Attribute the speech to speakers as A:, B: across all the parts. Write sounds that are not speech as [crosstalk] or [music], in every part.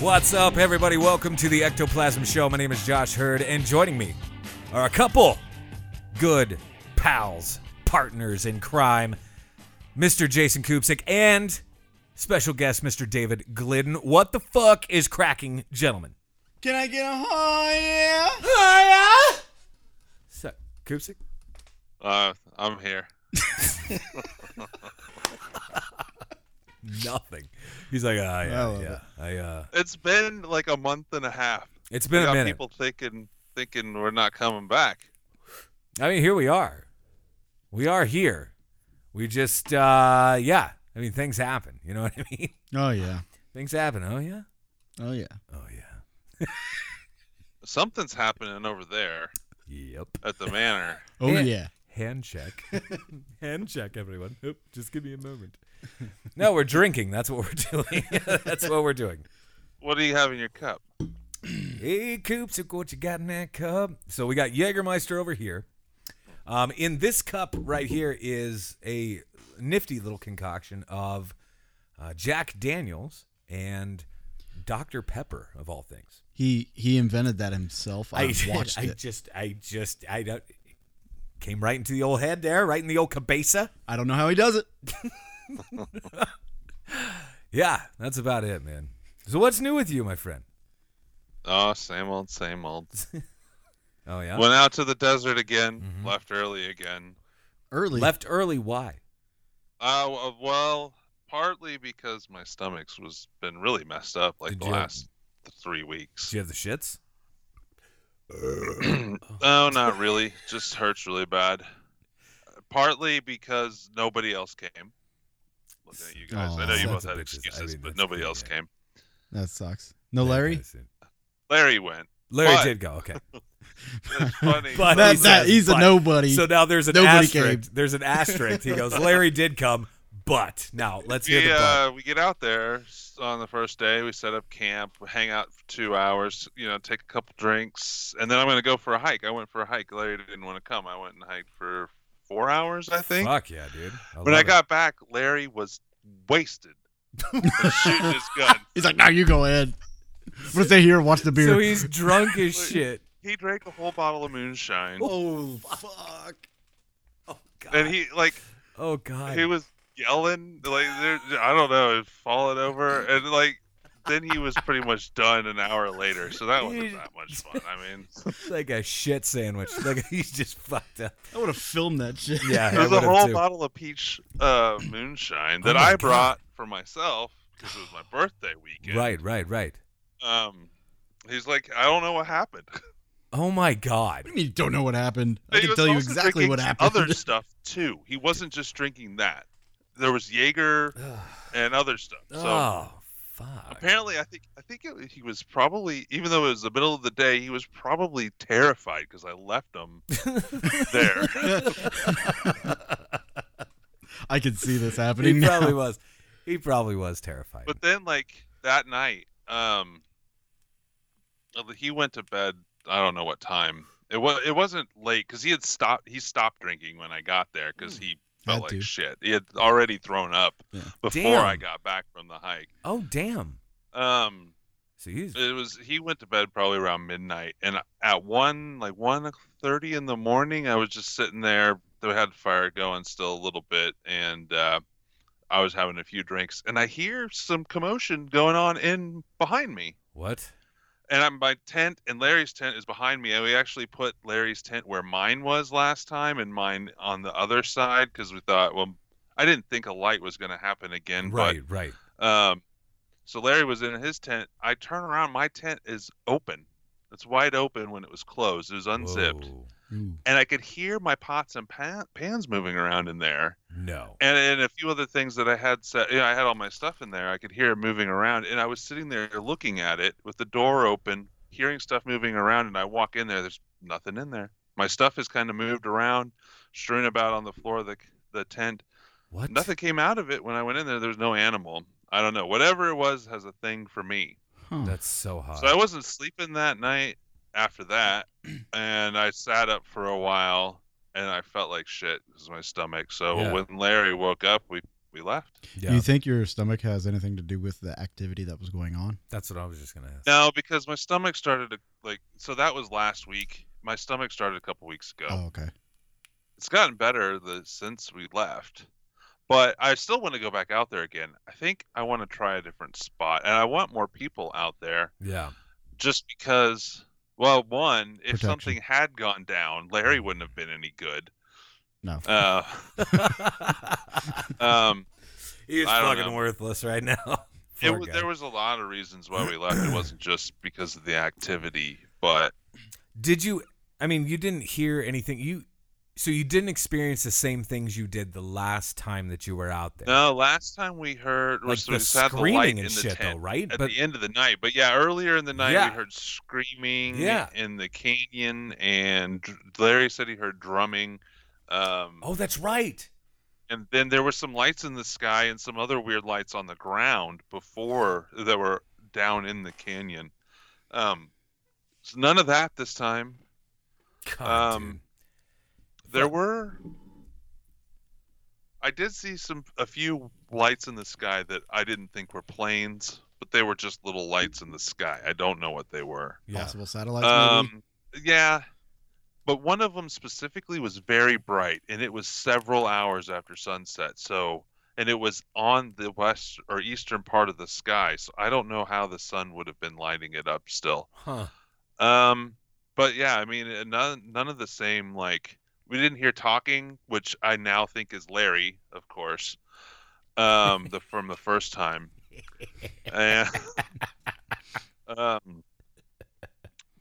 A: What's up, everybody? Welcome to the Ectoplasm Show. My name is Josh Hurd, and joining me are a couple good pals, partners in crime, Mr. Jason Kupsik and special guest Mr. David Glidden. What the fuck is cracking, gentlemen?
B: Can I get a oh yeah?
A: Oh yeah. So, Kupsik,
C: Uh, I'm here.
A: nothing. He's like, ah, yeah,
B: I love
A: yeah.
B: it.
A: I uh,
C: It's been like a month and a half.
A: it's
C: We
A: been a
C: got
A: minute.
C: people thinking thinking we're not coming back.
A: I mean, here we are. We are here. We just, uh, yeah. I mean, things happen. You know what I mean? [laughs]
B: Oh yeah.
A: Things happen. Oh, yeah.
B: Oh yeah.
A: Oh, yeah.
C: Something's happening over there
A: Yep.
C: at the
A: [laughs]
C: manor.
B: Oh
A: Yeah.
B: yeah.
A: Hand [laughs] check. Hand check, everyone. Oop, just give me a moment. [laughs] no, we're drinking. That's what we're [laughs] doing. That's what we're doing.
C: What do you have in your cup?
A: Hey, Coops, look what you got in that cup. So we got Jägermeister over here. Um, in this cup right here is a nifty little concoction of uh, Jack Daniels and Dr. Pepper, of all things.
B: He he invented that himself. I, [laughs] watched
A: I
B: it.
A: just, I just, I don't. Came right into the old head there, right in the old cabeza.
B: I don't know how he does it.
A: Yeah, that's about it, man. So what's new with you, my friend?
C: Oh, same old, same old.
A: Oh yeah,
C: Went out to the desert again.
A: Mm-hmm.
C: Left early again.
B: Early.
A: left early. Why?
C: Uh, w- well, partly because my stomach's was been really messed up like
A: Did
C: the
A: you-
C: last three weeks.
A: Do you have the shits?
C: [clears throat] Oh, not really. Just hurts really bad. Partly because nobody else came. Looking at you guys,
B: Aw.
C: I know you both
A: Sons of bitches.
C: had
A: I
C: excuses,
A: mean,
C: but
A: that's
C: nobody
A: the-
C: else
A: yeah.
C: came.
B: That sucks. No Larry.
C: Larry went.
A: Larry
C: But-
A: did go.
B: [laughs]
A: Okay. [laughs]
C: It's funny.
A: But-
C: but
B: That, that, he's a
A: But-
B: nobody.
A: So now there's an
B: Nobody
A: asterisk.
B: came.
A: There's an asterisk. He goes, Larry did come, but now let's hear
C: we,
A: the but.
C: uh, we get out there s- on the first day. We set up camp, we hang out for two hours, you know, take a couple drinks, and then I'm going to go for a hike. I went for a hike. Larry didn't want to come. I went and hiked for four hours, I think.
A: Fuck yeah, dude.
C: when I
A: love it.
C: got back, Larry was
A: [laughs]
C: wasted. shooting his gun.
B: he's like, no, you go ahead. I'm gonna stay here and watch the beer.
A: so he's drunk
C: [laughs]
A: as shit.
C: He drank a whole bottle of moonshine.
B: oh fuck.
A: Oh god.
C: and he like
A: oh god.
C: he was yelling like there, I don't know, he was falling over and like then he was pretty much done an hour later, so that wasn't that much fun. I mean, it
A: like a shit sandwich. Like [laughs] he's just fucked up.
B: I would have filmed that shit. [laughs]
A: Yeah. I
C: was a
A: would've
C: whole
A: too.
C: bottle of peach uh, moonshine that
A: Oh my
C: I
A: God.
C: brought for myself because it was my birthday weekend.
A: Right, right, right.
C: Um, he's like, I don't know what happened.
A: Oh my god.
B: You don't know what happened. I
C: He
B: can
C: was
B: tell you
C: also
B: exactly
C: drinking
B: what happened. [laughs]
C: Other stuff too. He wasn't just drinking that. There was Jaeger and other stuff. So
A: oh fuck.
C: apparently i think i think it, he was probably even though it was the middle of the day he was probably terrified because i left him there
B: I can see this [laughs] happening.
A: He
B: now.
A: probably was. He probably was terrified.
C: but then like that night um uh, he went to bed i don't know what time it was it wasn't late because he had stopped he stopped drinking when i got there because he felt
B: Hmm. Had
C: like
B: to.
C: shit he had already thrown up
B: Yeah.
C: before i
A: Damn.
C: got back from the hike
A: oh damn.
C: um
A: So he's
C: it was he went to bed probably around midnight and at one like one thirty in the morning i was just sitting there they had the fire going still a little bit and uh i was having a few drinks and i hear some commotion going on in behind me
A: what?
C: and I'm, my tent and larry's tent is behind me and we actually put larry's tent where mine was last time and mine on the other side because we thought well i didn't think a light was going to happen again but
A: Right, right.
C: um, so Larry was in his tent. I turn around, my tent is open. It's wide open when it was closed. It was unzipped,
A: Whoa.
B: Ooh.
C: and I could hear my pots and pan- pans moving around in there
A: No.
C: and, and a few other things that I had set. You know, I had all my stuff in there. I could hear it moving around, and I was sitting there looking at it with the door open, hearing stuff moving around. And I walk in there. There's nothing in there. My stuff is kind of moved around, strewn about on the floor of the the tent.
A: What?
C: Nothing came out of it when I went in there. There was no animal. I don't know. Whatever it was has a thing for me.
B: Huh.
A: That's so hot.
C: So I wasn't sleeping that night
A: [clears throat]
C: after that, and I sat up for a while, and I felt like shit because my stomach. So
A: Yeah.
C: when Larry woke up, we we left.
A: yeah,
B: Do you think your stomach has anything to do with the activity that was going on?
A: that's what I was just gonna ask.
C: No, because my stomach started to like. So that was last week. My stomach started a couple weeks ago.
B: Oh, okay.
C: It's gotten better the, since we left, but I still want to go back out there again. I think I want to try a different spot, and I want more people out there. [laughs]
A: Yeah. [laughs]
C: just because well one if
B: Protection.
C: something had gone down larry wouldn't have been any good
B: No.
A: [laughs]
C: uh, um
A: He's
C: I don't
A: fucking
C: know.
A: worthless right now. [laughs]
C: it,
A: Poor
C: wa-
A: guy.
C: there was a lot of reasons why we left
A: [clears throat]
C: it wasn't just because of the activity but
A: Did you? I mean, you didn't hear anything. You, so you didn't experience the same things you did the last time that you were out there.
C: no last time we heard
A: like
C: was
A: the
C: we had the
A: screaming
C: light
A: and
C: in the
A: shit,
C: tent
A: though, right?
C: at
A: But
C: the end of the night but yeah earlier in the night
A: Yeah.
C: we heard screaming
A: Yeah.
C: in the canyon and dr- larry said he heard drumming um
A: oh, that's right.
C: and then there were some lights in the sky and some other weird lights on the ground before that were down in the canyon. Um, so none of that this time.
A: God,
C: Um,
A: dude.
C: There were. I did see some a few lights in the sky that I didn't think were planes, but they were just little lights in the sky. I don't know what they were.
A: Yeah.
B: Possible satellites, maybe?
C: Um, yeah, but one of them specifically was very bright, and it was several hours after sunset. So, and it was on the west or eastern part of the sky. So I don't know how the sun would have been lighting it up still.
A: Huh.
C: Um, but yeah, I mean, uh, none none of the same. Like we didn't hear talking, which I now think is Larry, of course, um, the from the first time. And- um,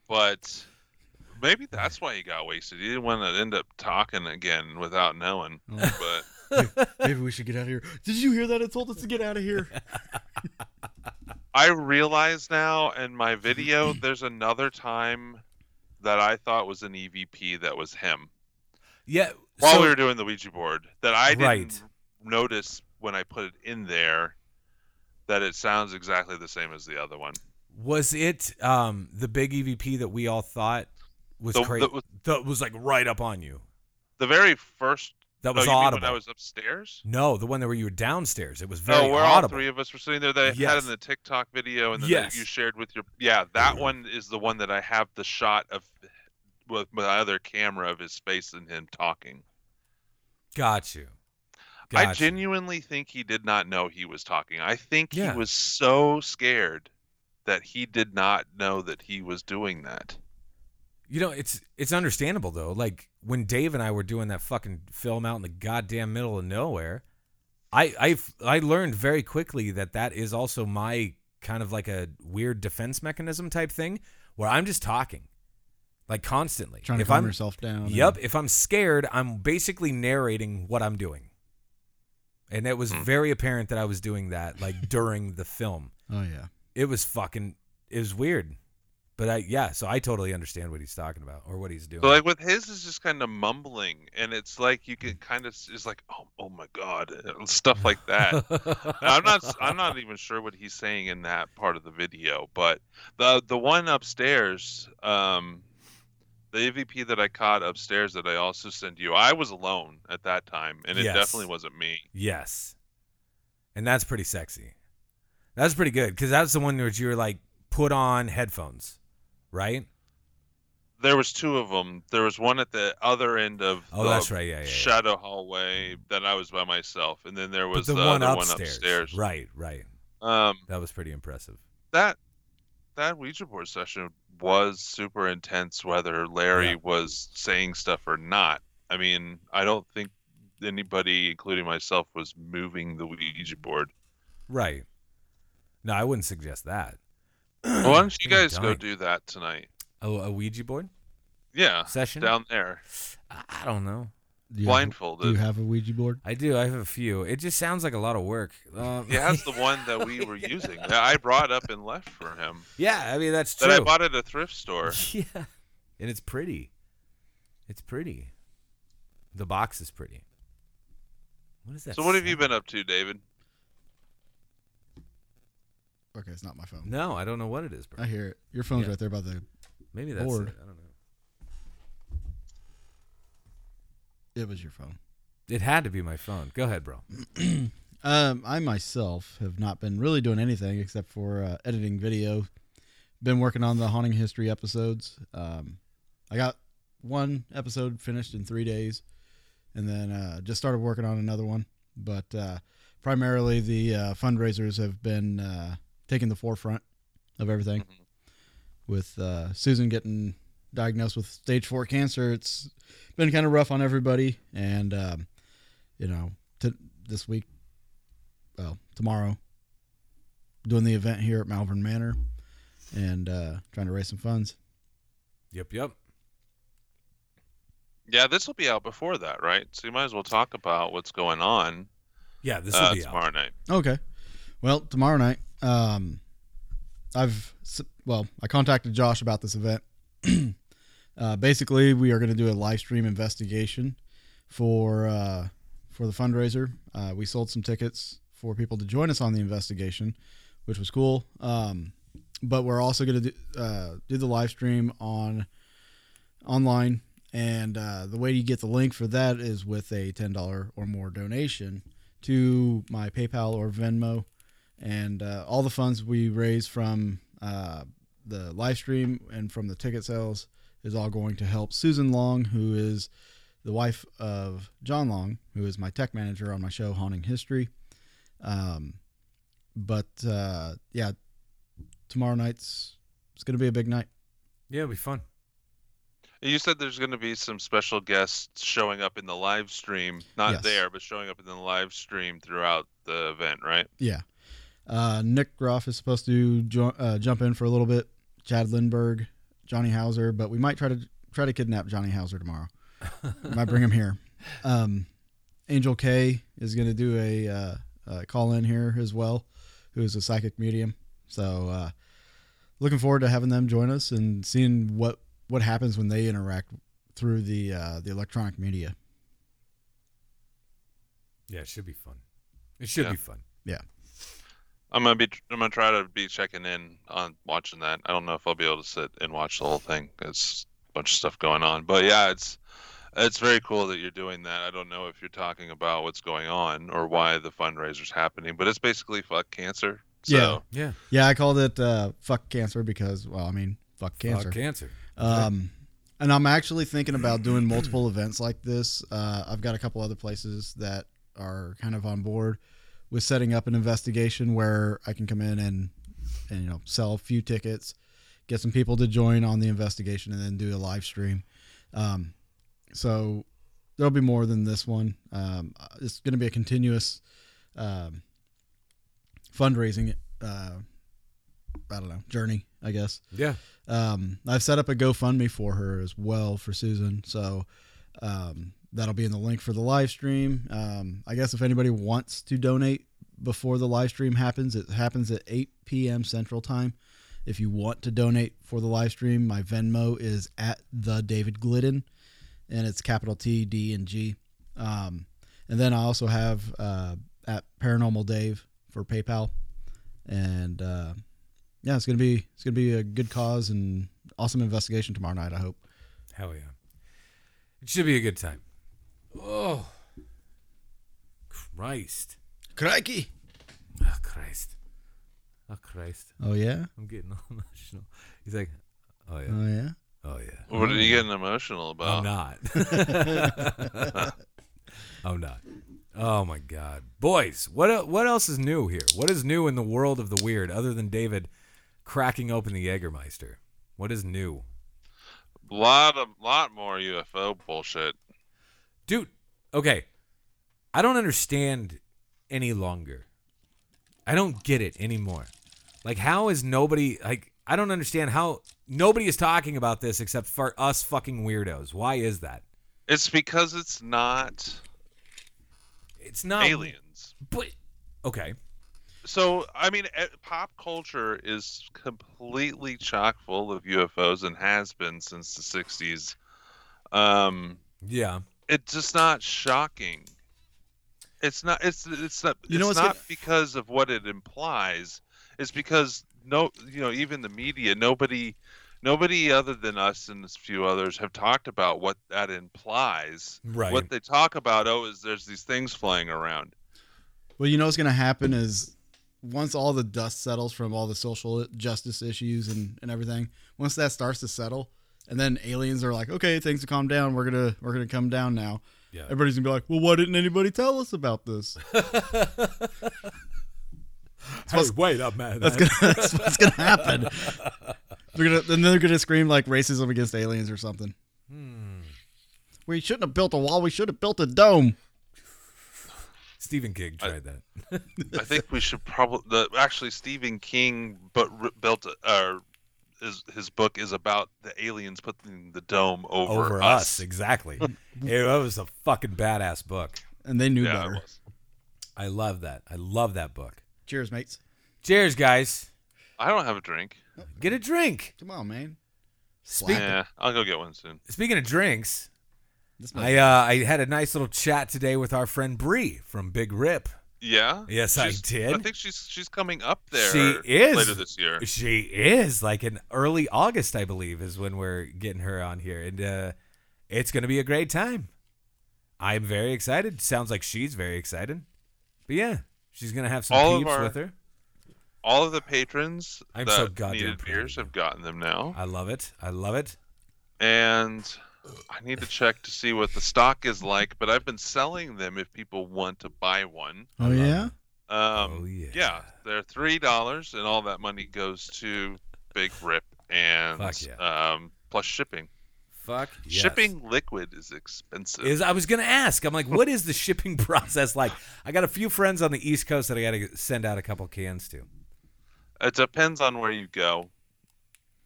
C: but maybe that's why he got wasted. He didn't want to end up talking again without knowing. But
B: Oh, Maybe we should get out of here. Did you hear that? It told us to get out
A: [laughs]
B: of here.
C: I realize now in my video, there's another time that I thought was an EVP that was him.
A: Yeah.
C: while
A: so-
C: we were doing the Ouija board that I didn't
A: Right.
C: notice when I put it in there that it sounds exactly the same as the other one.
A: Was it um the big EVP that we all thought was
C: The-
A: crazy?
C: that was-
A: That was like right up on you.
C: The very first
A: That was
C: oh, you mean
A: audible.
C: when I was upstairs.
A: no, the one that where you were downstairs. It was very
C: oh, where all
A: audible.
C: three of us were sitting there that I had
A: Yes.
C: in the TikTok video and then
A: Yes.
C: that you shared with your yeah that one is the one that I have the shot of with my other camera of his face and him talking.
A: Got you.
C: I
A: Got you.
C: genuinely think he did not know he was talking. I think
A: Yeah.
C: he was so scared that he did not know that he was doing that.
A: You know, it's it's understandable though. Like when Dave and I were doing that fucking film out in the goddamn middle of nowhere, I I I learned very quickly that that is also my kind of like a weird defense mechanism type thing where I'm just talking like constantly.
B: Trying to
A: if
B: calm
A: I'm
B: yourself down. and-
A: Yep, if I'm scared, I'm basically narrating what I'm doing. And it was very apparent that I was doing that [laughs] like during the film.
B: Oh yeah.
A: It was fucking it was weird. But I yeah, so I totally understand what he's talking about or what he's doing.
C: So like with his is just kind of mumbling, and it's like you can kind of it's like oh oh my god [laughs] and stuff like
A: [laughs]
C: that. And I'm not I'm not even sure what he's saying in that part of the video, but the the one upstairs, um, the AVP that I caught upstairs that I also sent you, I was alone at that time, and it
A: Yes.
C: definitely wasn't me.
A: Yes. And that's pretty sexy. That's pretty good cuz that's the one where you were like put on headphones, right?
C: There was two of them. There was one at the other end of
A: Oh,
C: the
A: that's right. Yeah, yeah. yeah.
C: shadow hallway that I was by myself, and then there
A: But
C: was
A: the,
C: the,
A: one,
C: other
A: upstairs.
C: one upstairs.
A: Right, right.
C: Um,
A: That was pretty impressive.
C: that that Ouija board session was super intense, whether Larry
A: Yeah.
C: was saying stuff or not. I mean, I don't think anybody, including myself, was moving the
A: [clears throat]
C: Ouija board.
A: Right. No, I wouldn't suggest that.
C: Why don't you
A: I'm
C: guys go
A: dying.
C: do that tonight?
A: A, a Ouija board
C: Yeah,
A: session?
C: down there,
A: I I don't know.
B: Do you have- do
C: blindfolded.
B: you have a Ouija board?
A: I do. I have a few. It just sounds like a lot of work. Um, [laughs]
C: yeah, that's the one that we were using. that I brought up and left for him.
A: yeah, I mean that's true.
C: That
A: [laughs]
C: I bought at a thrift store.
A: Yeah, and it's pretty. It's pretty. The box is pretty. What is that?
C: so what have you
A: sound?
C: been up to, David?
B: Okay, it's not my phone.
A: No, I don't know what it is, bro.
B: I hear it. Your phone's
A: Yeah.
B: right there by the.
A: Maybe that's
B: bored.
A: it. I don't know.
B: It was your phone.
A: It had to be my phone. Go ahead, bro.
B: Um, I myself have not been really doing anything except for uh, editing video. Been working on the haunting history episodes. Um, I got one episode finished in three days, and then uh, just started working on another one. But uh, primarily, the uh, fundraisers have been uh, taking the forefront of everything. With uh, Susan getting diagnosed with stage four cancer, it's been kind of rough on everybody. And um, you know, to this week well, tomorrow, doing the event here at Malvern Manor and uh, trying to raise some funds.
A: Yep, yep.
C: Yeah, this will be out before that, right? So you might as well talk about what's going on
A: Yeah, this will
C: uh,
A: be out.
C: tomorrow night.
B: Okay. Well, tomorrow night, um, I've, s- well, I contacted Josh about this event. [clears throat] uh, basically, we are going to do a live stream investigation for, uh, for the fundraiser. Uh, we sold some tickets for people to join us on the investigation, which was cool. Um, but we're also going to do, uh, do the live stream on online. And uh, the way you get the link for that is with a $10 or more donation to my PayPal or Venmo, and uh, all the funds we raise from uh, the live stream and from the ticket sales is all going to help Susan Long, who is the wife of John Long, who is my tech manager on my show Haunting History. Um, but uh, yeah, tomorrow night's it's going to be a big night.
A: Yeah, it'll be fun.
C: You said there's going to be some special guests showing up in the live stream, not
B: Yes.
C: there, but showing up in the live stream throughout the event, right?
B: Yeah. Uh, Nick Groff is supposed to jo- uh, jump in for a little bit. Chad Lindberg, Johnny Hauser, but we might try to try to kidnap Johnny Hauser tomorrow. might bring him here. Um, Angel K is going to do a, uh, uh call in here as well, who is a psychic medium. So uh, looking forward to having them join us and seeing what what happens when they interact through the uh, the electronic media.
A: Yeah, it should be fun. It should
C: Yeah.
A: be fun.
C: I'm gonna be. I'm gonna try to be checking in on watching that. I don't know if I'll be able to sit and watch the whole thing. It's a bunch of stuff going on, but yeah, it's it's very cool that you're doing that. I don't know if you're talking about what's going on or why the fundraiser's happening, but it's basically fuck cancer. So,
B: Yeah.
A: Yeah.
B: Yeah, I called it uh, "fuck cancer" because well, I mean, fuck cancer.
A: Uh, cancer.
B: Um, and I'm actually thinking about doing multiple events like this. Uh, I've got a couple other places that are kind of on board with setting up an investigation where I can come in and and you know sell a few tickets, get some people to join on the investigation, and then do a live stream. Um, so there'll be more than this one. Um, it's going to be a continuous um, fundraising. Uh, I don't know journey, I guess
A: Yeah.
B: um, I've set up a GoFundMe for her as well for Susan. So um, that'll be in the link for the live stream. Um, I guess if anybody wants to donate before the live stream happens, it happens at 8 p.m. Central Time. If you want to donate for the live stream, my Venmo is at the David Glidden, and it's capital T, D, and G. Um, and then I also have uh, at Paranormal Dave for PayPal, and uh, yeah, it's gonna be it's gonna be a good cause and awesome investigation tomorrow night. I hope.
A: Hell yeah. It should be a good time. Oh. Christ.
B: Crikey!
A: Oh, Christ. Oh, Christ.
B: Oh yeah,
A: I'm getting [laughs] all emotional. He's like, oh, yeah.
B: oh yeah.
A: Oh, yeah.
C: what are you getting emotional about?
A: I'm not. [laughs] I'm not. Oh my God, boys! What el- what else is new here? What is new in the world of the weird, other than David cracking open the Jägermeister? What is new,
C: lot of lot more UFO bullshit.
A: dude? Okay, I don't understand any longer. I don't get it anymore. Like, how is nobody like? I don't understand how nobody is talking about this except for us fucking weirdos. Why is that?
C: It's because it's not
A: It's not
C: aliens.
A: But okay,
C: So I mean, eh, pop culture is completely chock full of UFOs and has been since the '60s. Um,
A: yeah,
C: it's just not shocking. It's not. It's it's not.
B: You know
C: it's
B: what's
C: not
B: gonna-
C: because of what it implies. It's because no, you know, even the media, nobody, nobody other than us and a few others have talked about what that implies.
A: Right.
C: What they talk about, oh, is there's these things flying around.
B: Well, you know what's going to happen is once all the dust settles from all the social justice issues and, and everything, once that starts to settle, and then aliens are like, okay, things have calmed down. We're gonna we're gonna come down now.
A: Yeah.
B: Everybody's gonna be like, well, why didn't anybody tell us about this? what's-
A: wait up, man.
B: That's gonna [laughs] that's what's gonna happen. They're gonna then they're gonna scream like racism against aliens or something. We shouldn't have built a wall. We should have built a dome.
A: [laughs] Stephen King tried that.
C: I think we should probably the actually Stephen King, but r- built uh, his his book is about the aliens putting the dome over,
A: Over us,
B: [laughs]
A: exactly. it was a fucking badass book.
B: And they knew
C: Yeah, it
B: better.
C: was.
A: I love that. I love that book.
B: Cheers, mates.
A: Cheers, guys.
C: I don't have a drink.
A: Get a drink.
B: Come on, man.
A: Speak,
C: Yeah, I'll go get one soon.
A: speaking of drinks,
B: This might-
A: I uh, I had a nice little chat today with our friend Bree from Big Rip.
C: Yeah.
A: Yes, I
C: She's-
A: did.
C: I think she's she's coming up there.
A: She is
C: later this year.
A: She is like in early August, I believe, is when we're getting her on here, and uh, it's gonna be a great time. I'm very excited. Sounds like she's very excited. But yeah, she's gonna have some
C: All of
A: peeps
C: our-
A: with her.
C: All of the patrons
A: I'm
C: that
A: so goddamn
C: needed
A: proud of
C: beers
A: you.
C: have gotten them now,
A: I love it. I love it.
C: and I need to check to see what the stock is like. But I've been selling them if people want to buy one.
B: oh [laughs] yeah.
C: Um,
A: Oh, yeah.
C: yeah, they're three dollars, and all that money goes to Big Rip and
A: Fuck yeah.
C: um, plus shipping.
A: Fuck yes.
C: Shipping liquid is expensive.
A: is I was gonna ask. I'm like, what is the shipping [laughs] process like? I got a few friends on the East Coast that I gotta send out a couple cans to.
C: it depends on where you go.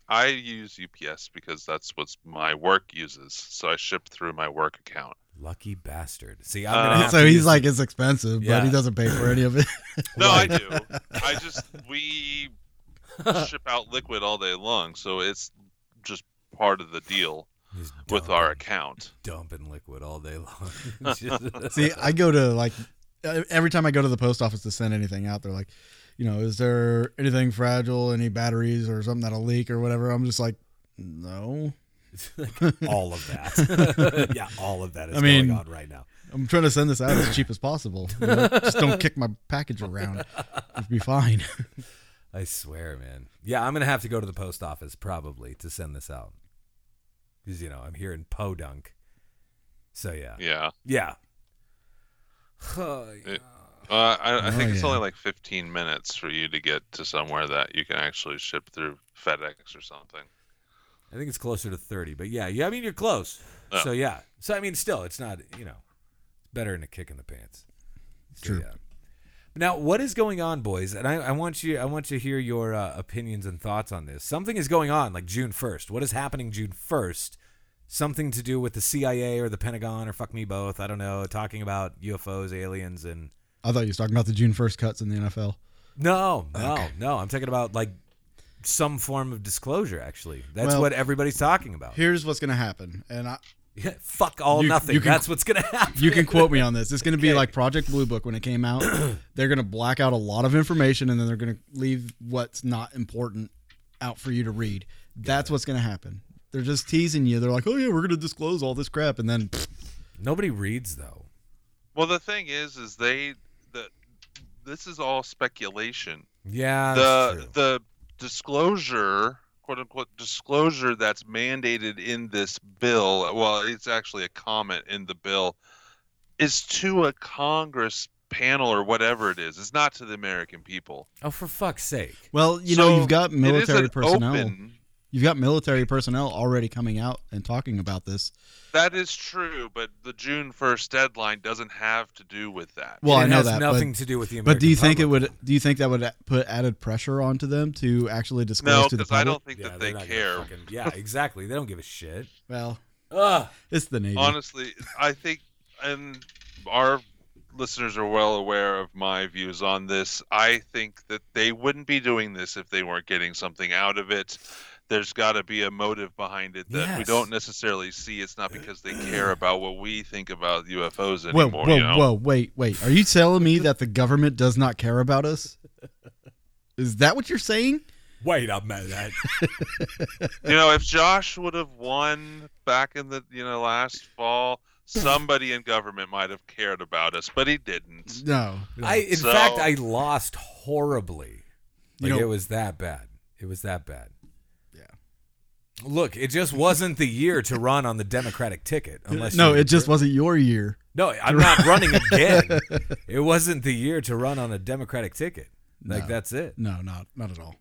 C: I use UPS because that's what my work uses, so I ship through my work account.
A: Lucky bastard. See, I'm gonna
C: Uh,
A: have
B: so
A: to
B: he's
A: use-
B: like, it's expensive, but
A: Yeah.
B: he doesn't pay for any of it.
C: No, I do. I just
A: [laughs]
C: we ship out liquid all day long, so it's just part of the deal
A: Just
C: with
A: dump
C: our
A: and-
C: account.
A: dump and liquid all day
B: [laughs]
A: long. [laughs] Just-
B: See, I go to like uh, every time I go to the post office to send anything out, they're like, you know, is there anything fragile, any batteries or something that'll leak or whatever? I'm just like, no.
A: all of
B: [laughs]
A: that. yeah, all of that is
B: I mean-
A: going on right now.
B: I'm trying to send this out as cheap as possible. You know, Just don't kick my package around. It'll be fine. [laughs]
A: I swear, man. Yeah, I'm gonna have to go to the post office probably to send this out. Because you know I'm here in Podunk. So yeah,
C: Yeah.
A: yeah. [sighs] Oh, yeah.
C: Uh, I, I
B: Oh,
C: think it's
B: yeah.
C: only like 15 minutes for you to get to somewhere that you can actually ship through FedEx or something.
A: I think it's closer to 30, but yeah, yeah. I mean you're close.
C: Yeah.
A: So yeah. So I mean, still, it's not you know, it's better than a kick in the pants. So,
B: True.
A: yeah. Now, what is going on, boys? And I, I want you, I want to hear your uh, opinions and thoughts on this. Something is going on, like June first. What is happening June first? Something to do with the CIA or the Pentagon or fuck me both. I don't know. Talking about UFOs, aliens, and
B: I thought you was talking about the June 1st cuts in the NFL.
A: no, no, no. I'm talking about like some form of disclosure. Actually, that's
B: Well-
A: what everybody's talking about.
B: Here's what's going to happen. And I,
A: Yeah, fuck all
B: You-
A: nothing.
B: you can-
A: That's what's gonna [laughs] happen.
B: You can quote me on this. It's going to be like Project Blue Book when it came
C: [clears throat]
B: out. they're going to black out a lot of information and then they're going to leave what's not important out for you to read. That's what's going to happen. They're just teasing you. They're like, "Oh yeah, we're going to disclose all this crap," and then pfft,
A: Nobody reads though.
C: Well, the thing is, is they the this is all speculation.
A: Yeah, that's
C: the
A: true.
C: the disclosure, quote unquote, disclosure that's mandated in this bill. Well, it's actually a comment in the bill, is to a Congress panel or whatever it is. It's not to the American people.
A: oh, for fuck's sake!
B: well, you
C: So,
B: know, you've got
C: It is
B: military
C: an
B: personnel.
C: Open,
B: You've got military personnel already coming out and talking about this.
C: That is true, but the June first deadline doesn't have to do with that.
B: Well,
A: it
B: I know
A: has
B: that, but-
A: nothing to do with the American
B: But do you think it
A: public.
B: would? Do you think that would put added pressure onto them to actually disclose
C: no,
B: to the
C: because
B: public?
C: I don't think
A: Yeah,
C: that
A: they're
C: they
A: not gonna
C: care.
A: fucking-
C: [laughs]
A: yeah, exactly. They don't give a shit.
B: Well,
A: Ugh.
B: it's the Navy.
C: Honestly, I think, and our listeners are well aware of my views on this. I think that they wouldn't be doing this if they weren't getting something out of it. There's got to be a motive behind it that we
A: Yes. Uh,
C: don't necessarily see. It's not because they care about what we think about UFOs
B: whoa,
C: anymore.
B: whoa,
C: you know?
B: whoa! Wait, wait. Are you telling me that the government does not care about
A: [laughs]
B: us? Is that what you're saying?
A: Wait a minute.
C: you know, if Josh would have won back in the you know last fall, somebody in government might have cared about us, but he didn't.
B: No.
A: [laughs] I in
C: So-
A: fact I lost horribly.
B: You
A: Like
B: know-
A: it was that bad. It was that bad.
B: Yeah.
A: Look, it just wasn't the year to run on the Democratic ticket. Unless
B: [laughs] no,
A: you-
B: it just wasn't your year.
A: No, I'm not running again. It wasn't the year to run on a Democratic ticket. Like
B: No.
A: that's it.
B: No, not not at all.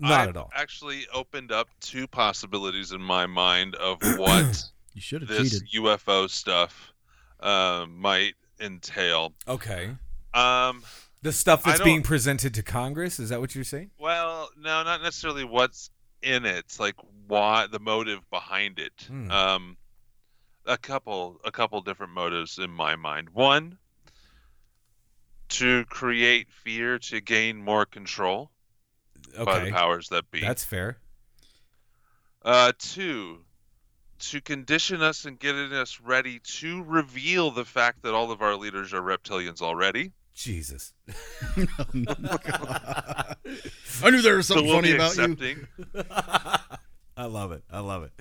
A: Not
C: I've
A: at all.
C: Actually, opened up two possibilities in my mind of [clears throat] what
B: You should have
C: this [laughs]
B: cheated. [laughs]
C: UFO stuff uh, might entail.
A: Okay.
C: Um,
A: The stuff
C: I
A: that's
C: don't-
A: being presented to Congress, is that what you're saying?
C: well, no, not necessarily what's in it. It's like why the motive behind it.
A: Hmm.
C: Um, a couple, a couple different motives in my mind. One, to create fear to gain more control by the
A: Okay.
C: powers that be.
A: That's fair.
C: Uh, two, to condition us and getting us ready to reveal the fact that all of our leaders are reptilians already.
A: Jesus.
C: [laughs]
A: [laughs]
B: I knew there was
C: so
B: something
C: we'll
B: funny
C: be
B: about you.
C: accepting.
A: I love it. I love it.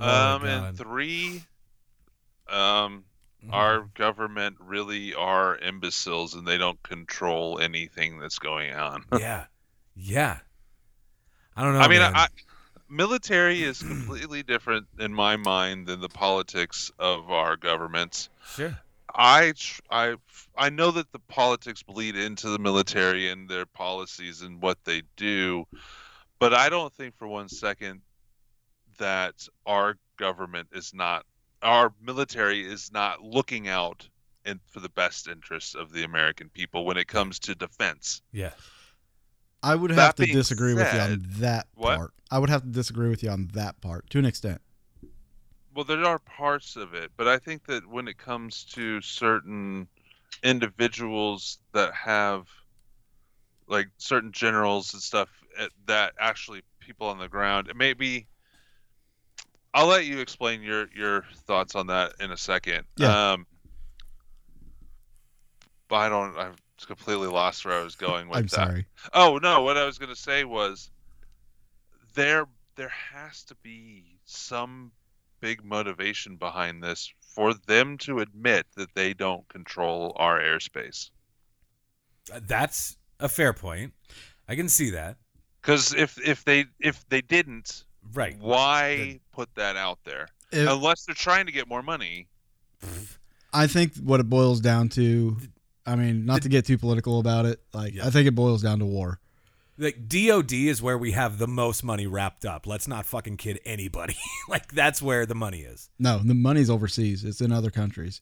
A: Oh,
C: um, and
A: God.
C: three, um,
A: Mm-hmm.
C: our government really are imbeciles and they don't control anything that's going on.
A: yeah. Yeah. I don't know.
C: I mean,
A: Oh, man.
C: I, military is completely different in my mind than the politics of our governments.
A: sure.
C: I tr- I I know that the politics bleed into the military and their policies and what they do, but I don't think for one second that our government is not our military is not looking out and for the best interests of the American people when it comes to defense.
A: Yeah.
B: I would
C: That
B: have to
C: being
B: disagree with you on
C: said-
B: that
C: What?
B: part. I would have to disagree with you on that part to an extent.
C: Well, there are parts of it, but I think that when it comes to certain individuals that have, like certain generals and stuff, eh, that actually people on the ground, it may be. I'll let you explain your your thoughts on that in a second.
B: Yeah.
C: Um, but I don't. I've completely lost where I was going with
B: I'm
C: that.
B: sorry.
C: Oh no, what I was gonna say was there there has to be some big motivation behind this for them to admit that they don't control our airspace.
A: That's a fair point. I can see that.
C: Because if if they if they didn't,
A: Right.
C: why
A: Then-
C: put that out there?
B: If-
C: Unless they're trying to get more money.
B: I think what it boils down to, I mean, not to get too political about it, like
A: Yeah.
B: I think it boils down to war.
A: Like DOD is where we have the most money wrapped up. Let's not fucking kid anybody. [laughs] like that's where the money is.
B: No, the money's overseas; it's in other countries.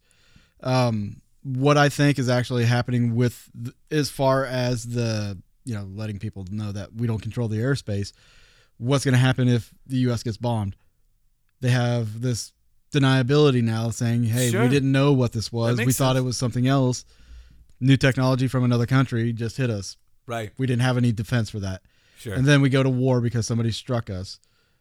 B: Um, what I think is actually happening with, th- as far as the you know letting people know that we don't control the airspace, what's going to happen if the U.S. gets bombed? They have this deniability now, saying, "Hey,
A: Sure.
B: we didn't know what this was. We
A: makes
B: thought
A: sense.
B: it was something else. New technology from another country just hit us.
A: Right.
B: We didn't have any defense for that."
A: Sure.
B: and then we go to war because somebody struck us.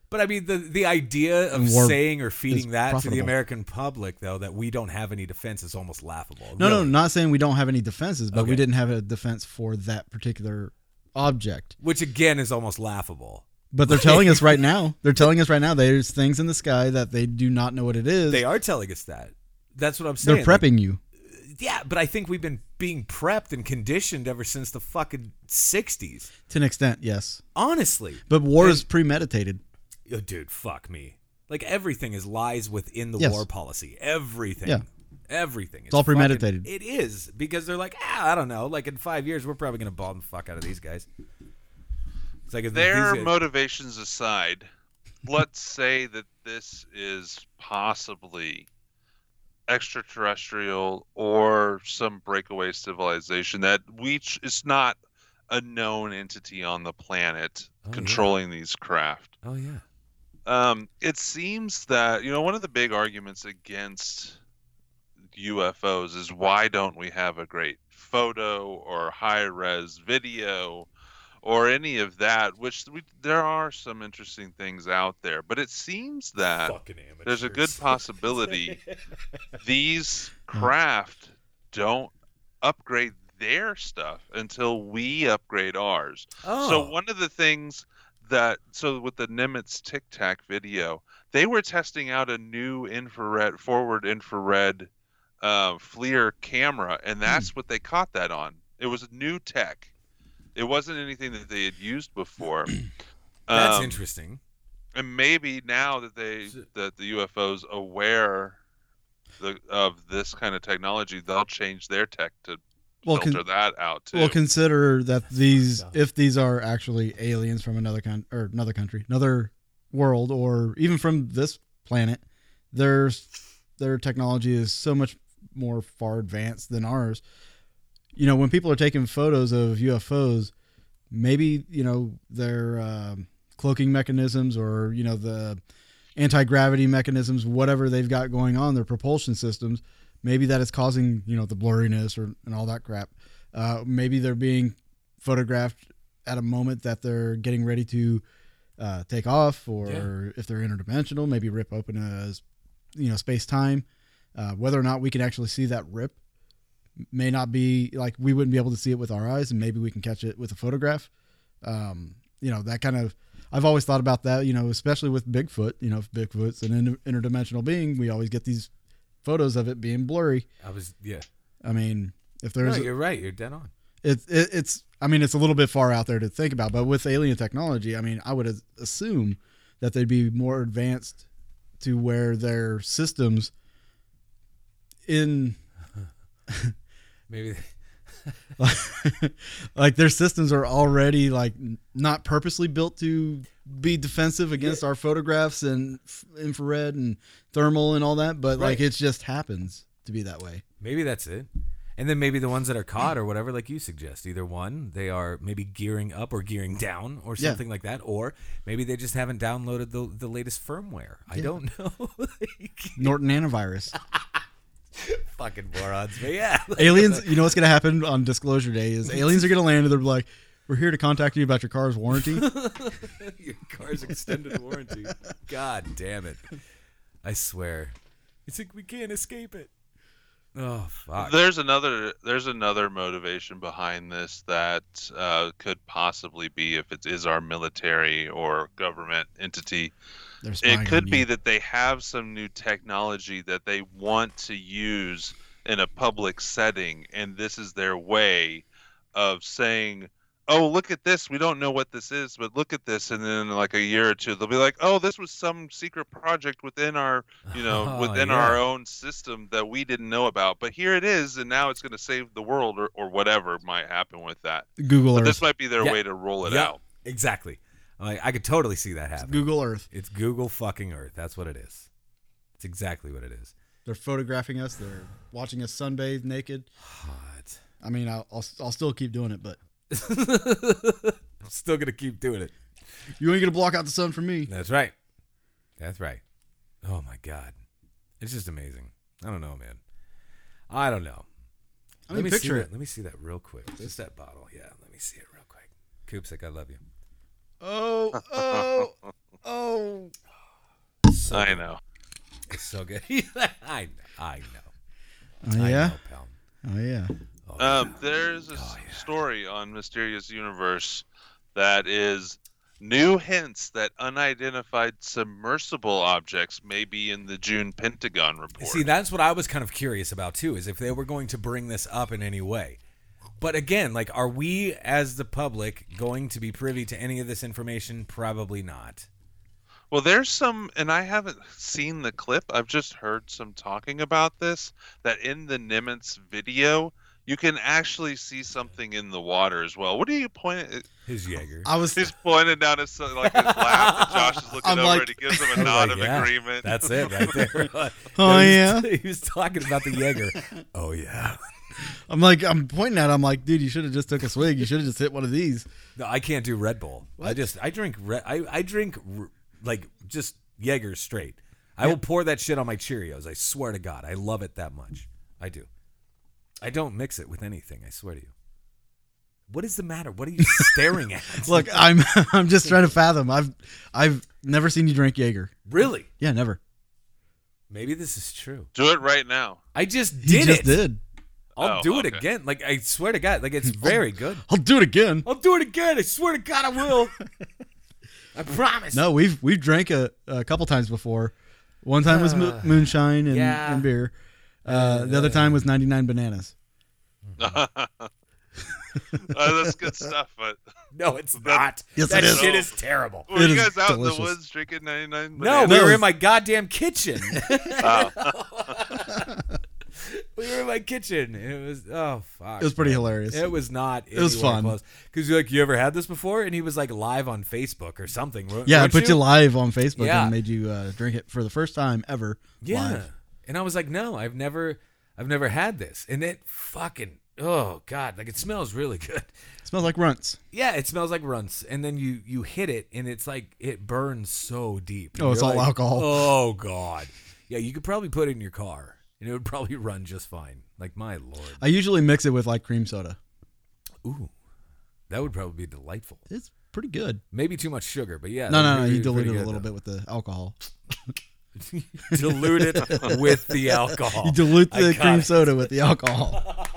A: But I mean, the the idea of
B: And war
A: saying or feeding
B: is
A: that to the
B: profitable.
A: American public, though, that we don't have any defense is almost laughable.
B: No, no,
A: really.
B: not saying we don't have any defenses, but
A: Okay.
B: we didn't have a defense for that particular object.
A: Which again is almost laughable.
B: But they're telling
A: [laughs]
B: us right now. They're telling us right now there's things in the sky that they do not know what it is.
A: They are telling us that. That's what I'm saying.
B: They're prepping
A: Like,
B: you.
A: yeah, but I think we've been being prepped and conditioned ever since the fucking 60s.
B: To an extent, yes.
A: Honestly.
B: But war
A: And-
B: is premeditated.
A: Oh, dude, fuck me. Like everything is lies within the
B: Yes.
A: war policy. Everything.
B: Yeah.
A: Everything. It's,
B: all
A: fucking-
B: premeditated.
A: it is because they're like, ah, I don't know. Like in five years, we're probably gonna bomb the fuck out of these guys. It's like if
C: Their
A: these guys-
C: motivations aside, let's say that this is possibly extraterrestrial or some breakaway civilization that we ch- it's not a known entity on the planet
A: Oh, yeah.
C: controlling these craft
A: Oh yeah.
C: um, it seems that you know one of the big arguments against UFOs is why don't we have a great photo or high res video or any of that? Which we, there are some interesting things out there, but it seems that
A: Fucking amateurs.
C: there's a good possibility these craft don't upgrade their stuff until we upgrade ours.
A: [laughs] oh.
C: So one of the things that so with the Nimitz Tic Tac video, they were testing out a new infrared forward infrared uh, FLIR camera,
A: Hmm.
C: and that's what they caught that on. It was new tech. It wasn't anything that they had used before.
A: [clears throat] That's
C: Um,
A: interesting.
C: And maybe now that they
A: So-
C: that the UFOs aware the, of this kind of technology, they'll change their tech to
B: Well,
C: filter
B: con-
C: that out too.
B: well, consider that these,
A: fucked up.
B: if these are actually aliens from another con- or another country, another world, or even from this planet, there's their technology is so much more far advanced than ours. You know, when people are taking photos of UFOs, maybe you know their um, cloaking mechanisms or you know the anti-gravity mechanisms whatever they've got going on their propulsion systems maybe that is causing you know the blurriness or and all that crap uh, maybe they're being photographed at a moment that they're getting ready to uh, take off or if they're interdimensional maybe rip open a you know space time uh, whether or not we can actually see that rip may not be like we wouldn't be able to see it with our eyes and maybe we can catch it with a photograph um, you know that kind of i've always thought about that you know especially with bigfoot you know if bigfoot's an inter- interdimensional being we always get these photos of it being blurry
A: I was yeah.
B: i mean if
A: No,
B: there's
A: you're right. You're dead on.
B: it's it, it's i mean it's a little bit far out there to think about but with alien technology i mean i would as- assume that they'd be more advanced to where their systems in [laughs]
A: Maybe
B: like their systems are already like n- not purposely built to be defensive against our photographs and f- infrared and thermal and all that but like
A: Right.
B: it just happens to be that way
A: maybe that's it. And then maybe the ones that are caught or whatever, like you suggest, either one, they are maybe gearing up or gearing down or
B: Yeah.
A: something like that, or maybe they just haven't downloaded the, the latest firmware. I
B: Yeah.
A: don't [laughs] know. Like,
B: norton antivirus
A: fucking morons, but yeah. [laughs]
B: aliens you know what's gonna happen on disclosure day is aliens are gonna land and they're like we're here to contact you about your car's
C: [laughs]
B: warranty
A: Your car's extended warranty. God damn it! I swear. It's like we can't escape it. Oh fuck!
C: There's another there's another motivation behind this that uh, could possibly be if it is our military or government entity.
B: They're spying
C: It
B: on
C: could be
B: you.
C: that they have some new technology that they want to use in a public setting, and this is their way of saying, "Oh, look at this! We don't know what this is, but look at this!" And then, like a year or two, they'll be like, "Oh, this was some secret project within our you know,
A: [laughs] Oh,
C: within
A: yeah.
C: our own system that we didn't know about. But here it is, and now it's going to save the world, or, or whatever might happen with that.
B: google
C: But
B: earth
C: this might be their
A: Yeah.
C: way to roll it
A: Yeah,
C: out.
A: exactly. Like, I could totally see that happening.
B: google earth
A: It's Google fucking Earth. That's what it is. It's exactly what it is.
B: they're photographing us they're watching us sunbathe naked
A: Hot.
B: i mean i'll, I'll, I'll still keep doing it but
A: I'm still gonna keep doing it.
B: you ain't gonna block out the sun from me
A: That's right. That's right. Oh my god, it's just amazing. I don't know, man. I don't know.
B: i
A: let
B: mean
A: me
B: picture
A: see
B: it
A: That. Let me see that real quick. Just that bottle. Yeah, let me see it real quick. Koopsik, I love you.
B: Oh,
C: [laughs]
B: oh, oh.
A: So,
C: I know.
A: it's so good. [laughs] I I know.
B: Oh,
A: I
B: yeah?
A: know, pal.
B: Oh, yeah.
A: Oh,
C: Um,
A: yeah.
C: there's a s-
A: Oh, yeah.
C: story on Mysterious Universe that is new hints that unidentified submersible objects may be in the June Pentagon report.
A: See, that's what I was kind of curious about too, is if they were going to bring this up in any way. But again, like, are we as the public going to be privy to any of this information? Probably not.
C: Well, there's some, and I haven't seen the clip. I've just heard some talking about this. That in the Nimitz video, You can actually see something in the water as well. What are you pointing?
A: His Jaeger.
B: I was
C: He's pointing down his like his lap. And Josh
A: [laughs]
C: is looking
B: I'm
C: over
B: like-
C: and he gives him
A: I
C: a
A: was
C: nod
A: like,
C: of
A: yeah,
C: agreement.
A: That's it right
C: [laughs]
A: there. [laughs]
B: Oh,
A: He
B: yeah?
A: was- [laughs] He was talking about the
B: [laughs]
A: Jaeger. oh yeah.
B: I'm like I'm pointing at. Him, I'm like, dude, you should have just took a swig. You should have just hit one of these.
A: No, I can't do Red Bull. I
B: What?
A: just I drink Red. I I drink r- like just Jaeger straight. I will pour that shit on my Cheerios. I swear to God, I love it that much. I do. I don't mix it with anything. I swear to you. What is the matter? What are
B: [laughs]
A: you staring at?
B: Look, I'm [laughs] I'm just trying to fathom. I've I've never seen you drink Jaeger.
A: really?
B: Yeah, never.
A: Maybe this is true.
C: Do it right now.
A: I just
B: He
A: did
B: just
A: it.
B: did.
A: I'll
C: Oh,
A: do it
C: okay.
A: again. Like I swear to God, like
B: [laughs]
A: it's very good.
B: I'll do it again.
A: I'll do it again. I swear to God, I will. [laughs] I promise.
B: No, we've we've drank a, a couple times before. One time was mo- moonshine and,
A: Ah, yeah.
B: and beer. Uh, the other time was 99 bananas.
C: Uh, that's good stuff. But [laughs]
A: no, it's not.
B: Yes,
A: that
B: it is.
A: shit is terrible.
C: were
B: It
C: you
B: is
C: guys out
B: delicious.
C: in the woods drinking 99?
A: No, we
B: No.
A: were in my goddamn [laughs] kitchen.
C: Oh.
A: we were in my kitchen. and It was oh fuck.
B: It was pretty hilarious.
A: It was not.
B: It was fun.
A: because you're like, you ever had this before? And he was like live on Facebook or something. wa-
B: yeah, I
A: weren't
B: put you live on Facebook
A: Yeah.
B: and made you uh, drink it for the first time ever.
A: Yeah,
B: live.
A: and I was like, no, I've never, I've never had this, and it fucking oh god, like it smells really [laughs] good.
B: smells like runts.
A: Yeah, it smells like runts, and then you you hit it, and it's like it burns so deep.
B: Oh, it's
A: You're
B: all
A: like,
B: alcohol.
A: Oh god, yeah, you could probably put it in your car, and it would [laughs] probably run just fine. Like my lord,
B: I usually mix it with like cream soda.
A: ooh, that would probably be delightful.
B: It's pretty good.
A: Maybe too much sugar, but yeah.
B: No, no,
A: that'd
B: no.
A: be
B: You dilute
A: pretty
B: it a
A: good,
B: little
A: though.
B: bit with the alcohol.
A: [laughs]
B: [laughs]
A: dilute it with the alcohol.
B: You dilute
A: I
B: the
A: got
B: cream
A: it.
B: soda with the alcohol.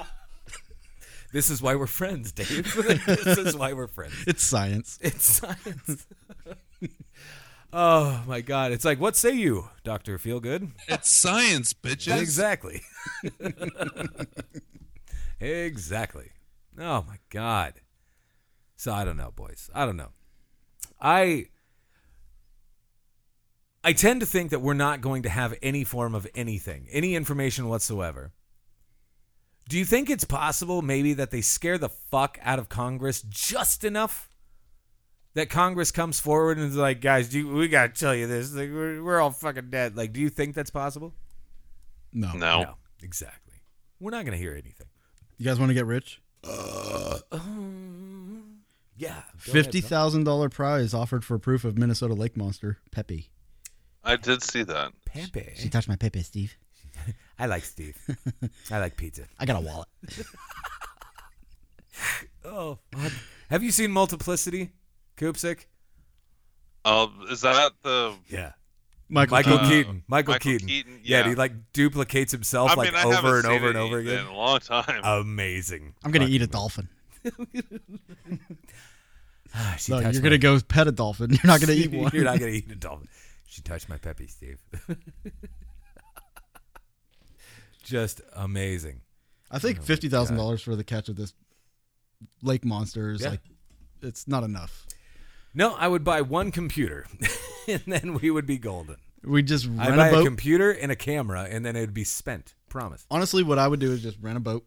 A: This is why we're friends, Dave. [laughs] this is why we're friends.
B: [laughs]
A: [laughs]
B: It's science.
A: It's science. oh my god! It's like, what say you, Doctor Feelgood?
D: It's science, bitches.
A: Exactly. [laughs] exactly. Oh my god. So I don't know, boys. I don't know. I I tend to think that we're not going to have any form of anything, any information whatsoever. Do you think it's possible maybe that they scare the fuck out of Congress just enough that Congress comes forward and is like, guys, do you, we got to tell you this. Like, we're, we're all fucking dead. Like, do you think that's possible?
B: No.
C: No.
A: No, exactly. We're not going to hear anything.
B: You guys want to get rich?
A: Yeah.
B: Fifty thousand dollar prize offered for proof of Minnesota lake monster Pepe.
C: I did see that.
A: Pepe.
B: touched my Pepe, Steve.
A: I like Steve.
B: [laughs]
A: I like pizza.
B: I got a wallet.
A: Oh, fuck. have you seen Multiplicity, Koopsick?
C: Oh, is that the?
A: Yeah.
B: Uh, Michael,
A: Michael
B: Keaton.
A: Keaton. Michael,
C: Michael
A: Keaton.
C: Keaton,
A: Yeah.
C: yeah.
A: he like duplicates himself
C: I
A: like
C: mean, I haven't
A: over and
C: seen
A: over and
C: it
A: over
C: in-
A: again. Uh,
C: in a long time.
A: Amazing. [sighs]
B: I'm gonna
A: Fuck.
B: eat a dolphin.
A: Ah, she
B: No,
A: touched
B: you're
A: my-
B: gonna go pet a dolphin. [laughs] You're
A: [laughs]
B: not gonna eat one.
A: You're not gonna eat a dolphin. She touched my peppy, Steve. [laughs] Just amazing.
B: [laughs] I think fifty thousand dollars for the catch of this lake monster is
A: Yeah.
B: like it's not enough.
A: No, I would buy one computer, [laughs] and then we would be golden.
B: We just
A: I
B: rent
A: buy
B: a
A: a
B: boat.
A: computer and a camera, and then it'd be spent. Promise.
B: Honestly, what I would do is just rent a boat.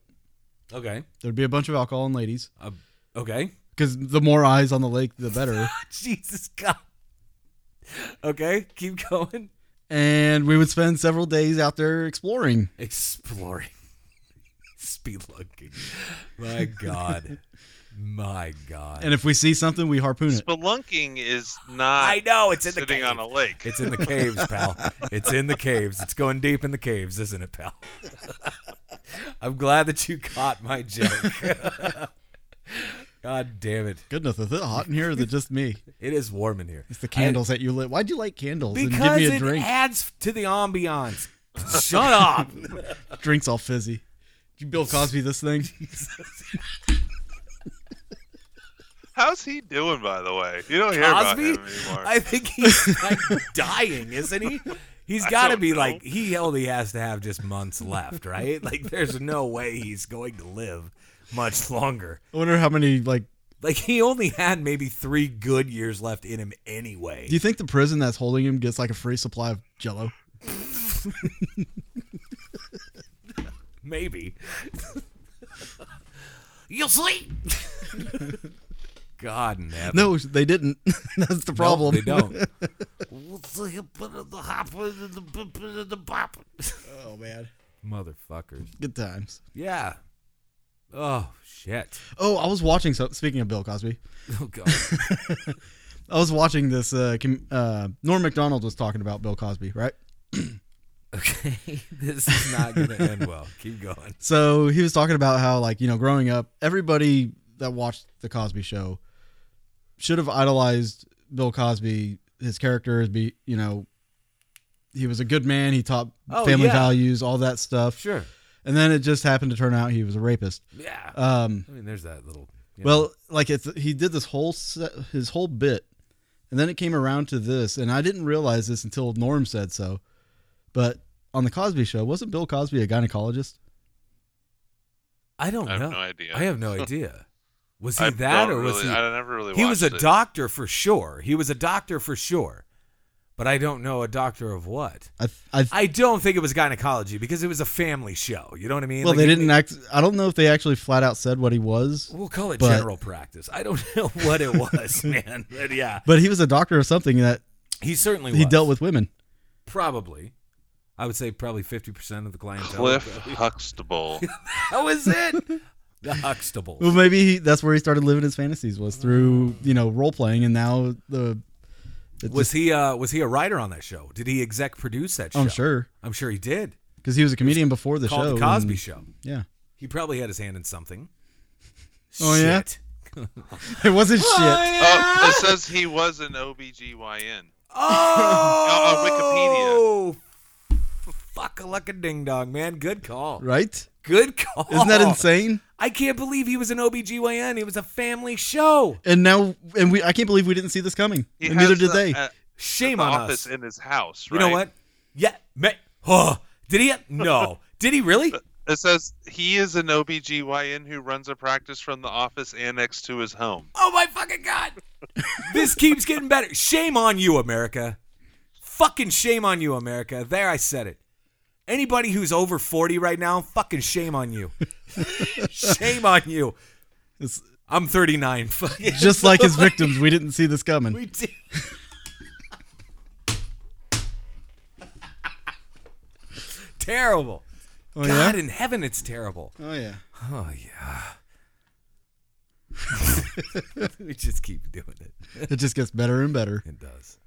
A: Okay.
B: There'd be a bunch of alcohol and ladies
A: Uh, okay.
B: because the more eyes on the lake, the better.
A: [laughs] Jesus God. Okay, keep going.
B: and we would spend several days out there exploring.
A: Exploring. [laughs] Spelunking. My [laughs] God. My God.
B: And if we see something, we harpoon it.
C: [laughs] Spelunking is not.
A: I know it's in the
C: sitting
A: cave.
C: on a lake.
A: It's in the caves, pal. It's in the caves. It's going deep in the caves, isn't it, pal? [laughs] I'm glad that you caught my joke. [laughs] God damn it.
B: Goodness, is it hot in here? Or is it just me?
A: It is warm in here.
B: It's the candles that you lit. Why'd you light candles? and
A: Because
B: give me a
A: it
B: drink.
A: adds to the
C: [laughs]
A: ambiance. Shut up.
B: Drinks all fizzy. Did you Bill Cosby
A: [laughs]
B: this thing?
C: How's he doing, by the way? You don't hear
A: Cosby?
C: about him anymore.
A: I think he's like dying, isn't he? He's got to
C: don't
A: be
C: know.
A: like he only has to have just months left, right? Like there's no way he's going to live much longer.
B: I wonder how many like.
A: Like he only had maybe 3 good years left in him anyway.
B: Do you think the prison that's holding him gets like a free supply of Jello? [laughs]
A: Maybe. You'll sleep. God, never.
B: No, they didn't. [laughs] That's the
A: No,
B: problem.
A: they
B: [laughs]
A: don't. What's the hip of the hop of the bop of the bop?
B: oh man,
A: Motherfuckers.
B: good times.
A: Yeah. Oh shit. [laughs]
B: Oh, I was watching. So speaking of Bill Cosby,
A: Oh god.
B: I was watching this. Uh, com- uh, Norm Macdonald was talking about Bill Cosby, right?
A: Okay, [laughs] this is not gonna end well. Keep going.
B: So he was talking about how, like, you know, growing up, everybody that watched The Cosby Show should have idolized Bill Cosby, his character, be, you know, he was a good man. He taught
A: Oh,
B: family
A: yeah.
B: values, all that stuff.
A: Sure.
B: And then it just happened to turn out he was a rapist.
A: Yeah.
B: Um,
A: I mean, there's that little. you know.
B: Well, like it's he did this whole set, his whole bit, and then it came around to this, and I didn't realize this until Norm said so. But on the Cosby Show, wasn't Bill Cosby a gynecologist?
A: I don't
C: I have
A: know.
C: no idea.
A: I have
C: [laughs]
A: no idea. Was he
C: I
A: that,
C: don't
A: or was
C: really-
A: he?
C: I never really.
A: he was a
C: watched it.
A: doctor for sure. He was a doctor for sure. But I don't know a doctor of what.
B: I, I,
A: I don't think it was gynecology because it was a family show. You know what I mean?
B: well,
A: Like,
B: they
A: it-
B: didn't act. I don't know if they actually flat out said what he was,
A: We'll call it
B: but-
A: general practice. I don't [laughs] know what it
B: [laughs]
A: was, man. But yeah,
B: but he was a doctor of something that
A: he certainly
B: he
A: was.
B: dealt with women.
A: probably. I would say probably fifty percent of the clientele. [laughs]
C: Cliff Huxtable.
A: How is it? The Huxtable.
B: [laughs] Well, maybe he, that's where he started living his fantasies was through you know role playing, and now the it
A: Was
B: just-
A: he uh, was he a writer on that show? Did he exec produce that show?
B: I'm sure
A: I'm sure he did.
B: because he was a comedian before the
A: Called
B: show.
A: the Cosby
B: and-
A: Show.
B: Yeah, [laughs]
A: He probably had his hand in something.
B: Oh, yeah?
A: Shit.
B: it wasn't shit.
C: oh, it says he was an OBGYN.
A: [laughs] Oh, Fuck a luck a ding dong, man. Good call.
B: Right?
A: Good call.
B: Isn't that insane?
A: I can't believe he was an OBGYN. He was a family show.
B: And now, and we, I can't believe we didn't see this coming.
C: He
B: and neither
C: has
B: did
C: the-
B: they.
C: uh,
A: Shame
C: the
A: on
C: office
A: us.
C: in his house.
A: You know
C: right?
A: what? Yeah. Ma- huh. Did he? No. Did he really?
C: It says he is an OBGYN who runs a practice from the office annex to his home.
A: Oh my fucking god! this keeps getting better. Shame on you, America. Fucking shame on you, America. There, I said it. Anybody who's over 40 right now, fucking shame on you. shame on you.
B: It's
A: I'm 39. [laughs] Fucking
B: just like his victims, we didn't see this coming.
A: we did. terrible.
B: oh
A: God
B: yeah.
A: in heaven, it's terrible.
B: Oh yeah.
A: Oh yeah. [laughs] we just keep doing it.
B: It just gets better and better.
A: It does.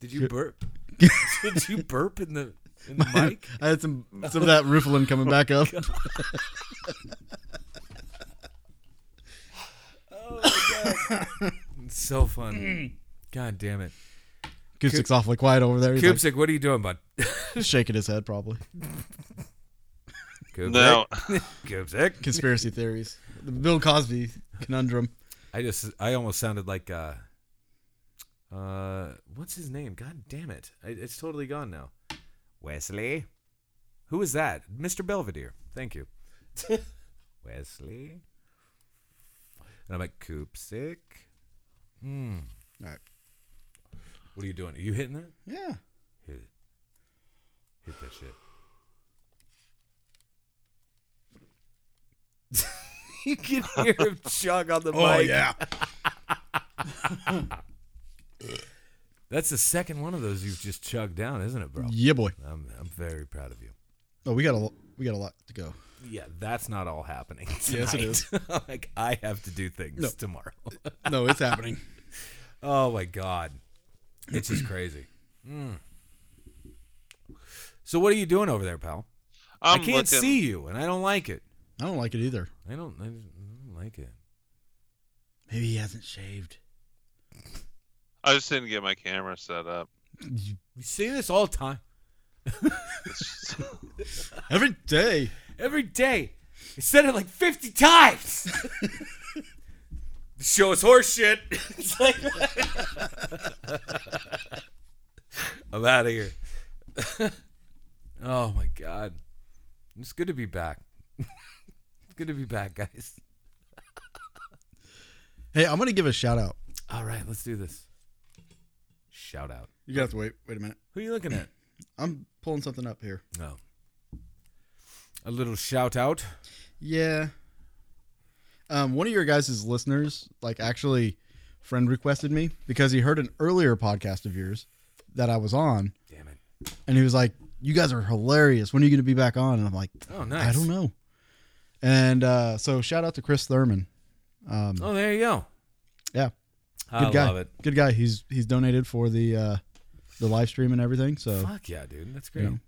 A: Did you burp? [laughs] Did you burp in the in the mic?
B: I had some some of that Rufalin coming
A: [laughs]
B: back up.
A: It's so fun. God damn it.
B: Acoustic's awfully quiet over there. He's like,
A: Koopsik, what are you doing, bud?
B: shaking his head probably.
A: Koopsik?
C: No,
A: Koopsik.
B: [laughs] Conspiracy theories. The Bill Cosby conundrum.
A: I just I almost sounded like uh uh what's his name? God damn it. I, it's totally gone now. Wesley. Who is that? Mr. Belvedere. Thank you. [laughs] Wesley. And I'm like Koopsik.
B: All right.
A: What are you doing? Are you hitting that?
B: Yeah.
A: Hit it. Hit that shit. [laughs] you can hear [laughs] him chug on the
B: Oh,
A: mic. That's the second one of those you've just chugged down, isn't it, bro?
B: Yeah, boy.
A: I'm, I'm very proud of you.
B: Oh, we got a lo- we got a lot to go.
A: Yeah, that's not all [laughs] happening.
B: Yes, it
A: tonight.
B: is.
A: like I have to do things
B: No.
A: tomorrow. [laughs]
B: No, it's happening.
A: oh my god, it's just [clears throat] crazy. Mm. So what are you doing over there, pal?
C: I'm
A: I can't
C: looking-
A: see you, and I don't like it.
B: I don't like it either.
A: I don't, I don't like it.
B: Maybe he hasn't shaved.
C: I just didn't get my camera set up.
A: We see this all the time,
B: Every day.
A: every day. I said it like fifty times. [laughs] the show is horseshit. it's like [laughs] I'm out of here. oh my god, it's good to be back. [laughs] it's good to be back, guys.
B: Hey, I'm gonna give a shout out.
A: All right, let's do this. Shout out.
B: You gotta have to wait. Wait a minute.
A: Who are you looking [clears throat] at?
B: I'm pulling something up here.
A: No. A little Oh. shout out.
B: Yeah. Um, one of your guys' listeners, like, actually friend requested me because he heard an earlier podcast of yours that I was on,
A: Damn it.
B: and he was like, "You guys are hilarious. When are you going to be back on?" And I'm like,
A: Oh, nice.
B: "I don't know." And uh, so, shout out to Chris Thurman. Um,
A: Oh, there you go.
B: Yeah.
A: I
B: good guy.
A: love it.
B: Good guy. He's he's donated for the uh, the live stream and everything. So
A: Fuck yeah, dude. That's
B: you
A: great.
B: know,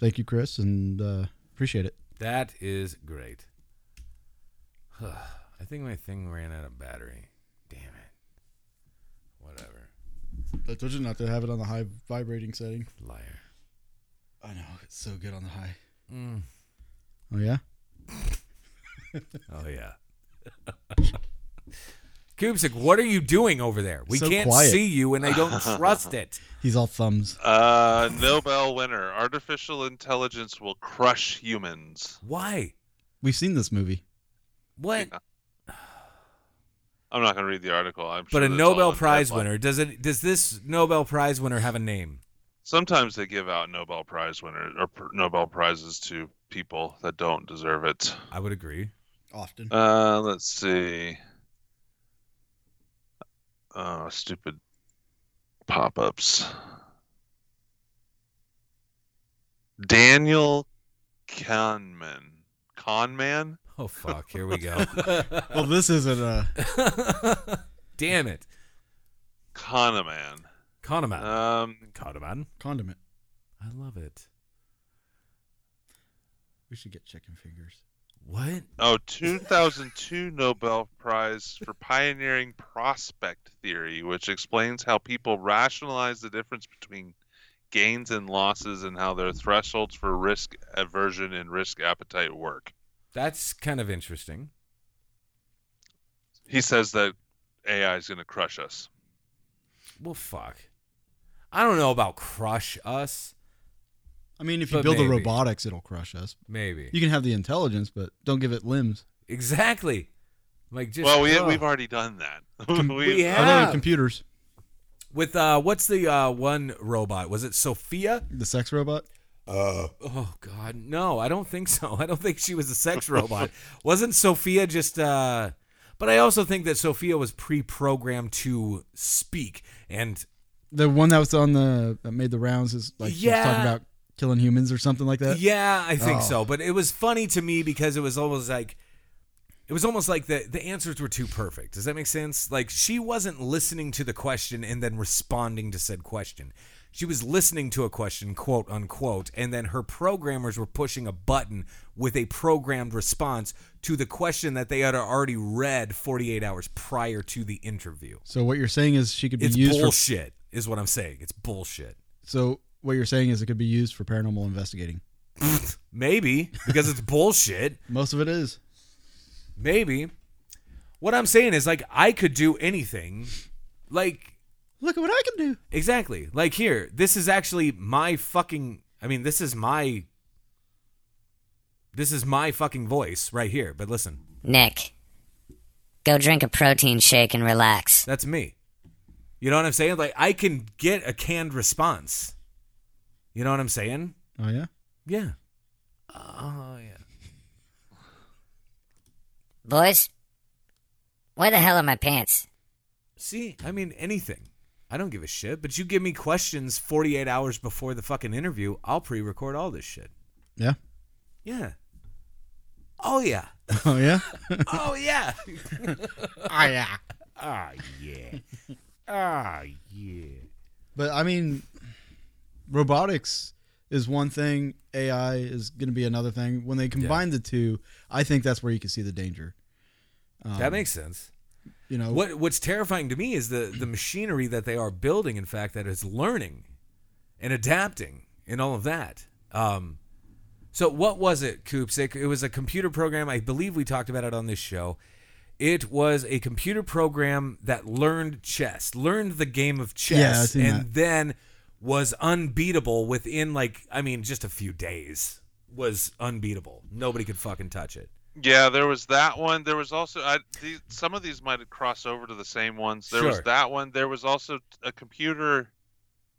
B: thank you, Chris, and uh, appreciate it.
A: That is great. [sighs] I think my thing ran out of battery. Damn it. Whatever.
B: I told you not to have it on the high vibrating setting.
A: Liar.
B: I know it's so good on the high.
A: Mm.
B: Oh yeah.
A: Oh yeah. [laughs] Kubsik, what are you doing over there? We
B: So
A: can't
B: quiet.
A: see you, and I
C: [laughs]
A: don't trust it.
B: He's all thumbs.
C: Uh, Nobel winner. Artificial intelligence will crush humans.
A: Why?
B: We've seen this movie.
A: What?
C: I'm not going to read the article. I'm
A: But
C: sure
A: a
C: that's all
A: Nobel
C: in
A: Prize
C: headline.
A: winner does it? Does this Nobel Prize winner have a name?
C: Sometimes they give out Nobel Prize winners or pr- Nobel prizes to people that don't deserve it.
A: I would agree. [laughs]
B: Often.
C: Uh, let's see. Oh, stupid pop-ups. Daniel Kahneman. Conman.
A: Oh fuck! Here we
C: [laughs]
A: go. [laughs]
B: Well, this isn't a.
A: Damn it,
C: Kahneman.
A: Kahneman.
C: Um,
A: Kahneman.
B: condiment.
A: I love it.
B: We should get chicken fingers.
A: What?
C: oh, 2002 Nobel Prize for pioneering prospect theory, which explains how people rationalize the difference between gains and losses and how their thresholds for risk aversion and risk appetite work.
A: That's kind of interesting.
C: He says that AI is going to crush us.
A: Well, fuck. I don't know about crush us.
B: I mean, if you
A: But
B: build
A: maybe.
B: the robotics, it'll crush us.
A: Maybe.
B: You can have the intelligence, but don't give it limbs.
A: exactly. Like just
C: well, we,
A: oh.
C: we've already done that. [laughs]
A: We
C: We've-
B: Other
A: Yeah.
B: than Oh, computers,
A: with uh what's the uh one robot? Was it Sophia?
B: the sex robot.
C: Uh.
A: Oh god. No, I don't think so. [laughs] I don't think she was a sex robot. Wasn't Sophia just uh but I also think that Sophia was pre-programmed to speak and
B: The one that was on the that made the rounds is like she was
A: Yeah.
B: talking about killing humans or something like that.
A: Yeah, I think
B: Oh.
A: so. But it was funny to me because it was almost like it was almost like the the answers were too perfect. Does that make sense? Like she wasn't listening to the question and then responding to said question. She was listening to a question, quote unquote, and then her programmers were pushing a button with a programmed response to the question that they had already read 48 hours prior to the interview.
B: So what you're saying is she could be
A: It's
B: used for.
A: bullshit, is what I'm saying. It's bullshit.
B: So what you're saying is it could be used for paranormal investigating.
A: Maybe because it's [laughs] bullshit.
B: Most of it is.
A: Maybe. What I'm saying is like I could do anything. Like
B: Look at what I can do.
A: exactly. Like here, this is actually my fucking I mean, this is my this is my fucking voice right here. But listen,
E: Nick, go drink a protein shake and relax.
A: that's me. You know what I'm saying? Like I can get a canned response. You know what I'm saying?
B: Oh yeah.
A: Yeah. Oh yeah.
E: Boys, where the hell are my pants?
A: See, I mean anything. I don't give a shit, but you give me questions 48 hours before the fucking interview, I'll pre-record all this shit.
B: Yeah. [laughs]
A: Yeah. Oh yeah.
B: Oh yeah.
A: Oh yeah.
B: oh yeah.
A: oh yeah. Oh yeah.
B: But I mean, robotics is one thing. AI is going to be another thing. When they combine the two, I think that's where you can see the danger.
A: that makes sense.
B: You know,
A: What what's terrifying to me is the the machinery that they are building in fact that is learning and adapting and all of that. Um so what was it, Koopsik? It was a computer program. I believe we talked about it on this show. It was a computer program that learned chess, learned the game of
B: Yeah, I've
A: chess,
B: seen
A: and
B: that.
A: then was unbeatable within like I mean just a few days. Was unbeatable. Nobody could fucking touch it.
C: Yeah, there was that one. There was also I, these, some of these might cross over to the same ones. There was
A: Sure.
C: that one. There was also a computer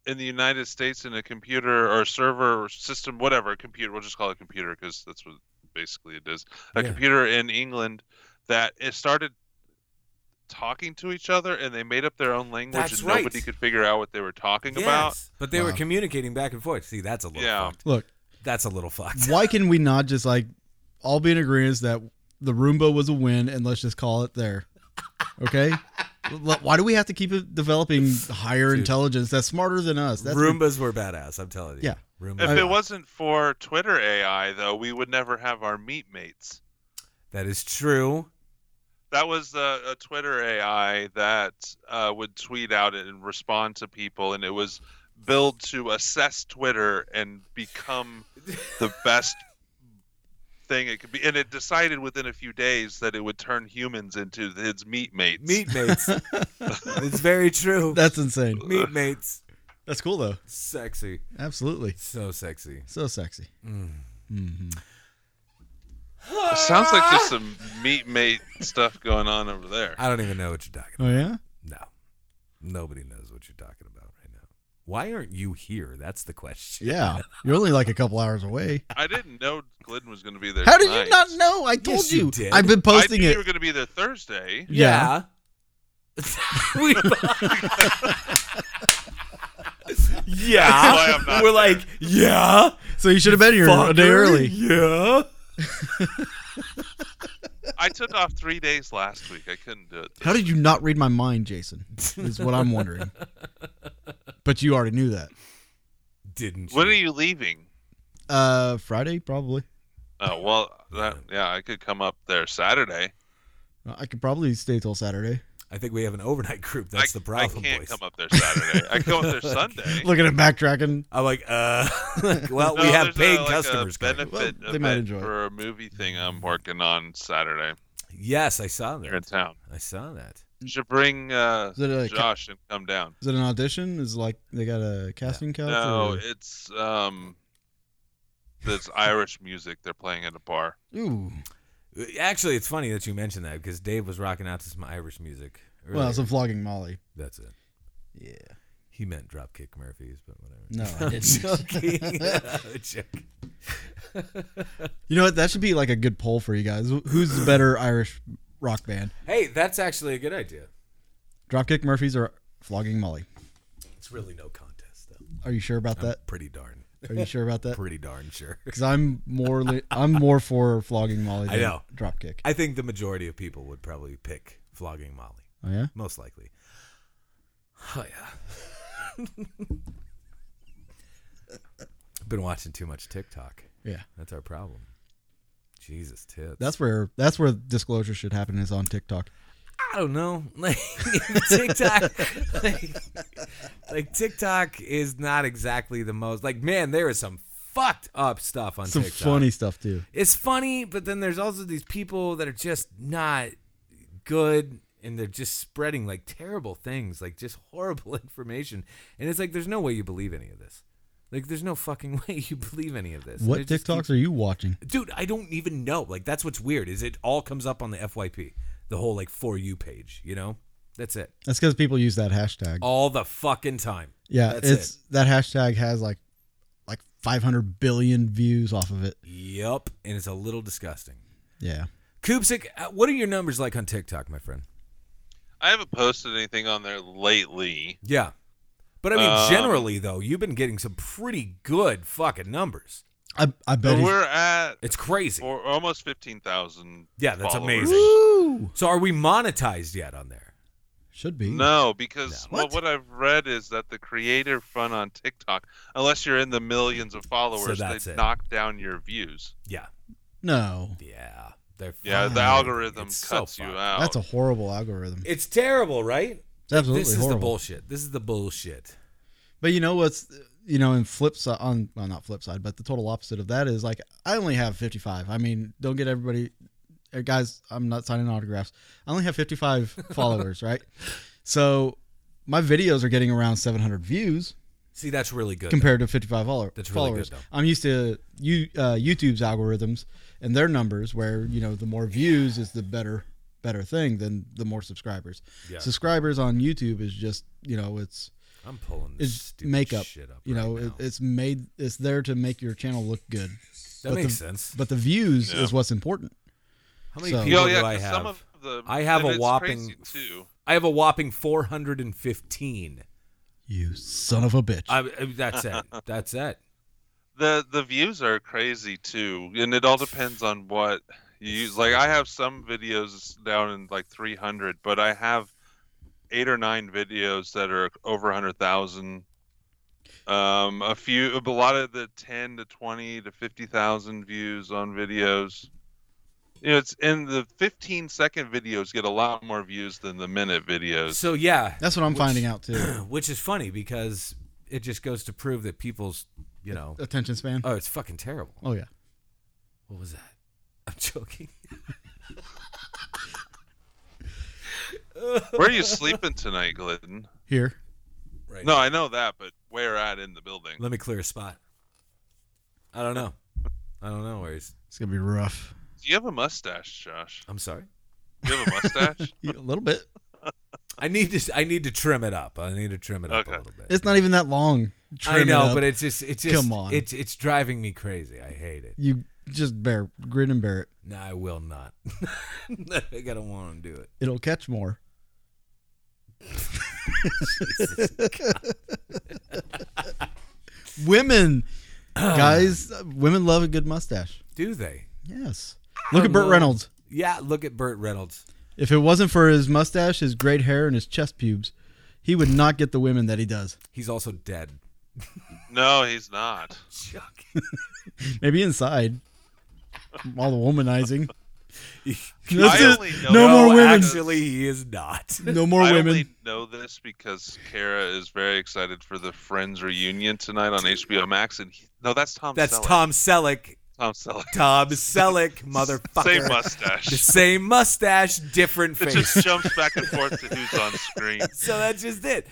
C: in the United States and a computer or server or system, whatever computer. We'll just call it computer because that's what basically it is a
A: Yeah.
C: computer in England that it started talking to each other and they made up their own language
A: That's
C: and
A: right.
C: nobody could figure out what they were talking about.
A: Yes, but they were
B: Wow.
A: communicating back and forth. See, that's a little
C: Yeah.
A: fucked.
B: Look,
A: That's a little fucked. [laughs]
B: why can we not just like all be in agreement that the Roomba was a win and let's just call it there? Okay. L- Why do we have to keep developing higher
A: Dude.
B: intelligence that's smarter than us? That's
A: Roombas were badass. I'm telling you.
B: Yeah.
A: Roombas.
C: If
A: were
C: it
A: badass.
C: wasn't for Twitter AI though, we would never have our meat mates.
A: that is true.
C: That was uh, a Twitter AI that uh, would tweet out and respond to people, and it was built to assess Twitter and
B: [laughs]
C: become the best thing it could be. And it decided within a few days that it would turn humans into its meat mates.
A: Meat
B: [laughs]
A: mates. it's very true.
B: [laughs] that's insane.
A: Meat mates.
B: That's cool though.
A: Sexy.
B: Absolutely.
A: So sexy.
B: So sexy.
C: It sounds like there's [laughs] some meat mate stuff going on over there.
A: I don't even know what you're talking
B: Oh yeah.
A: about. No. Nobody knows what you're talking about right now. Why aren't you here? That's the question.
B: Yeah. You're only like a couple hours away.
C: I didn't know Glidden was going to be there.
B: How did
C: tonight.
B: you not know? I told
A: Yes, you did.
B: I've been
C: I
B: posting
C: knew
B: it.
C: you were going to be there Thursday.
A: Yeah. [laughs] We-
C: why
A: yeah.
C: I'm not
A: We're like, yeah.
B: So you should have been here a day
A: fucker,
B: early.
A: Yeah.
C: I took off three days last week. I couldn't
B: [laughs]
C: do it.
B: How did you not read my mind, Jason? Is what I'm
A: [laughs]
B: wondering. but you already knew that.
A: Didn't
C: When are
A: you?
C: you leaving?
B: Uh, Friday probably.
C: Oh well, that, yeah, I could come up there Saturday.
B: I could probably stay till Saturday.
A: I think we have an overnight group. That's
C: I,
A: the problem,
C: I can't
A: boys.
C: come up there Saturday. I go up
A: [laughs]
C: there Sunday.
B: Look at him backtracking.
A: I'm like, uh, [laughs]
C: [laughs]
A: well,
C: No,
A: we have paid
C: there's a, like, uh,
A: customers.
C: A
A: coming.
C: benefit
B: Well, they might
C: event
B: enjoy it.
C: for a movie thing I'm working on Saturday
A: Yes, I saw
C: here in
A: that.
C: town.
A: I saw that.
C: You should bring uh,
B: Is it a ca-
C: Josh and come down.
B: Is it an audition? Is it like they got a casting couch?
C: No,
B: or-
C: it's um, it's Irish music they're playing at a bar.
B: Ooh.
A: Uh, Actually, it's funny that you mentioned that because Dave was rocking out to some Irish music.
B: Well,
A: earlier.
B: it's a vlogging Molly.
A: that's it.
B: Yeah.
A: He meant Dropkick Murphys, but whatever.
B: No, I [laughs]
A: I'm [laughs]
B: didn't.
A: joking. I'm joking.
B: You know what? That should be like a good poll for you guys. Who's the [laughs] better Irish rock band?
A: Hey, that's actually a good idea.
B: Dropkick Murphys or Flogging Molly?
A: It's really no contest, though.
B: Are you sure about that?
A: Pretty darn,
B: Are you sure about that? [laughs]
A: pretty darn sure. [laughs]
B: Because I'm more li- I'm more for flogging Molly.
A: I
B: Than
A: know.
B: Dropkick.
A: I think the majority of people would probably pick flogging Molly,
B: Oh yeah.
A: most likely. Oh yeah. Been watching too much TikTok.
B: Yeah.
A: That's our problem. Jesus tits.
B: That's where that's where disclosure should happen is on TikTok.
A: I don't know. [laughs] Like TikTok, like, like, TikTok is not exactly the most. Like man, there is some fucked up stuff on
B: Some
A: TikTok.
B: funny stuff too.
A: It's funny, but then there's also these people that are just not good, and they're just spreading like terrible things, like just [laughs] horrible information. And it's like there's no way you believe any of this. Like there's no fucking [laughs] way you believe any of this.
B: What
A: And it just e-,
B: TikToks are you watching?
A: dude i don't even know like that's what's weird is it all comes up on the fyp the whole like for you page you know that's it
B: That's because people use that hashtag.
A: all the fucking time
B: yeah,
A: Oh, that's
B: it's that hashtag has like like 500 billion views off of it.
A: it yep and it's a little disgusting
B: Yeah.
A: Kubsik, uh, what are your numbers like on tiktok my friend
C: I haven't posted anything on there lately.
A: yeah but i mean
C: Um,
A: generally though you've been getting some pretty good fucking numbers
B: I I bet.
C: But
B: if-
C: we're at
A: it's crazy
C: or almost fifteen thousand.
A: yeah that's
C: followers.
A: amazing
B: Woo!
A: so are we monetized yet on there
B: Should be.
C: No, because
B: No.
C: well,
B: What?
C: what I've read is that the creator fund on TikTok, unless you're in the millions of followers,
A: that's
C: they
A: it.
C: knock down your views.
A: yeah
B: No.
A: yeah they're
C: Yeah,
A: fucking-
C: the algorithm
A: it's so
C: cuts you
A: fucked.
C: out. Oh,
B: That's a horrible algorithm.
A: it's terrible right
B: It's absolutely
A: this is
B: horrible.
A: the bullshit this is the bullshit
B: But you know what's you know in flip side on well not flip side but the total opposite of that is like I only have 55. I mean don't get everybody uh, guys I'm not signing autographs. I only
A: [laughs]
B: have 55 followers right. So my videos are getting around 700 views
A: See, that's really good.
B: compared to 55 follow-
A: That's really good,
B: followers.
A: though.
B: I'm used to you uh, YouTube's algorithms and their numbers where you know the more views is the better better thing than the more subscribers.
A: Yeah.
B: Subscribers on YouTube is just you know it's
A: I'm pulling this
B: is
A: stupid
B: makeup.
A: shit up.
B: you
A: right
B: know,
A: now.
B: it, it's made. It's there to make your channel look good.
A: That
B: the-
A: makes sense.
B: But the views
C: Yeah.
B: is what's important.
A: How many
B: so-
A: people
C: Oh, yeah,
A: do I
C: 'cause
A: have?
C: Some of the,
A: I have a
C: and it's
A: whopping-
C: crazy, too.
A: I have a whopping 415.
B: You son of a bitch.
A: I, I- that's it.
C: [laughs]
A: That's it.
C: The the views are crazy too, and it all depends on what you use. Like I have some videos down in like 300, but I have eight or nine videos that are over 100,000. Um, a few, a lot of the 10 to 20 to 50,000 views on videos. You know, it's and the 15 second videos get a lot more views than the minute
A: [laughs]
C: videos.
A: So yeah,
B: That's what I'm
A: which-
B: finding out too.
A: [clears throat] which is funny because it just goes to prove that people's, you know,
B: Attention span.
A: oh, it's fucking terrible.
B: Oh yeah.
A: What was that? [laughs] I'm joking.
C: Where are you sleeping tonight, Glidden?
B: Here.
A: Right.
C: No, I know that, but where at in the building?
A: Let me clear a spot. I don't know. I don't know where he's.
B: It's gonna be rough.
C: Do you have a mustache, Josh?
A: I'm sorry.
C: Do [laughs] you have a mustache?
B: Yeah, a little bit.
A: I need to. I need to trim it up. I need to trim it up a
C: Okay.
A: little bit.
B: It's not even that long. Trim
A: I
B: it
A: know,
B: up.
A: but it's just. It's just.
B: Come on.
A: It's it's driving me crazy. I hate it.
B: you just bear grin and bear it.
A: No, I will not. [laughs] I gotta want to do it.
B: It'll catch more. [laughs] women, [clears throat] guys, women love a good mustache.
A: Do they?
B: Yes. Look at
A: don't
B: Burt
A: know.
B: Reynolds.
A: Yeah. Look at Burt Reynolds.
B: If it wasn't for his mustache, his great hair, and his chest pubes, he would not get the women that he does.
A: He's also dead.
C: no, he's not.
A: Chuck.
B: Maybe inside, from all the womanizing. That's
C: [laughs] I
B: it.
C: only
B: No more women.
A: Actually, he is not. [laughs]
B: No more
C: I
B: women.
C: only know this because Kara is very excited for the Friends reunion tonight on HBO Max, and he, no, that's Tom.
A: That's
C: Selleck.
A: Tom Selleck.
C: Tom Selleck. [laughs]
A: Tom Selleck, motherfucker.
C: Same
A: The
C: mustache.
A: same mustache, different
C: it
A: face.
C: just jumps back and forth to who's on screen.
A: [laughs] so that's just it.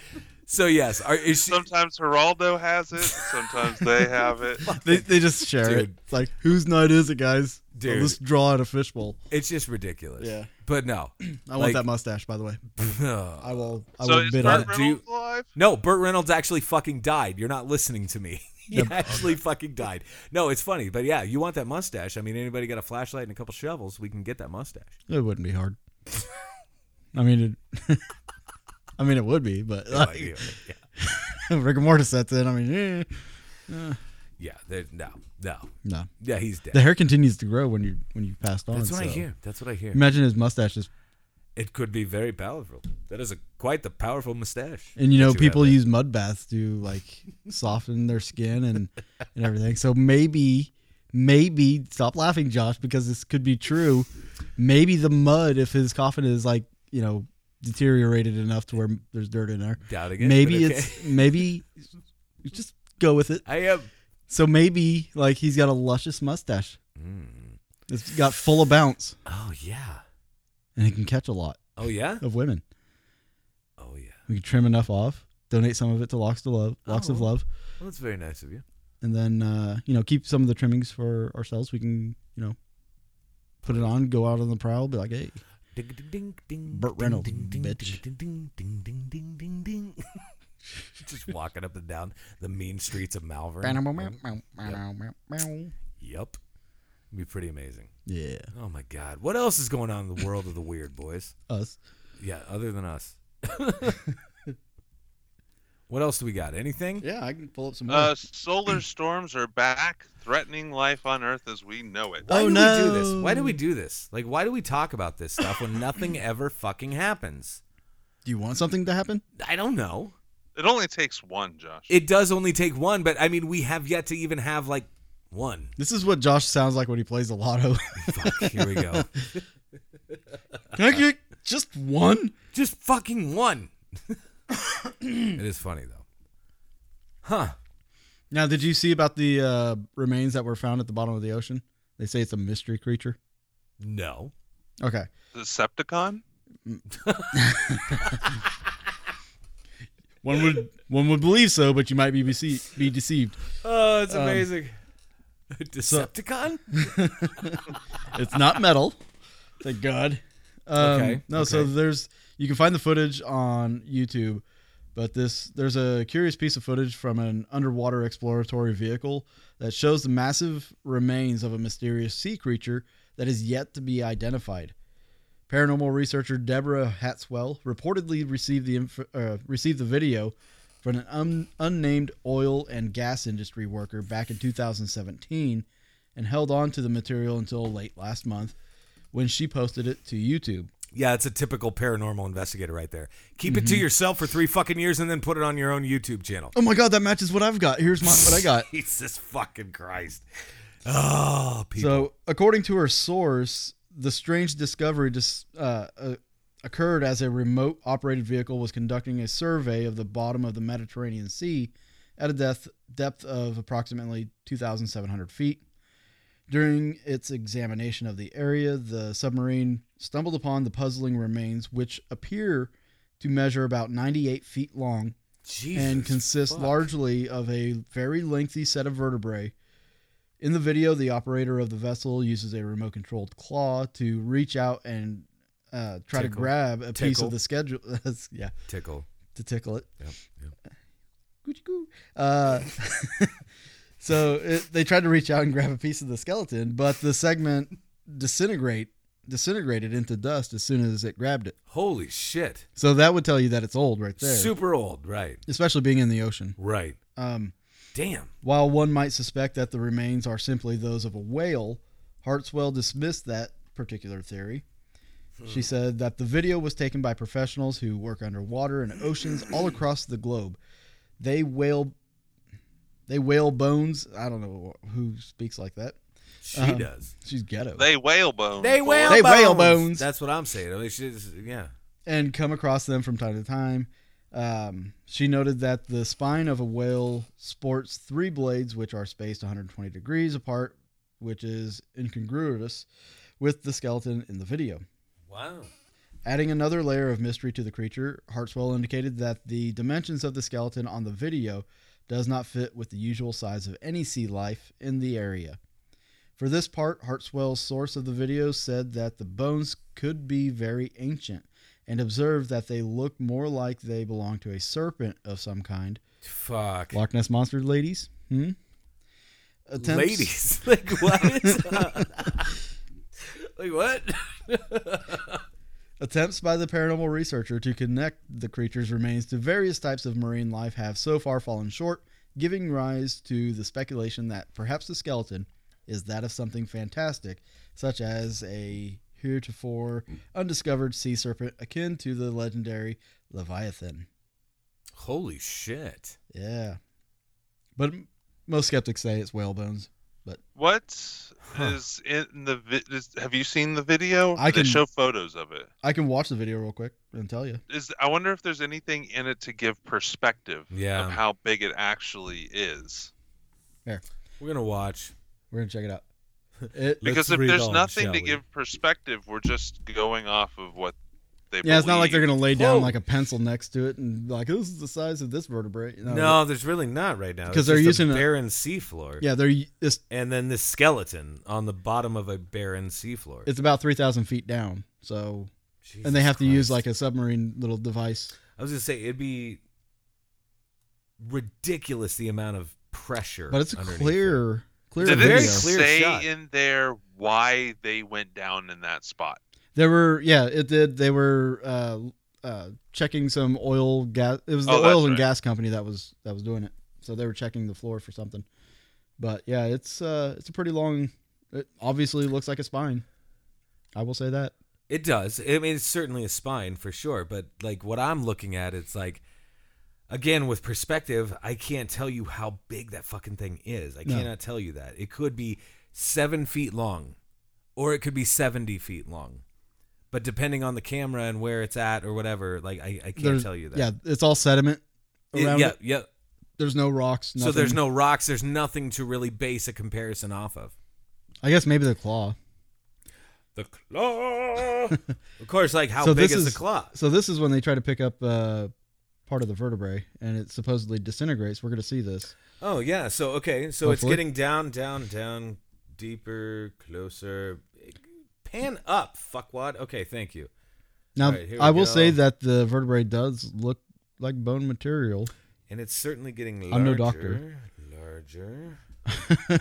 A: So yes, are, is she,
C: Sometimes Geraldo has it. Sometimes they have it.
B: They,
A: [laughs]
B: they just share it.
A: Dude.
B: It's like, whose night is it, guys?
A: Dude.
B: Well, let's draw out a fishbowl.
A: it's just ridiculous.
B: Yeah.
A: But no,
B: I want
A: Like-
B: that mustache, by
A: [laughs]
B: the way. I will. I
C: so
B: will
C: is
B: bid on
C: Burt
B: it.
A: Do
C: Reynolds
A: you-
C: alive?
A: no. Burt Reynolds actually fucking died. You're not listening to me. [laughs] He actually fucking died. No, it's funny, but yeah, you want that mustache? I mean, anybody got a flashlight and a couple shovels? We can get that
B: [laughs]
A: mustache.
B: It wouldn't be hard. I mean, it, [laughs] I mean, it would be, but
A: No
B: like,
A: idea. yeah,
B: [laughs] rigor mortis sets in. I mean, eh,
A: yeah. there- No, no.
B: no.
A: Yeah, he's
B: The
A: dead.
B: hair continues to grow when you when you passed on.
A: That's what I
B: so-
A: hear. That's what I hear.
B: Imagine his mustache is,
A: It could be very powerful. That is a quite the powerful mustache.
B: and you know,
A: that have
B: people
A: there.
B: use mud baths to like soften their skin
A: [laughs]
B: and and everything. So maybe, maybe stop laughing, Josh, because this could be true. Maybe the mud, if his coffin is like you know deteriorated enough to where there's dirt in there,
A: doubting it.
B: maybe
A: but
B: it's
A: okay. [laughs]
B: maybe just go with it.
A: I am.
B: So maybe like he's got a luscious mustache.
A: Hmm.
B: It's got full of bounce,
A: Oh yeah.
B: and he can catch a lot
A: Oh yeah.
B: of women.
A: Oh yeah.
B: We can trim enough off, donate some of it to Locks to Love, Locks of
A: Oh.
B: Love,
A: Well, that's very nice of you.
B: and then uh, you know keep some of the trimmings for ourselves. We can you know put it on, go out on the prowl, be like, hey,
A: Ding, ding, ding, ding,
B: Burt
A: ding,
B: Reynolds,
A: ding, ding,
B: bitch.
A: Ding, ding, ding, ding, ding, ding, ding, [laughs] ding. Just walking up and down the mean streets of Malvern. yep. Be pretty amazing.
B: yeah,
A: Oh my God. What else is going on in the world of the weird, boys?
B: us.
A: Yeah, other than us. [laughs] what else do we got? Anything?
B: Yeah, I can pull up some.
C: Uh, solar storms are back, threatening life on Earth as we know it.
A: Why
B: Oh,
A: do we do this? Why do
B: no.
A: we do this? Like, why do we talk about this stuff when nothing ever fucking happens?
B: Do you want something to happen?
A: I don't know.
C: It only takes one, Josh.
A: It does only take one, but I mean, we have yet to even have like one.
B: This is what Josh sounds like when he plays the lotto.
A: Fuck, here we go.
B: [laughs] can I get just one?
A: Just fucking one. [coughs] it is funny though. Huh.
B: Now, did you see about the uh, remains that were found at the bottom of the ocean? They say it's a mystery creature.
A: No.
B: Okay.
C: Decepticon?
B: One would one would believe so, but you might be bece- be deceived.
A: Oh,
B: Um,
A: it's [laughs] amazing. Decepticon?
B: It's not metal. Thank God. Um,
A: Okay,
B: No, so
A: okay.
B: there's you can find the footage on YouTube, But this there's a curious piece of footage from an underwater exploratory vehicle that shows the massive remains of a mysterious sea creature that is yet to be identified. Paranormal researcher Deborah Hatswell reportedly received the inf- uh, received the video from an un- unnamed oil and gas industry worker back in 2017 and held on to the material until late last month when she posted it to YouTube.
A: Yeah, it's a typical paranormal investigator right there. Keep it to
B: Mhm.
A: yourself for three fucking years and then put it on your own YouTube channel.
B: Oh my god, that matches what I've got. Here's my, what I got.
A: [laughs] Jesus fucking Christ. Oh, people.
B: So, according to her source, the strange discovery dis- uh, uh, occurred as a remote operated vehicle was conducting a survey of the bottom of the Mediterranean Sea at a depth, depth of approximately 2,700 feet. During its examination of the area, the submarine stumbled upon the puzzling remains, which appear to measure about 98 feet long
A: Jesus.
B: and consists largely of a very lengthy set of vertebrae. In the video, the operator of the vessel uses a remote controlled claw to reach out and uh, try to
A: Tickle.
B: grab a piece
A: Tickle.
B: of the schedule. [laughs] That's- yeah,
A: Tickle.
B: to tickle it.
A: Yep, yep.
B: Goochie goo. Uh, [laughs] so it, they tried to reach out and grab a piece of the skeleton, but the segment disintegrate disintegrated into dust as soon as it grabbed it.
A: Holy shit.
B: So that would tell you that it's old right there,
A: Super old. Right.
B: especially being in the ocean.
A: Right.
B: Um,
A: Damn.
B: While one might suspect that the remains are simply those of a whale, Hartswell dismissed that particular theory. She said that the video was taken by professionals who work underwater in oceans all across the globe. They whale they whale bones. I don't know who speaks like that.
A: She
B: Um,
A: does.
B: She's ghetto.
C: They whalebone.
A: They whale
B: They
A: bones.
B: whale bones.
A: That's what I'm saying. I mean, she's, yeah.
B: and come across them from time to time. Um, she noted that the spine of a whale sports three blades, which are spaced 120 degrees apart, which is incongruous with the skeleton in the video.
A: Wow.
B: Adding another layer of mystery to the creature, Hartswell indicated that the dimensions of the skeleton on the video does not fit with the usual size of any sea life in the area. For this part, Hartswell's source of the video said that the bones could be very ancient and observed that they look more like they belong to a serpent of some kind.
A: Fuck.
B: Loch Ness monster ladies? Hmm? Attempts- [laughs]
A: Ladies. like, what? [laughs] like, what?
B: Attempts by the paranormal researcher to connect the creature's remains to various types of marine life have so far fallen short, giving rise to the speculation that perhaps the skeleton is that of something fantastic, such as a heretofore undiscovered sea serpent akin to the legendary Leviathan.
A: Holy shit.
B: Yeah. But m- most skeptics say it's whale bones.
C: What is
A: Huh.
C: in the vi- is, Have you seen the video?
B: I
C: They
B: can-
C: show photos of it.
B: I can watch the video real quick and tell you.
C: Is I wonder if there's anything in it to give perspective
A: Yeah.
C: of how big it actually is.
A: We're going to watch.
B: We're going to check it out. [laughs] It,
C: Because
A: Let's
C: if
A: read
C: there's
A: on,
C: nothing
A: shall
C: to
A: we?
C: give perspective, we're just going off of what they.
B: Yeah, it's not like they're
C: believe.
B: gonna lay down
A: Whoa.
B: like a pencil next to it and be like this is the size of this vertebrae.
A: No, there's really not right now.
B: 'Cause
A: It's
B: they're
A: just
B: using
A: a
B: a-
A: barren seafloor.
B: Yeah, they're it's
A: And then this skeleton on the bottom of a barren seafloor.
B: it's about three thousand feet down. So and they
A: Jesus
B: have to use
A: Christ.
B: like a submarine little device.
A: I was gonna say it'd be ridiculous the amount of pressure.
B: But it's a
A: underneath it.
B: clear, clear
C: Did
A: Very
C: it
B: video.
A: clear
C: say
A: shot.
C: in there why they went down in that spot?
B: There were yeah, it did. They were uh, uh, checking some oil gas. It was the
C: Oh, that's
B: oil and
C: right.
B: gas company that was that was doing it. So they were checking the floor for something. But yeah, it's uh, it's a pretty long. It obviously looks like a spine. I will say that.
A: It does. I mean, it's certainly a spine for sure. But like what I'm looking at, it's like again with perspective, I can't tell you how big that fucking thing is. I
B: No.
A: cannot tell you that. It could be seven feet long, or it could be seventy feet long. But depending on the camera and where it's at or whatever, like I, I can't
B: There's-
A: tell you that.
B: Yeah, it's all sediment
A: It-
B: around.
A: yeah,
B: it.
A: yeah.
B: There's no rocks. Nothing.
A: So there's no rocks. There's nothing to really base a comparison off of.
B: I guess maybe the claw.
A: The claw.
B: [laughs]
A: of course, like how
B: So
A: big
B: this
A: is,
B: is-
A: the claw?
B: So this is when they try to pick up uh, part of the vertebrae, and it supposedly disintegrates. We're going to see this.
A: Oh yeah. So okay. So it's
B: Hopefully.
A: getting down, down, down, deeper, closer. Pan up, fuckwad. Okay, thank you.
B: Now,
A: All right, here we
B: I will
A: go.
B: say that the vertebrae does look like bone material. [laughs]
A: And it's certainly getting larger.
B: I'm no doctor.
A: Larger.
B: I'm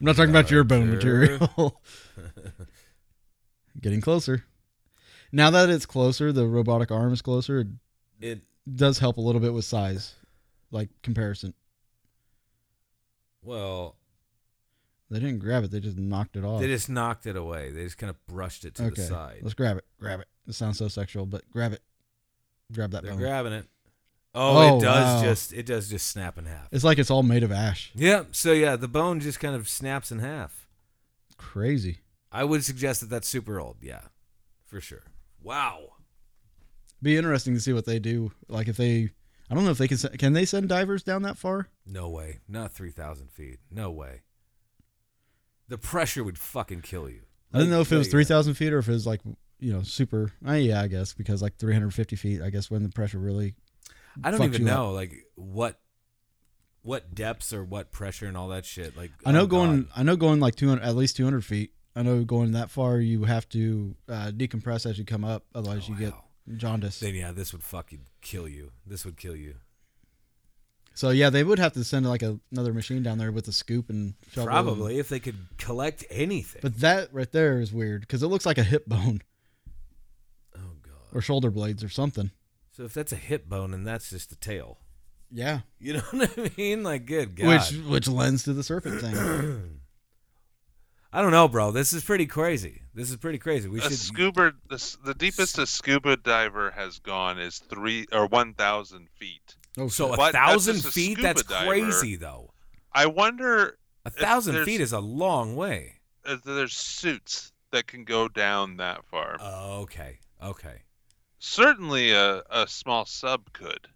B: not talking about your bone
A: Sure. [laughs]
B: material. [laughs] Getting closer. Now that it's closer, the robotic arm is closer. It
A: It
B: does help a little bit with size, like comparison.
A: well,
B: They didn't grab it; they just knocked it off.
A: they just knocked it away. They just kind of brushed it to
B: Oh. okay,
A: the side.
B: let's grab it. Grab it. It sounds so sexual, but grab it. Grab that
A: They're
B: bone.
A: grabbing it. Oh,
B: Oh,
A: it does
B: wow.
A: just it does just snap in half.
B: it's like it's all made of ash.
A: Yeah. So yeah, the bone just kind of snaps in half.
B: Crazy.
A: I would suggest that that's super old. Yeah, for sure. Wow.
B: Be interesting to see what they do. Like if they, I don't know if they can. se- Can they send divers down that far?
A: No way. Not three thousand feet. No way. The pressure would fucking kill you.
B: I didn't know if it was
A: Yeah.
B: 3,000 feet or if it was like, you know, super. Uh, yeah, I guess, because like 350 feet, I guess, when the pressure really.
A: I don't
B: fucks
A: even
B: you up.
A: know like what what depths or what pressure and all that shit. Like
B: I know
A: oh,
B: going,
A: God.
B: I know going like 200, at least 200 feet. I know going that far, you have to uh, decompress as you come up. Otherwise, you
A: Oh, Wow.
B: get jaundice.
A: Then yeah, this would fucking kill you. This would kill you.
B: so, yeah, they would have to send like a, another machine down there with a scoop and shovel. and-
A: Probably if they could collect anything.
B: but that right there is weird because it looks like a hip bone
A: oh god.
B: or shoulder blades or something.
A: So if that's a hip bone and that's just a tail. [laughs]
B: Yeah.
A: You know what I mean? Like good god.
B: Which, which lends to the serpent thing.
A: [clears throat] I don't know, bro. This is pretty crazy. This is pretty crazy. We
C: a
A: should
C: scuba the, s- the deepest a scuba diver has gone is three or one thousand feet.
B: Oh,
A: So
B: shit.
A: a
C: What? That's
A: thousand
C: just a
A: feet?
C: scuba
A: That's
C: diver.
A: crazy, though.
C: I wonder
A: A
C: If
A: thousand
C: there's-
A: feet is a long way.
C: if uh, there's suits that can go down that far.
A: Oh, okay, okay.
C: Certainly, a, a small sub could.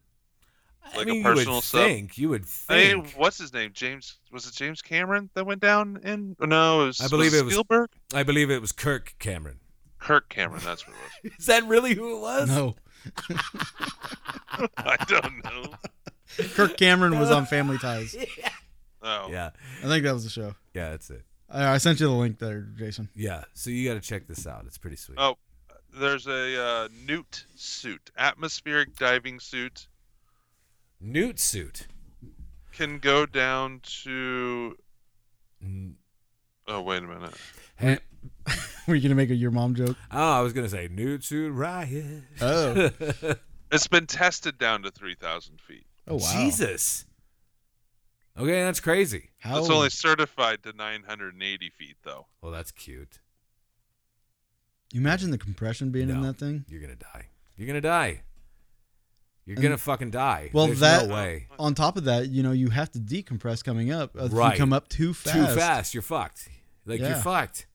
A: I
C: Like a
A: mean, you
C: personal
A: would
C: sub?
A: think. You would
C: I
A: think.
C: mean, what's his name? James was it James Cameron that went down in? No, it was,
A: I believe
C: was
A: it was-
C: Spielberg.
A: I believe it was Kirk Cameron. [laughs]
C: Kirk Cameron. That's what it was.
A: Is that really who it was?
B: No.
A: [laughs]
C: I don't know.
B: Kirk Cameron was on Family Ties.
C: Oh,
A: Yeah,
B: I think that was the show.
A: yeah, that's it.
B: Uh, I sent you the link there, Jason. [laughs]
A: Yeah, so you got to check this out. It's pretty sweet.
C: Oh. There's a uh, newt suit, atmospheric diving suit,
A: Newt suit.
C: can go down to.
A: N-
C: Oh wait a minute.
A: Hey,
B: Were you gonna make a your mom
A: [laughs]
B: joke?
A: oh, I was gonna say Newt suit riot.
B: Oh,
C: It's been tested down to three thousand feet.
B: oh wow!
A: Jesus. Okay, that's crazy.
B: How?
C: It's only certified to nine hundred and eighty feet
A: [laughs]
C: though.
A: Well, that's cute.
B: you imagine the compression being in
A: No.
B: that thing
A: You're gonna die. You're gonna die. You're
B: And-
A: gonna fucking die.
B: Well,
A: There's
B: that-
A: no way.
B: on top of that. You know, you have to decompress coming up. Uh, If
A: Right.
B: you come up too fast.
A: Too fast. You're fucked. Like you're
B: Yeah.
A: fucked.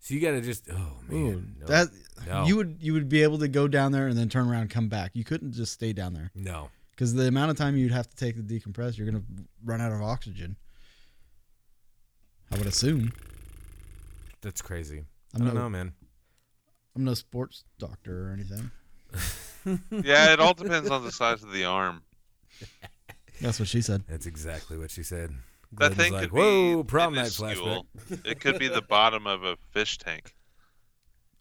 A: So you gotta just. Oh man.
B: Ooh,
A: no.
B: that
A: No.
B: you would you would be able to go down there and then turn around and come back. You couldn't just stay down there
A: No.
B: because the amount of time you'd have to take to decompress, you're gonna run out of oxygen. I would assume.
A: That's crazy. I
B: I'm
A: don't
B: no-
A: know, man.
B: I'm no sports doctor or anything.
C: Yeah, it all depends on the size of the arm.
B: That's what she said.
A: That's exactly what she said. Glenn's
C: That thing
A: like,
C: could
A: whoa,
C: be
A: prom night flashback.
C: minuscule. It could be the bottom of a fish tank.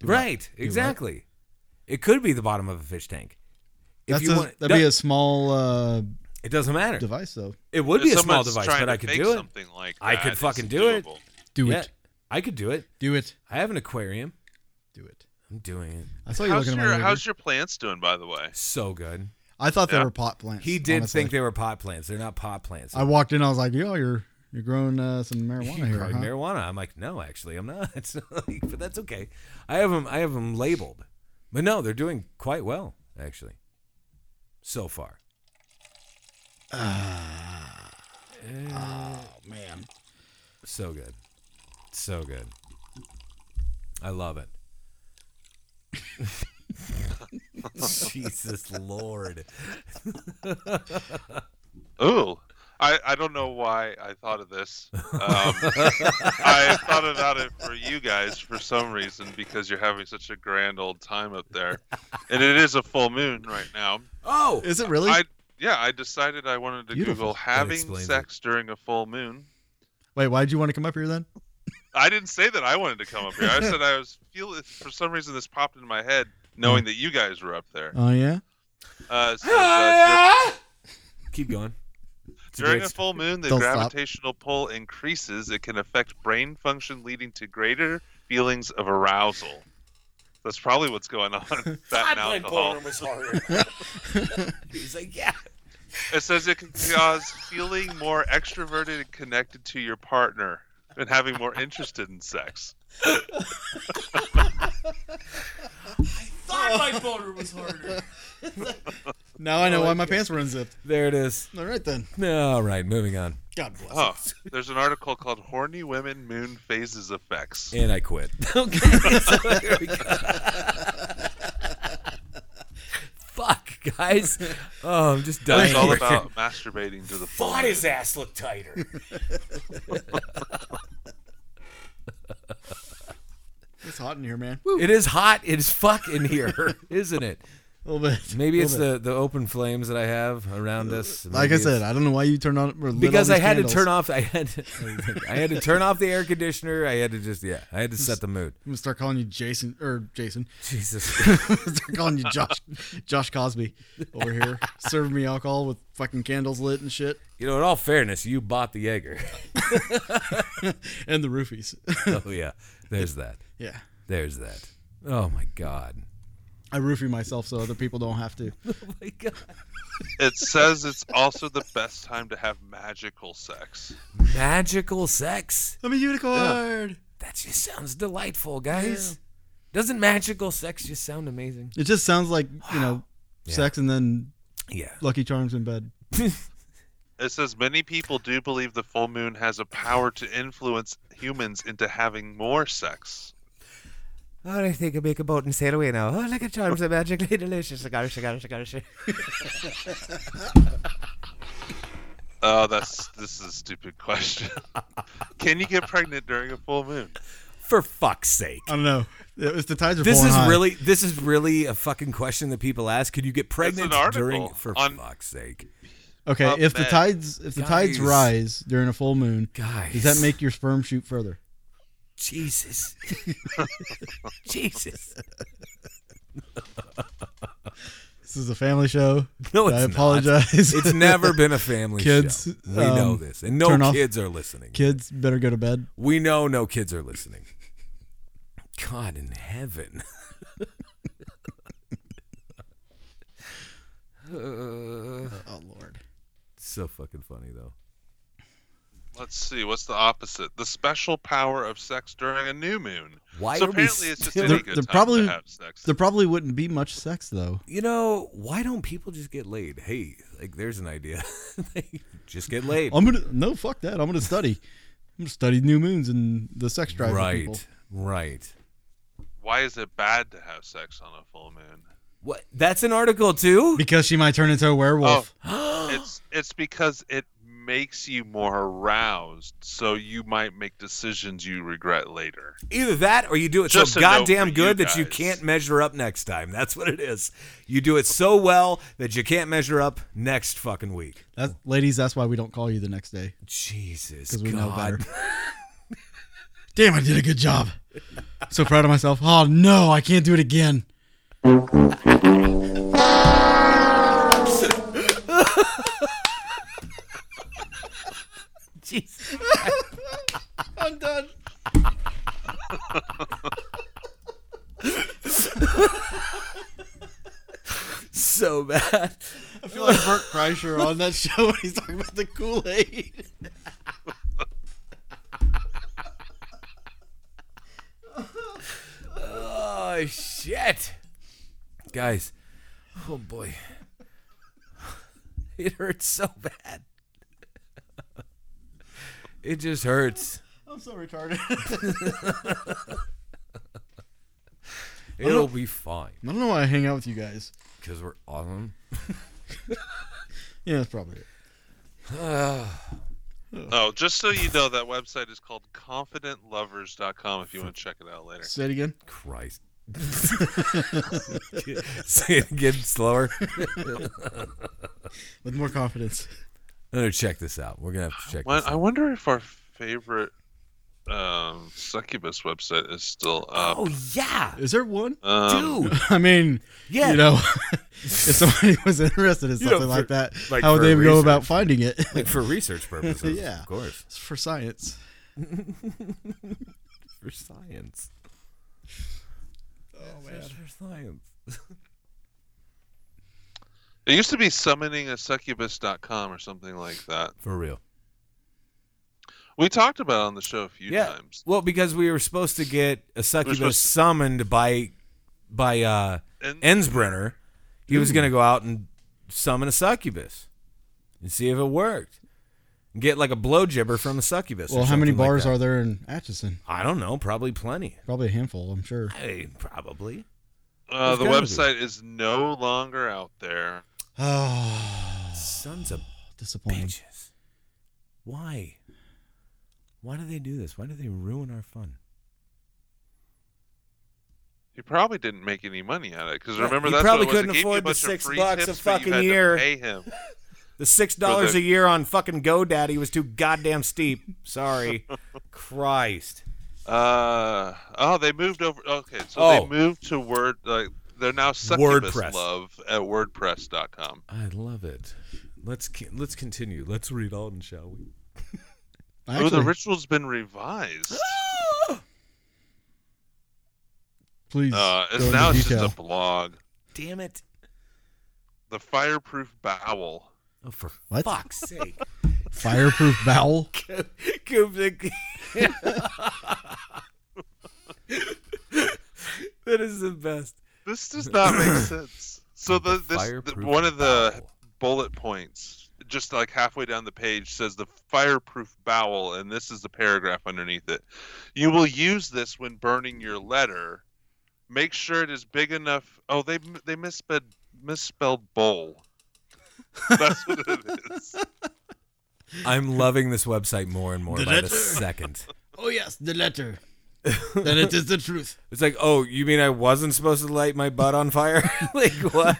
A: Right. Exactly. It could be the bottom of a fish tank. If
B: That's
A: you
B: a,
A: want,
B: that'd be a small uh,
A: it doesn't matter.
B: device though.
A: It [laughs] would
C: If
A: be a small
C: someone's
A: device,
C: trying
A: but
C: to
A: I could
C: fake
A: do it.
C: Something like
A: I could
C: that, it's
A: fucking do it.
C: doable.
B: Do
A: Yeah,
B: it.
A: I could do it.
B: Do it.
A: I have an aquarium.
B: Do it.
A: I'm doing it.
B: I saw you
C: How's
B: looking
C: your
B: at my.
C: How's
B: How's
C: your plants doing, by the way?
A: So good.
B: I thought they
C: Yeah.
B: were pot plants.
A: He did
B: honestly.
A: think they were pot plants. They're not pot plants.
B: I walked in. I was like, "Yo, you're you're growing
A: [laughs]
B: uh, some marijuana here."
A: Growing
B: huh?"
A: marijuana. I'm like, no, actually, I'm not. [laughs] It's not like- but that's okay. I have them. I have them labeled, but no, they're doing quite well actually, so far.
B: Ah.
A: oh man, so good, so good. I love it. [laughs] Jesus Lord.
C: Ooh, I I don't know why I thought
A: [laughs]
C: of this. Um, I thought about it for you guys for some reason because you're having such a grand old time up there, and it is a full moon right now.
A: Oh,
B: Is it really?
C: I yeah, I decided I wanted to
B: Beautiful.
C: Google having
A: explains
C: sex during a full moon.
B: Wait, why did you want to come up here then?
C: I didn't say that I wanted to come up here.
B: [laughs]
C: I
B: Hmm.
C: said I was feel for some reason this popped into my head knowing that you guys were up there.
B: Oh yeah.
C: Uh,
A: [laughs]
C: it says, uh,
A: Keep going. It's a
C: dur- during
A: great
C: a
A: st-
C: full moon, the
B: Don't stop.
C: gravitational pull increases. It can affect brain function, leading to greater feelings of arousal. That's probably what's
A: [laughs]
C: going on. That and
F: I blame
C: alcohol.
F: Borum was harder.
A: He's like, yeah.
C: It says it can cause feeling more extroverted and connected to your partner and having more interested in sex.
F: Thought my boner was harder.
B: Now I
A: Oh,
B: know why my pants were unzipped.
A: There it is.
B: All right then.
A: All right, moving on.
B: God bless. [laughs]
C: Oh, there's an article called Horny Women Moon Phases Effects.
A: And I quit. [laughs] okay. So here we go. Fuck, guys. Oh, I'm just dying.
C: It's all
A: here.
C: about masturbating to the full
F: Thought
C: moon.
F: his ass looked tighter.
B: It's hot in here, man.
A: It is hot. It is fuck in here, [laughs] isn't it?
B: A little bit.
A: Maybe it's the, the open flames that I have around us.
B: Like
A: Maybe
B: I
A: it's-
B: said, I don't know why you turned on or lit all
A: because I
B: these
A: had
B: candles.
A: to turn off. I had [laughs] to, I had to turn off the air conditioner. I had to just yeah. I had to set the mood.
B: I'm gonna start calling you Jason or Jason.
A: [laughs]
B: [laughs]
A: Jesus.
B: start calling you Josh Josh Cosby
A: [laughs]
B: over here, serving me alcohol with fucking candles lit and shit,
A: [laughs] You know, in all fairness, you bought the Jaeger. [laughs]
B: and the roofies.
A: Oh yeah. There's that.
B: [laughs] yeah,
A: There's that. Oh my god.
B: I roofie myself so other people don't have to.
A: [laughs] Oh my god.
C: It says it's also the best time to have magical sex.
A: Magical sex.
B: I'm a unicorn.
A: That just sounds delightful, guys. Doesn't magical sex just sound amazing?
B: It just sounds like you
A: [sighs]
B: know, sex and then
A: Yeah.
B: Lucky Charms in bed.
C: It says many people do believe the full moon has a power to influence humans into having more sex.
A: Oh, I think I make a boat and sail away now. Oh, like a charms are magically [laughs] delicious.
C: Oh, that's this is a stupid
A: [laughs]
C: question. Can you get pregnant during a full moon?
A: For fuck's sake.
B: I don't know. It's the tides are
A: This
B: flowing
A: is
B: high.
A: really this is really a fucking question that people ask. Could you get pregnant
C: article
A: during for
C: on-
A: fuck's sake?
B: okay.
C: up
B: if the
C: next.
B: tides if the tides
A: Guys.
B: rise during a full moon,
A: Guys.
B: does that make your sperm shoot further?
C: [laughs]
A: Jesus. Jesus.
B: This is a family show.
A: No, it's
B: I
A: not.
B: apologize.
A: It's never been a family
B: Kids,
A: show. We know
B: um,
A: this. And
B: turn
A: no
B: off-
A: kids are listening.
B: [laughs] Kids better go to bed.
A: We know no kids are listening. God in heaven. [laughs]
B: Oh lord.
A: so fucking funny though.
C: Let's see. What's the opposite? The special power of sex during a new moon.
A: Why
C: so
A: are we
C: apparently it's just
A: still-
C: any
B: There-
C: good
B: there
C: time
B: probably-
C: to have sex.
B: There probably wouldn't be much sex though.
A: You know, why don't people just get laid? Hey, like there's an idea. [laughs] They just get laid.
B: I'm gonna no fuck that. I'm gonna study. I'm gonna study new moons and the sex drive. of people.
A: right. Right.
C: Why is it bad to have sex on a full moon?
A: What? That's an article too?
B: Because she might turn into a werewolf.
C: Oh. [gasps] It's it's because it makes you more aroused, so you might make decisions you regret later.
A: Either that or you do it
C: Just
A: so
C: a note
A: goddamn
C: for
A: good
C: you
A: that you
C: guys.
A: can't measure up next time. That's what it is. You do it so well that you can't measure up next fucking week.
B: That's, ladies, that's why we don't call you the next day
A: Jesus.
B: because we know
A: God.
B: better.
A: [laughs]
B: Damn, I did a good job. [laughs] So proud of myself. Oh no, I can't do it again.
A: [laughs] Jesus.
B: I'm done.
A: [laughs] So bad.
B: I feel like Bert Kreischer on that [laughs] show when he's talking about the Kool Aid.
A: Oh shit, guys! Oh boy, it hurts so bad. It just hurts.
B: I'm so retarded. [laughs]
A: It'll be fine
B: I don't know why I hang out with you guys.
A: because we're awesome.
B: Yeah, that's probably it.
C: Oh, just so you know, that website is called confidentlovers.com if you want to check it out later.
B: Say it again.
A: Christ. [laughs] Say it again slower.
B: With more confidence.
A: I'm gonna check this out. We're gonna have to check
C: Well,
A: this
C: I
A: out.
C: wonder if our favorite um, succubus website is still up.
A: Oh yeah,
B: Is there one?
C: Um,
A: dude.
B: [laughs] I mean,
A: Yeah.
B: you know, [laughs] if somebody was interested in
A: You
B: something
A: know,
B: like
A: for-
B: that,
A: like
B: how would
A: for
B: they go
A: research.
B: about finding it? [laughs]
A: Like for research [laughs] purposes,
B: Yeah.
A: of course,
B: it's for science.
A: for science. Oh man, for science.
C: It used to be summoning a succubus.com or something like that.
A: For real.
C: We talked about it on the show a few
A: Yeah.
C: times.
A: Well, because we were supposed to get a succubus
C: supposed to-
A: summoned by by uh
C: And
A: Ensbrenner. He was gonna go out and summon a succubus and see if it worked. And get like a blow jibber from a succubus.
B: Well, how many bars are there in Atchison?
A: I don't know, probably plenty.
B: Probably a handful, I'm sure. [sighs]
A: Hey, probably.
C: uh, the
A: There's gotta
C: website is no longer out there.
B: Oh,
A: Sons of
B: disappointing.
A: bitches. Why? Why do they do this? Why do they ruin our fun?
C: He probably didn't make any money out of it because
A: Yeah,
C: remember
A: he
C: that's
A: probably
C: what it was.
A: couldn't
C: It gave you
A: afford
C: a
A: the
C: bunch of
A: six
C: free
A: bucks a
C: tips that you
A: fucking
C: had to
A: year.
C: Pay him.
A: The six dollars
C: the-
A: a year on fucking GoDaddy was too goddamn steep. Sorry, Christ.
C: Uh, oh, they moved over. Okay, so
A: Oh.
C: they moved to Word. Like they're now succubus
A: WordPress.
C: love at WordPress.com.
A: I love it. Let's c- let's continue. Let's read on, shall we?
C: oh, the
B: Actually,
C: ritual's been
A: [gasps]
C: revised.
B: please.
C: Uh,
B: go
C: it's
B: into
C: now it's
B: detail.
C: just a blog.
A: Damn it!
C: The fireproof bowel.
A: Oh, for
B: What?
A: fuck's [laughs] sake!
B: fireproof bowel.
A: Kubik. [laughs] that is the best.
C: This does not
B: [coughs]
C: make sense. So the, this the,
A: Fireproof
C: one of the
A: bowel.
C: bullet points, just like halfway down the page, says the fireproof bowel, and this is the paragraph underneath it. You will use this when burning your letter. Make sure it is big enough. Oh, they they misspelled misspelled bowl. That's what it
B: [laughs]
C: is.
A: I'm loving this website more and more by the second.
B: Oh yes, the letter. then it is the truth.
A: It's like, oh, you mean I wasn't supposed to light my butt on fire? [laughs] like what?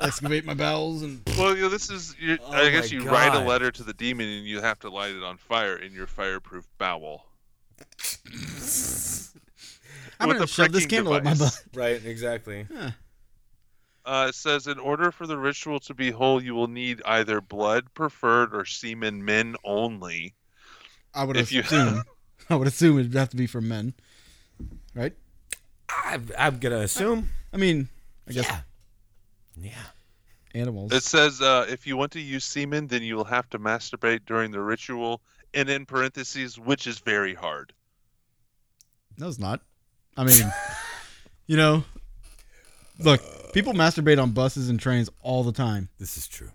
B: Excavate my bowels and
C: Well, you know, this is. you
A: Oh
C: I guess
A: my
C: you write
A: God.
C: a letter to the demon, and you have to light it on fire in your fireproof bowel.
B: I'm
C: With
B: gonna
C: a
B: shove this
C: pricking
B: candle up my
C: device.
B: butt.
A: right, exactly.
C: Uh, it says, in order for the ritual to be whole, you will need either blood preferred or semen men only.
B: I would
C: If you-
B: assume.
C: [laughs]
B: I would assume it'd have to be for men, right?
A: I, I'm gonna assume.
B: I mean, I guess
A: Yeah.
B: animals.
C: It says, uh, if you want to use semen, then you will have to masturbate during the ritual, and in parentheses, which is very hard.
B: No, it's not. I mean, [laughs] you know, look, people masturbate on buses and trains all the time.
A: This is true.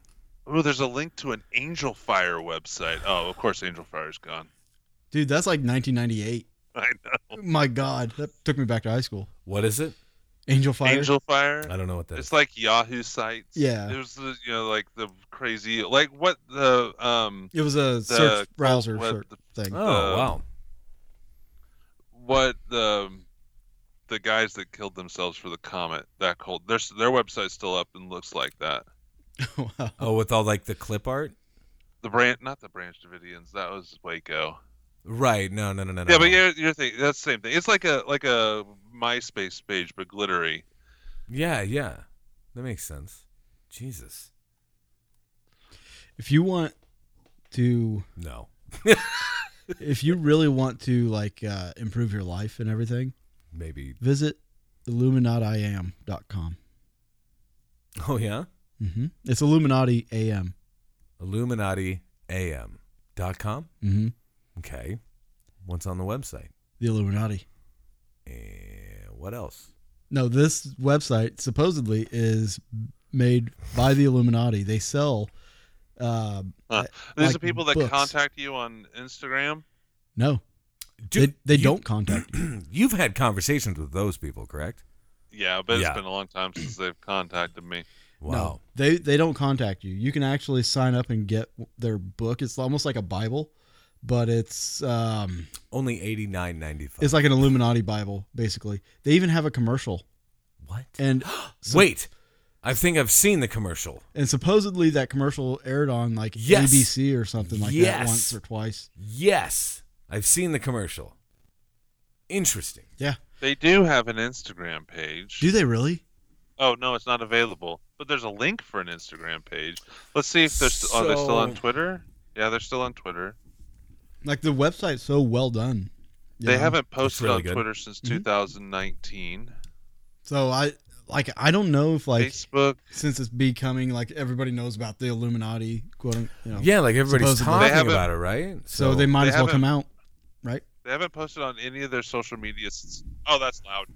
C: Oh, there's a link to an Angel Fire website. Oh, of course, Angel Fire's gone. [laughs]
B: Dude, that's like 1998.
C: I know.
B: My God, that took me back to high school.
A: What is it?
B: Angel Fire.
C: Angel Fire.
A: I don't know what that is.
C: It's like Yahoo sites.
B: Yeah.
C: It was the you know like the crazy like what the um
B: It was a search browser
C: what
B: search thing.
A: Oh
C: uh,
A: wow.
C: what the um, the guys that killed themselves for the comet that cold their their website's still up and looks like that.
B: [laughs] wow.
A: Oh, with all like the clip art.
C: The branch, not the Branch Davidians. That was Waco.
A: Right. No. No. No. No.
C: Yeah,
A: no.
C: but you're, you're thinking that's the same thing. It's like a like a MySpace page, but glittery.
A: Yeah. Yeah. That makes sense. Jesus.
B: If you want to,
A: No.
B: if you really want to like uh, improve your life and everything,
A: Maybe. [laughs]
B: visit illuminatiam.com.
A: Oh yeah.
B: Mm-hmm. It's Illuminati AM.
A: Illuminati AM dot com.
B: Mm-hmm.
A: Okay. What's on the website?
B: The Illuminati.
A: And what else?
B: No, this website supposedly is made by the Illuminati. They sell. Uh,
C: Huh. These
B: Like
C: are people that
B: books.
C: contact you on Instagram.
B: no,
A: Dude,
B: they, they
A: you-
B: don't contact. You.
A: [clears throat] You've had conversations with those people, correct?
C: Yeah, but
A: Yeah.
C: it's been a long time since they've contacted me.
A: Wow.
B: No, they they don't contact you. You can actually sign up and get their book. It's almost like a Bible, but it's um,
A: Only eighty nine ninety five.
B: it's like an Illuminati Bible basically. They even have a commercial,
A: what?
B: [gasps] and so-
A: Wait. I think I've seen the commercial.
B: and supposedly that commercial aired on like
A: Yes.
B: ABC or something like that
A: Yes.
B: once or twice.
A: Yes. I've seen the commercial. Interesting.
B: Yeah.
C: They do have an Instagram page.
B: Do they really?
C: Oh no, it's not available. But there's a link for an Instagram page. Let's see if they're st- are they still on
A: So-
C: Twitter. Yeah, they're still on Twitter.
B: Like the website's so well done. you
C: They
B: know?
C: haven't posted
A: really
C: on
A: good.
C: Twitter since
B: Mhm.
C: 2019.
B: So I like I don't know if like
C: Facebook.
B: since it's becoming like everybody knows about the Illuminati quote unquote, you know.
A: Yeah, like everybody's
B: Supposedly. They
A: talking
C: haven't-
A: about it, right?
B: So, they might
C: They
B: as well
C: haven't-
B: come out, [laughs] right?
C: They haven't posted on any of their social media since. Oh, that's
A: [laughs]
C: loud.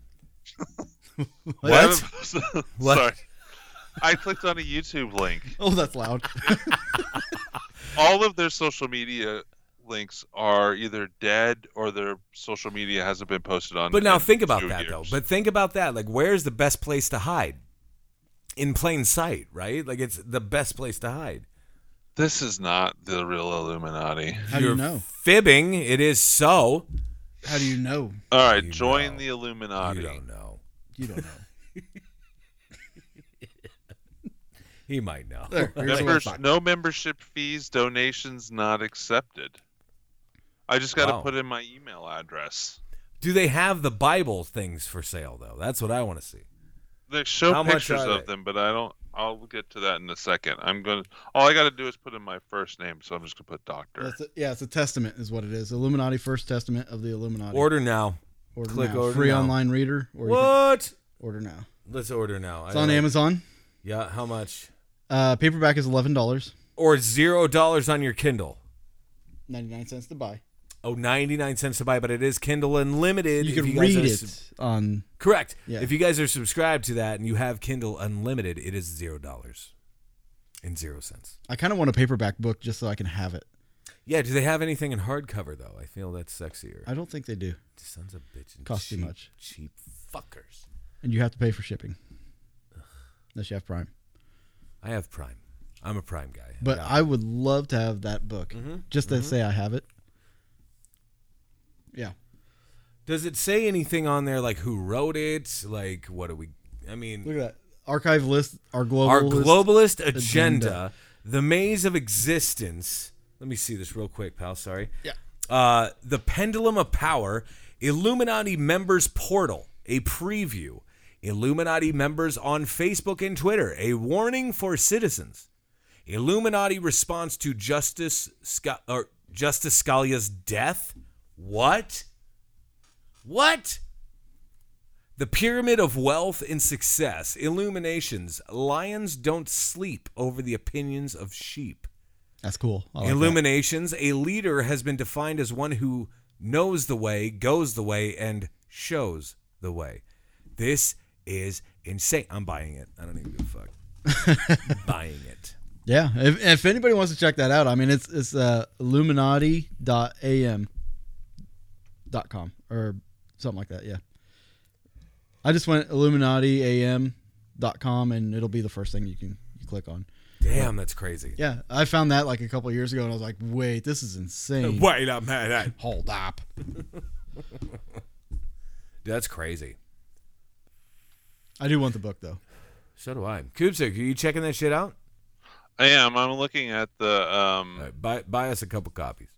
C: They
A: what?
C: haven't posted- [laughs]
A: What?
C: Sorry. I clicked on a YouTube link.
B: Oh, that's loud.
C: All of their social media links are either dead or their social media hasn't been posted on.
A: But now
C: in
A: think about
C: two
A: that though.
C: years.
A: But think about that. Like, where's the best place to hide? In plain sight, right? Like, it's the best place to hide.
C: this is not the real Illuminati.
B: How do
A: You're
B: you know?
A: Fibbing. It is so.
B: How do you know?
C: All right,
A: You
C: join
A: know.
C: the Illuminati.
A: You don't know.
B: You don't know.
C: [laughs]
A: He might know.
B: There, here's a
C: Members,
B: website.
C: no membership fees, donations not accepted. I just got to
A: Wow.
C: put in my email address.
A: Do they have the Bible things for sale though? That's what I want to see.
C: They show
A: How much
C: pictures
A: are
C: of
A: they?
C: them, but I don't. I'll get to that in a second. I'm gonna. All I got to do is put in my first name, so I'm just gonna put Doctor.
B: That's a, yeah, it's a testament, is what it is. Illuminati First Testament of the Illuminati.
A: Order now.
B: Order
A: click
B: now.
A: order
B: free
A: now.
B: online reader. Or you can
A: What?
B: order now.
A: Let's order now.
B: It's
A: I
B: on
A: like-
B: Amazon.
A: Yeah. How much?
B: Uh, paperback is eleven dollars
A: Or zero dollars on your Kindle.
B: ninety nine cents to buy.
A: Oh, 99 cents to buy, but it is Kindle Unlimited.
B: You
A: if
B: can
A: guys
B: read
A: are
B: it
A: sub-
B: on.
A: Correct.
B: Yeah.
A: If you guys are subscribed to that and you have Kindle Unlimited, it is zero dollars and zero cents.
B: I kind of want a paperback book just so I can have it.
A: Yeah. Do they have anything in hardcover though? I feel that's sexier.
B: I don't think they do,
A: Sons of bitches.
B: Cost too
A: cheap,
B: much.
A: Cheap fuckers.
B: and you have to pay for shipping. Unless you have Prime.
A: I have Prime. I'm a Prime guy.
B: But I would love to have that book just to say I have it. Yeah.
A: Does it say anything on there like who wrote it? Like what do we? I
B: Look
A: mean,
B: at that. Archive list, our global.
A: our
B: list.
A: globalist agenda,
B: agenda.
A: the maze of existence. Let me see this real quick, pal. Sorry.
B: Yeah.
A: Uh, the pendulum of power, Illuminati members portal, a preview, Illuminati members on Facebook and Twitter, a warning for citizens, Illuminati response to Justice Sc- or Justice Scalia's death. What? What? The Pyramid of Wealth and Success, Illuminations, Lions Don't Sleep Over the Opinions of Sheep.
B: That's cool. I like that.
A: Illuminations, a leader has been defined as one who knows the way, goes the way, and shows the way. This is insane. I'm buying it. I don't even give a
B: [laughs]
A: fuck. buying it.
B: Yeah. If, if anybody wants to check that out, I mean, it's it's uh, illuminati.am dot com or something like that. Yeah. I just went illuminatiam.com and it'll be the first thing you can you click on.
A: Damn, that's crazy.
B: Yeah, I found that like a couple years ago and I was like, "Wait, this is insane."
A: Wait a minute.
B: Hold up.
A: That's crazy.
B: I do want the book though.
A: So do I. Kubsik, are you checking that shit out?
C: I am. I'm looking at the um
A: All right, buy, buy us a couple copies.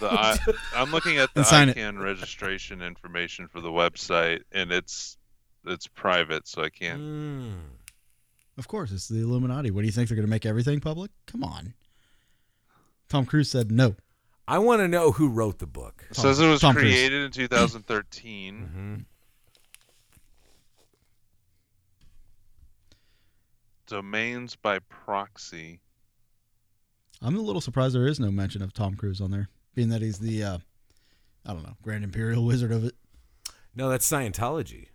C: the
A: [laughs]
C: I, I'm looking at the
B: And sign it.
C: ICANN registration information for the website, and it's it's private, so I can't.
A: Mm.
B: Of course, it's the Illuminati. What do you think they're going to make everything public? Come on. Tom Cruise said no.
A: I want to know who wrote the book.
C: It says it was
B: Tom Cruise. Mm-hmm.
C: created in
B: [clears throat]
C: 2013. Domains by proxy.
B: I'm a little surprised there is no mention of Tom Cruise on there, being that he's the, uh, I don't know, Grand Imperial [laughs] Wizard of it.
A: No, that's Scientology.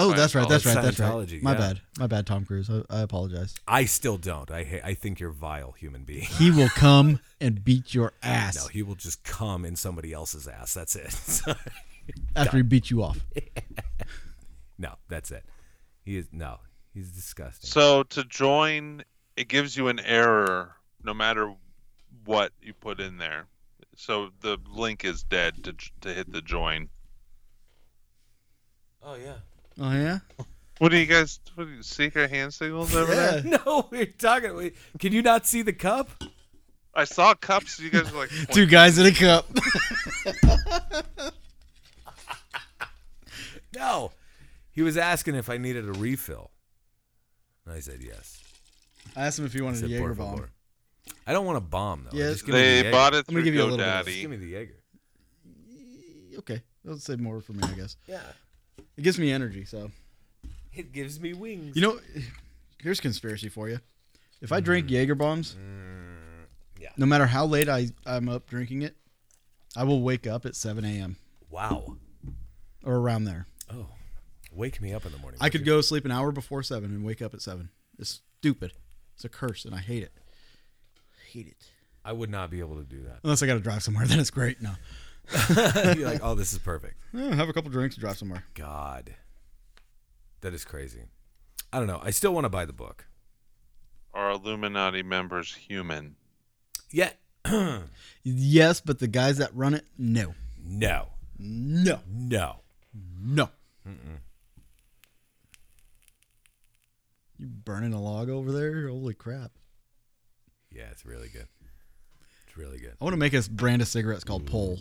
B: Oh, that's right. That's
A: Scientology.
B: right. That's
A: Scientology,
B: right. My
A: yeah.
B: bad. My bad, Tom Cruise. I, I apologize.
A: I still don't. I ha- I think you're a vile human being.
B: He will come and
A: [laughs]
B: beat your
A: No,
B: ass
A: he will just come in somebody else's ass. That's it. [laughs]
B: after he beats you off.
A: no, that's it. He is no. He's disgusting.
C: So to join, it gives you an error no matter what you put in there. So the link is dead to to hit the join.
A: Oh yeah.
B: Oh, yeah?
C: What do you guys? What do you, secret hand signals over there?
A: [laughs] No, we're talking. We, can you not see the cup?
B: [laughs]
C: I saw cups. You guys were like,
B: Two guys in a cup. [laughs]
A: No. He was asking if I needed a refill. And I said yes.
B: I asked him if he
A: I
B: wanted a
A: said,
B: Jaeger
A: "Por
B: bomb.
A: favor." I don't want a bomb though.
B: Yeah,
A: Just give me the
C: They
A: Jaeger.
C: bought it
B: Let me
C: through
B: give you a little bit of
A: Just give
C: GoDaddy.
A: me the Jaeger.
B: Okay, that'll save more for me, I guess.
A: Yeah.
B: It gives me energy. So
A: It gives me wings.
B: you know, here's conspiracy for you. If I drink Jaeger bombs, Mm,
A: yeah.
B: no matter how late I I'm up drinking it, I will wake up at 7 a.m.
A: Wow.
B: or around there.
A: Oh. Wake me up in the morning.
B: I could go sleep an hour before seven and wake up at seven. It's stupid. It's a curse, and I hate it. Hate it.
A: I would not be able to do
B: Unless I got to drive somewhere, [laughs] then it's great. No, [laughs]
A: that. You're [laughs] like, oh, this is perfect.
B: Eh, have a couple drinks and drive somewhere.
A: God. That is crazy. I don't know. I still want to buy the book.
C: Are Illuminati members human?
A: Yeah. [clears throat]
B: Yes, but the guys that run it, no,
A: No.
B: no,
A: No.
B: no. You burning a log over there? Holy crap!
A: Yeah, it's really good. It's really good.
B: I want to make a brand of cigarettes called Pole,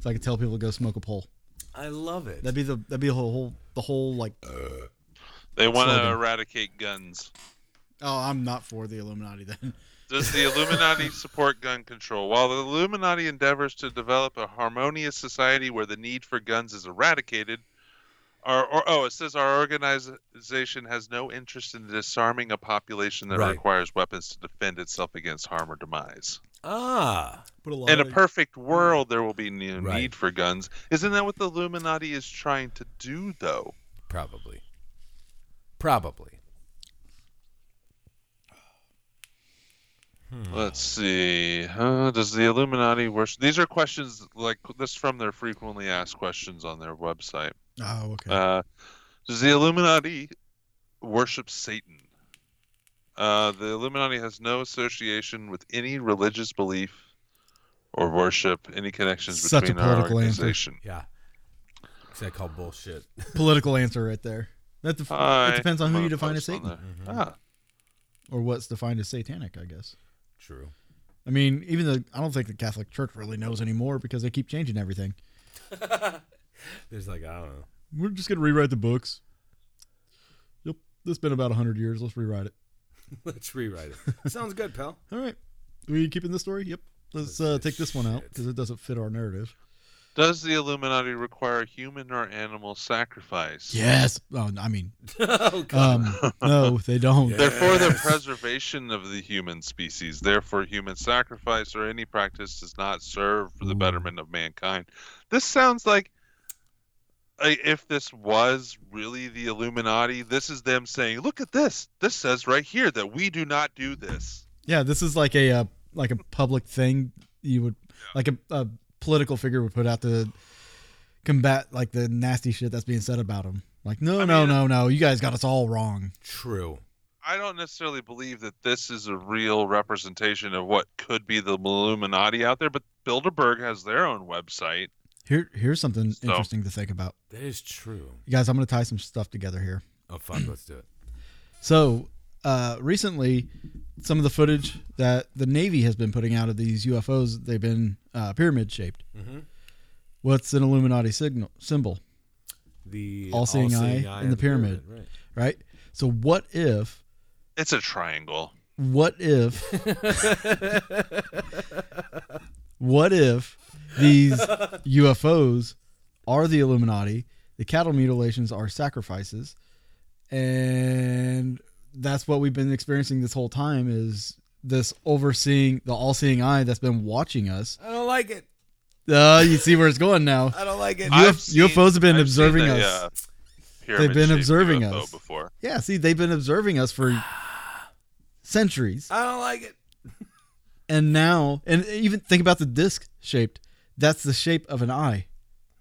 B: so I can tell people to go smoke a pole.
A: I love it.
B: That'd be the that'd be the whole the whole like. oh,
C: They want to
B: Slogan.
C: eradicate guns.
B: Oh, I'm not for the Illuminati then. [laughs]
C: Does the Illuminati
A: [laughs]
C: support gun control? While the Illuminati endeavors to develop a harmonious society where the need for guns is eradicated, our or, oh, it says our organization has no interest in disarming a population that
A: Right.
C: requires weapons to defend itself against harm or demise.
A: ah.
B: Put a lot
C: In a
B: of-
C: perfect world, there will be no
A: Right.
C: need for guns. Isn't that what the Illuminati is trying to do, though?
A: Probably. Probably.
C: Let's see. Uh, does the Illuminati worship? These are questions like this from their frequently asked questions on their website.
B: Oh, okay.
C: Uh, does the Illuminati worship Satan? Uh, the Illuminati has no association with any religious belief or worship, any connections
B: Such a
C: between our
B: political answer.
C: organization.
A: Yeah. Because I call bullshit.
B: political answer right there. That def-
C: Hi.
B: it depends on who
C: I'm
B: you
C: gonna
B: define as
C: post on
B: Satan
C: there. Ah,
B: or what's defined as satanic, I guess.
A: True.
B: I mean, even the I don't think the Catholic Church really knows anymore because they keep changing everything.
A: There's like, I don't know. [laughs]
B: We're just gonna rewrite the books. Yep, it's been about hundred years. Let's rewrite it.
A: Let's
B: [laughs]
A: rewrite it. Sounds good, pal.
B: All right, we keeping this story. Yep, let's uh, take this one out because it doesn't fit our narrative.
C: Does the Illuminati require human or animal sacrifice?
B: Yes. Oh, I
C: [laughs]
B: mean,
A: oh, God.
B: um, no, they don't.
C: They're for the preservation of the human species. Therefore, human sacrifice or any practice does not serve for the betterment of mankind. This sounds like I- if this was really the Illuminati, this is them saying, "Look at this. This says right here that we do not do this."
B: Yeah, this is like a uh, like a public thing you would like a, a political figure would put out to combat like the nasty shit that's being said about him. Like, no,
C: I
B: no,
C: mean,
B: no, no, you guys got us all wrong.
A: True.
C: I don't necessarily believe that this is a real representation of what could be the Illuminati out there, but Bilderberg has their own website.
B: Here, here's something
C: So-
B: interesting to think about,
A: That is true.
B: you guys. I'm gonna tie some stuff together here.
A: Oh, fuck. Let's do it.
B: So, uh, recently, some of the footage that the Navy has been putting out of these UFOs, they've been uh, pyramid shaped.
A: Mhm.
B: What's an Illuminati signal symbol?
A: The
B: All-seeing eye in
A: of
B: the pyramid.
A: pyramid, Right.
B: Right. So, what if?
C: It's a triangle.
B: what if what if these UFOs are the Illuminati, the cattle mutilations are sacrifices, and that's what we've been experiencing this whole time is this overseeing the all-seeing eye that's been watching us.
A: I don't like it.
B: Uh, you see where it's going now.
A: I don't like it.
C: I've
B: Uf- UFOs have been
C: I've
B: observing
C: the,
B: us.
C: uh,
B: been
C: pyramid-shaped
B: observing
C: UFO
B: us.
C: before.
B: Yeah, see, they've been observing us for centuries.
A: I don't like it.
B: and now and even think about the disc shaped that's the shape of an eye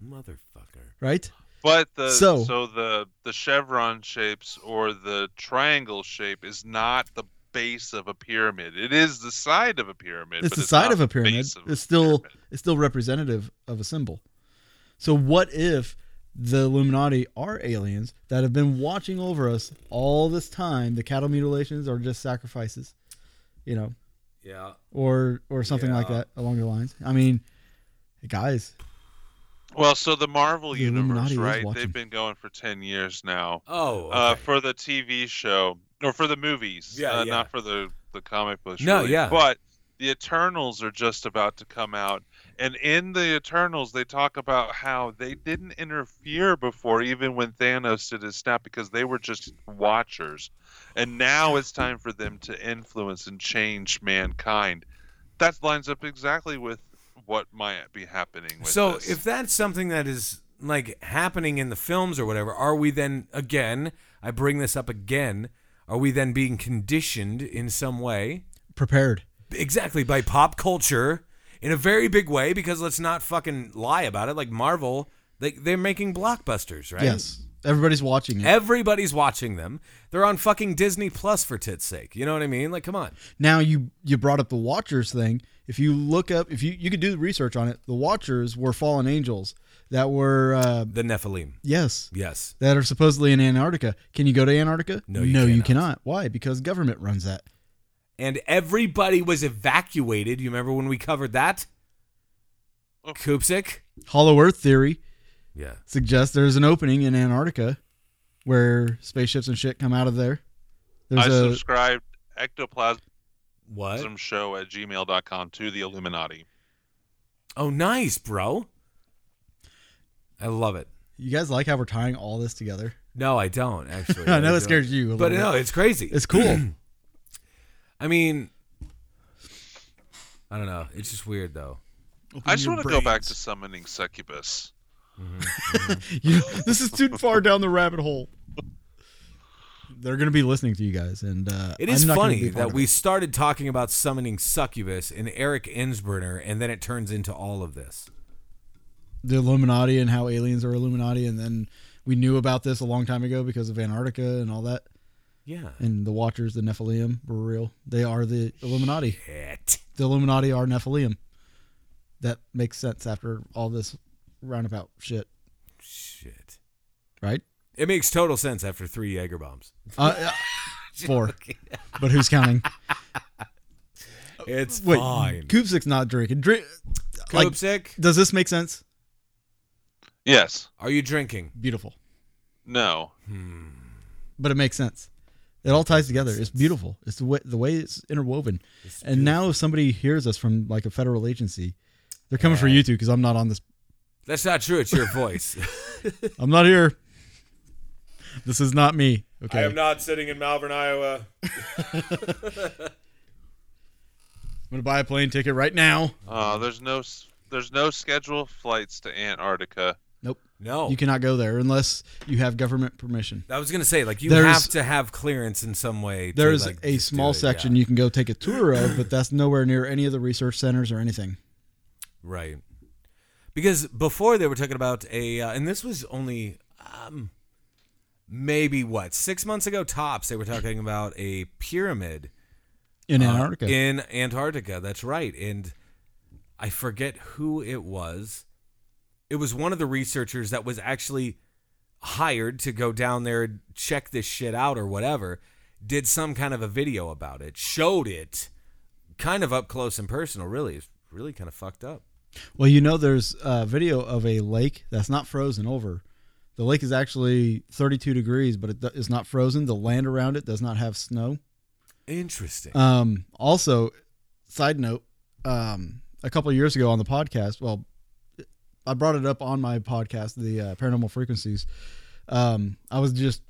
A: Motherfucker.
B: right
C: But the
B: So-
C: so, the the chevron shapes or the triangle shape is not the base of a pyramid. It is the side of a pyramid.
B: it's
C: but
B: the side
C: not
B: of a
C: the
B: pyramid
C: base of a
B: it's still
C: pyramid.
B: it's still representative of a symbol so what if the illuminati are aliens that have been watching over us all this time the cattle mutilations are just sacrifices you know
A: Yeah.
B: or or something like
A: Yeah.
B: that along the lines i mean guys.
C: Well, so the Marvel
B: The Illuminati
C: universe,
B: is
C: right?
B: watching.
C: They've been going for ten years now.
A: Oh, okay.
C: Uh, for the TV show or for the movies,
A: Yeah,
C: uh,
A: yeah.
C: not for the the comic books.
A: No,
C: really.
A: yeah.
C: But the Eternals are just about to come out, and in the Eternals, they talk about how they didn't interfere before, even when Thanos did his snap, because they were just watchers, and now it's time for them to influence and change mankind. That lines up exactly with what might be happening. With
A: so
C: this.
A: if that's something that is like happening in the films or whatever, are we then again? I bring this up again. Are we then being conditioned in some way?
B: Prepared.
A: Exactly, by pop culture in a very big way because let's not fucking lie about it. Like Marvel, they, they're making blockbusters, right?
B: Yes. Everybody's watching it.
A: Everybody's watching them. They're on fucking Disney Plus for tit's sake. You know what I mean? Like, come on.
B: Now you you brought up the Watchers thing. If you look up, if you you could do research on it, the Watchers were fallen angels that were uh,
A: The Nephilim.
B: yes
A: Yes.
B: that are supposedly in Antarctica. Can you go to Antarctica?
A: No, you
B: no, you
A: cannot.
B: cannot. Why? Because government runs that.
A: And everybody was evacuated. You remember when we covered that?
C: Oh.
A: Koopsik?
B: Hollow Earth theory
A: Yeah.
B: suggests there's an opening in Antarctica where spaceships and shit come out of there. There's
C: I
B: a
C: subscribed ectoplasm
A: What?
C: show at gmail.com to the Illuminati.
A: Oh, nice, bro. I love it.
B: you guys like how we're tying all this together?
A: No, I don't, actually.
B: [laughs] I know
A: I
B: it
A: don't.
B: scares you, a
A: But
B: little
A: no, it's crazy.
B: It's cool.
A: [clears throat] I mean, I don't know. It's just weird, though.
C: I just want to go back to summoning succubus.
B: You- this is too far down the rabbit hole. They're going to be listening to you guys, and uh,
A: It is
B: I'm not gonna
A: funny
B: be part
A: that
B: of
A: we
B: it.
A: started talking about summoning succubus and Eric Ensbrenner, and then it turns into all of this.
B: the Illuminati and how aliens are Illuminati, and then we knew about this a long time ago because of Antarctica and all that,
A: Yeah.
B: and the Watchers, the Nephilim were real. They are the Illuminati.
A: It.
B: The Illuminati are Nephilim. That makes sense after all this roundabout shit,
A: Shit.
B: right?
A: It makes total sense after three Jaeger bombs.
B: Uh, uh, four, but who's counting?
A: It's
B: Wait,
A: fine.
B: Koopsik's not drinking. Drink. like-
A: Koopsik,
B: Does this make sense?
C: Yes.
A: are you drinking?
B: Beautiful.
C: No.
B: but it makes sense. It all ties together. It's beautiful. It's the way the way it's interwoven. and now, if somebody hears us from like a federal agency, they're coming for you two because I'm not on this.
A: That's not true. It's your voice. [laughs]
B: I'm not here. This is not me. Okay. I'm
A: not sitting in Malvern, Iowa.
B: gonna buy a plane ticket right now.
C: Uh,
A: Hmm.
C: there's no s- there's no scheduled flights to Antarctica.
B: Nope.
A: No.
B: You cannot go there unless you have government permission.
A: I was gonna say, like, you
B: There's-
A: have to have clearance in some way. to,
B: There's
A: like,
B: a
A: just do
B: small
A: it,
B: section
A: yeah.
B: you can go take a tour of, but that's nowhere near any of the research centers or anything.
A: Right. Because before they were talking about a, uh, and this was only um, maybe what six months ago tops. They were talking about a pyramid
B: In
A: uh,
B: Antarctica.
A: in Antarctica. That's right. And I forget who it was. It was one of the researchers that was actually hired to go down there and check this shit out or whatever. Did some kind of a video about it, showed it, kind of up close and personal. Really, it's really kind of fucked up.
B: Well, you know, there's a video of a lake that's not frozen over. The lake is actually 32 degrees, but it do- is not frozen. The land around it does not have snow.
A: Interesting.
B: Um, also, side note, um, a couple of years ago on the podcast, well, I brought it up on my podcast, the uh, Paranormal Frequencies. Um, I was just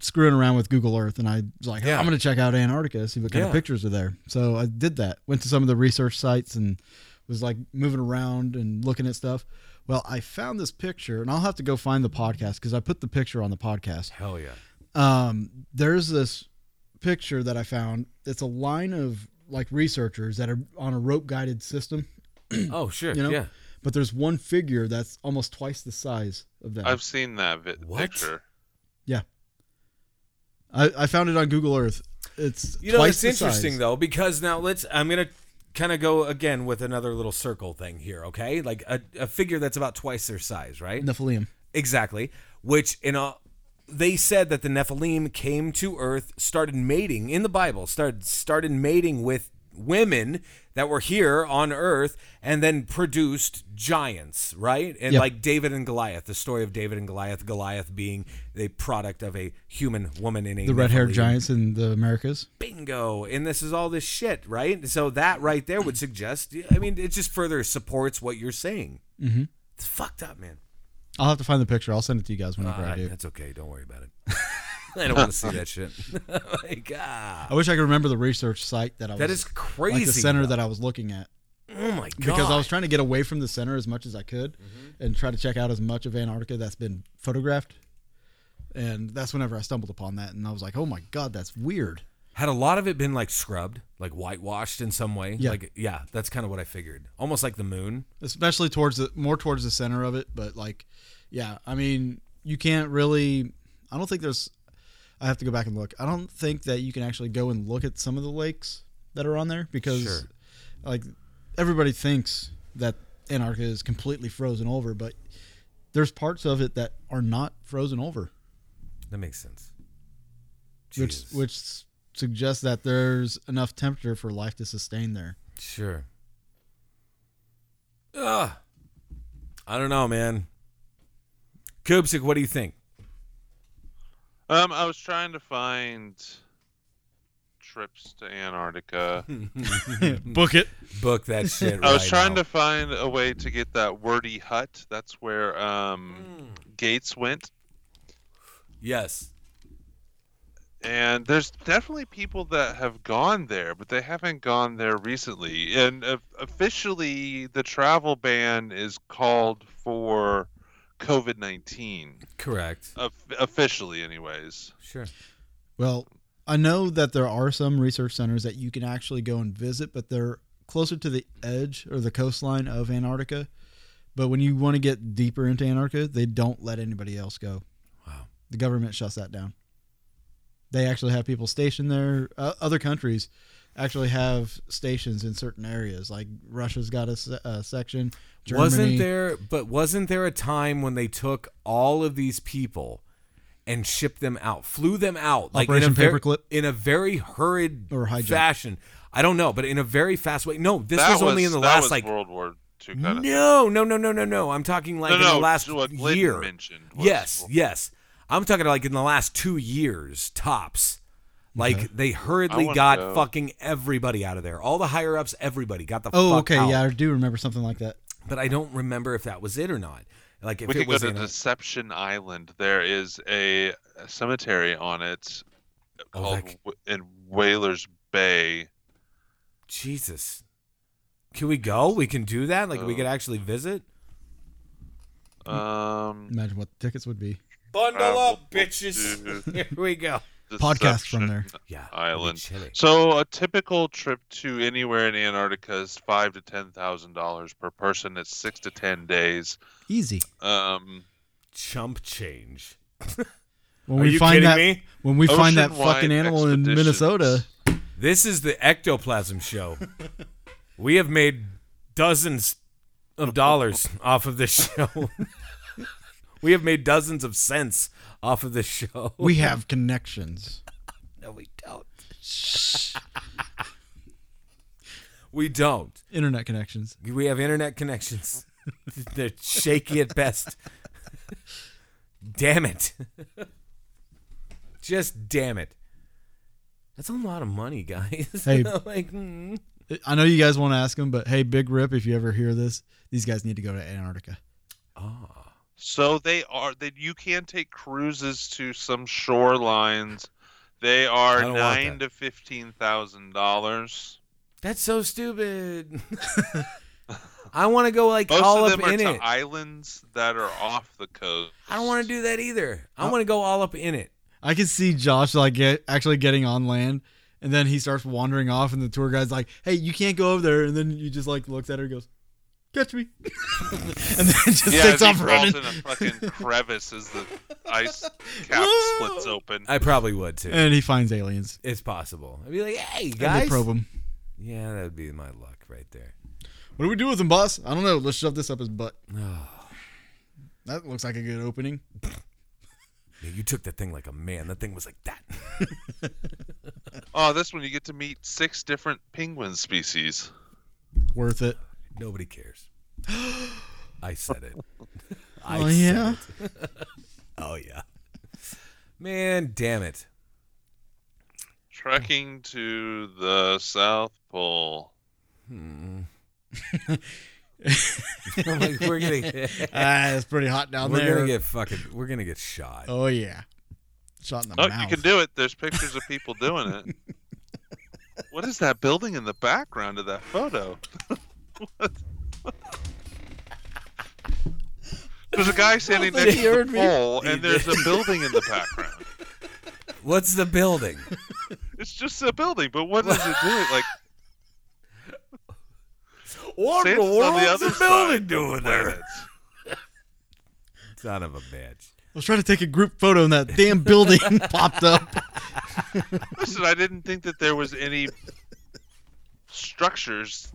B: screwing around with Google Earth, and I was like,
A: Yeah.
B: I'm going to check out Antarctica, see what kind
A: Yeah.
B: of pictures are there. So I did that. Went to some of the research sites and was like moving around and looking at stuff. Well, I found this picture, and I'll have to go find the podcast because I put the picture on the podcast
A: Hell
B: [clears throat]
A: yeah.
B: um, there's this picture that I found. It's a line of like researchers that are on a rope guided system,
A: Oh, sure.
B: you know.
A: Yeah.
B: But there's one figure that's almost twice the size of them.
C: I've seen that vi-
A: What?
C: picture.
B: I, I found it on Google Earth. It's
A: You know,
B: twice
A: it's
B: the size.
A: interesting though because now let's. I'm gonna kind of go again with another little circle thing here. Okay, like a, a figure that's about twice their size, right?
B: Nephilim.
A: Exactly. Which in a, they said that the Nephilim came to Earth, started mating in the Bible, started started mating with women that were here on Earth and then produced giants, right? And
B: Yeah.
A: like David and Goliath, the story of David and Goliath, Goliath being the product of a human woman in a
B: The red haired
A: Nephilim.
B: giants in the Americas.
A: Bingo. And this is all this shit, right? So that right there would suggest, I mean, it just further supports what you're saying. Mm-hmm. It's fucked up, man.
B: I'll have to find the picture. I'll send it to you guys whenever
A: Uh,
B: I do.
A: that's okay. Don't worry about it. [laughs] I don't want to see that shit. [laughs] Oh like, ah,
B: I wish I could remember the research site that I was.
A: that is crazy.
B: Like the center
A: bro.
B: that I was looking at.
A: oh my god. Mm-hmm.
B: Because I was trying to get away from the center as much as I could and try to check out as much of Antarctica that's been photographed. And that's whenever I stumbled upon that. And I was like, oh my God, that's weird.
A: had a lot of it been like scrubbed, like whitewashed in some way.
B: Yeah.
A: Like, yeah, that's kind of what I figured. Almost like the moon.
B: especially towards the more towards the center of it but like yeah i mean you can't really i don't think there's i have to go back and look i don't think that you can actually go and look at some of the lakes that are on there because
A: Sure.
B: like everybody thinks that antarctica is completely frozen over but there's parts of it that are not frozen over
A: That makes sense.
B: which
A: Jesus.
B: which s- suggests that there's enough temperature for life to sustain there
A: Sure. Ugh. I don't know, man. Kubsik, what do you think?
C: Um, I was trying to find trips
A: [laughs]
C: to Antarctica.
B: book it
A: Book
B: [laughs]
A: that shit.
C: I was
A: right
C: trying
A: now.
C: to find a way to get that wordy hut. That's where um, Gates went.
A: Yes.
C: And there's definitely people that have gone there, but they haven't gone there recently. And uh, officially, the travel ban is called for COVID 19.
A: Correct.
C: Officially, anyways.
A: Sure.
B: Well, I know that there are some research centers that you can actually go and visit, but they're closer to the edge or the coastline of Antarctica. But when you want to get deeper into Antarctica, they don't let anybody else go.
A: Wow.
B: The government shuts that down. They actually have people stationed there. Uh, other countries actually have stations in certain areas. Like Russia's got a, se- a section. Germany,
A: Wasn't there but wasn't there a time when they took all of these people and shipped them out, flew them out like in a
B: Operation
A: very,
B: Paperclip?
A: in a very hurried
B: Or hijack.
A: fashion. I don't know, but in a very fast way. No, this
C: that
A: was, only in the
C: that
A: last
C: was
A: like
C: World War II kind of
A: No, no, no, no, no, no. I'm talking like
C: No,
A: in
C: no,
A: the last
C: what Glenn
A: year.
C: mentioned was-
A: yes, yes. I'm talking like in the last two years tops. Like they
C: I
A: hurriedly
C: wanna
A: got
C: go.
A: fucking everybody out of there. All the higher ups, everybody got the
B: Oh,
A: fuck
B: okay.
A: out.
B: Yeah, I do remember something like that.
A: But I don't remember if that was it or not. Like if
C: we
A: it
C: could go
A: was
C: to
A: in a-
C: Deception Island. There is a cemetery on it
A: Oh,
C: called
A: that-
C: Wh- in Whalers Bay.
A: Jesus. Can we go? We can do that? Like we
C: Uh,
A: could actually visit? Hmm.
C: Um,
B: Imagine what the tickets would be.
A: Bundle
C: travel
A: up, [laughs] bitches.
C: to
A: Here we go.
B: Podcast from there.
C: Deception
A: Yeah. that'd be
C: Island.
A: chilly.
C: So a typical trip to anywhere in Antarctica is five to ten thousand dollars per person. It's six to ten days.
B: Easy.
C: Um,
A: Chump change.
B: When
A: Are
B: we
A: you
B: find
A: kidding
B: that,
A: me?
B: When we find that
C: Ocean-wide
B: fucking animal in
C: expeditions.
B: Minnesota,
A: This is the ectoplasm show. [laughs] we have made dozens of [laughs] dollars off of this show. [laughs] we have made dozens of cents off of this show. [laughs]
B: we have connections.
A: no, we don't. we don't.
B: Internet connections.
A: We have internet connections. [laughs] They're shaky at best. damn it. Just damn it. That's a lot of money, guys.
B: Hey.
A: [laughs] like, mm.
B: I know you guys want to ask them, but hey, Big Rip, if you ever hear this, these guys need to go to Antarctica.
C: So they are that you can take cruises to some shorelines. They
A: I
C: are
A: don't want
C: nine
A: that.
C: to fifteen thousand dollars.
A: That's so stupid. [laughs] I want to go like
C: Most
A: all
C: of
A: up
C: them are
A: in
C: to
A: it. I
C: islands that are off the coast.
A: don't want to do that either. I want to go all up in it.
B: I can see Josh like get, actually getting on land, and then he starts wandering off, and the tour guide's like, "Hey, you can't go over there," and then you just like looks at her and goes, "Catch me," [laughs] and then just
C: Yeah,
B: takes
C: if he
B: off running.
C: falls in a fucking crevice as the
A: [laughs]
C: ice cap
B: Whoa!
C: splits open.
A: I probably would too.
B: And he finds aliens.
A: it's possible. I'd be like, "Hey
B: And they
A: guys."
B: probe him.
A: Yeah, that would be my luck right there.
B: What do we do with him, boss? I don't know. Let's shove this up
A: [sighs]
B: his butt. that looks like a good opening.
A: Man, you took that thing like a man. That thing was like that.
C: Oh, this one you get to meet six different penguin species.
A: [laughs]
B: Worth it.
A: Nobody cares. I said it. I
B: Oh,
A: said
B: yeah?
A: it. [laughs] oh yeah. Man, damn it. [laughs]
C: Trekking to the South Pole.
A: I'm like, we're gonna
B: Ah, it's pretty hot down
A: we're
B: there.
A: gonna get fucking we're gonna get shot.
B: oh yeah, shot in the
C: Look,
B: mouth.
C: Oh, you can do it. There's pictures of people doing
B: [laughs]
C: it. what is that building in the background of that photo? [laughs] there's a
B: [laughs]
C: guy standing next
B: he
C: to
B: heard
C: the
B: me.
C: pole, and there's a building in the background.
A: What's the building?
C: It's just a building, but what does it do?
B: [laughs]
C: Like,
A: What
C: Santa's on the other side.
A: doing
C: planets.
A: Son of a bitch.
B: I was trying to take a group photo, and that damn building [laughs] popped up.
C: Listen, I didn't think that there was any structures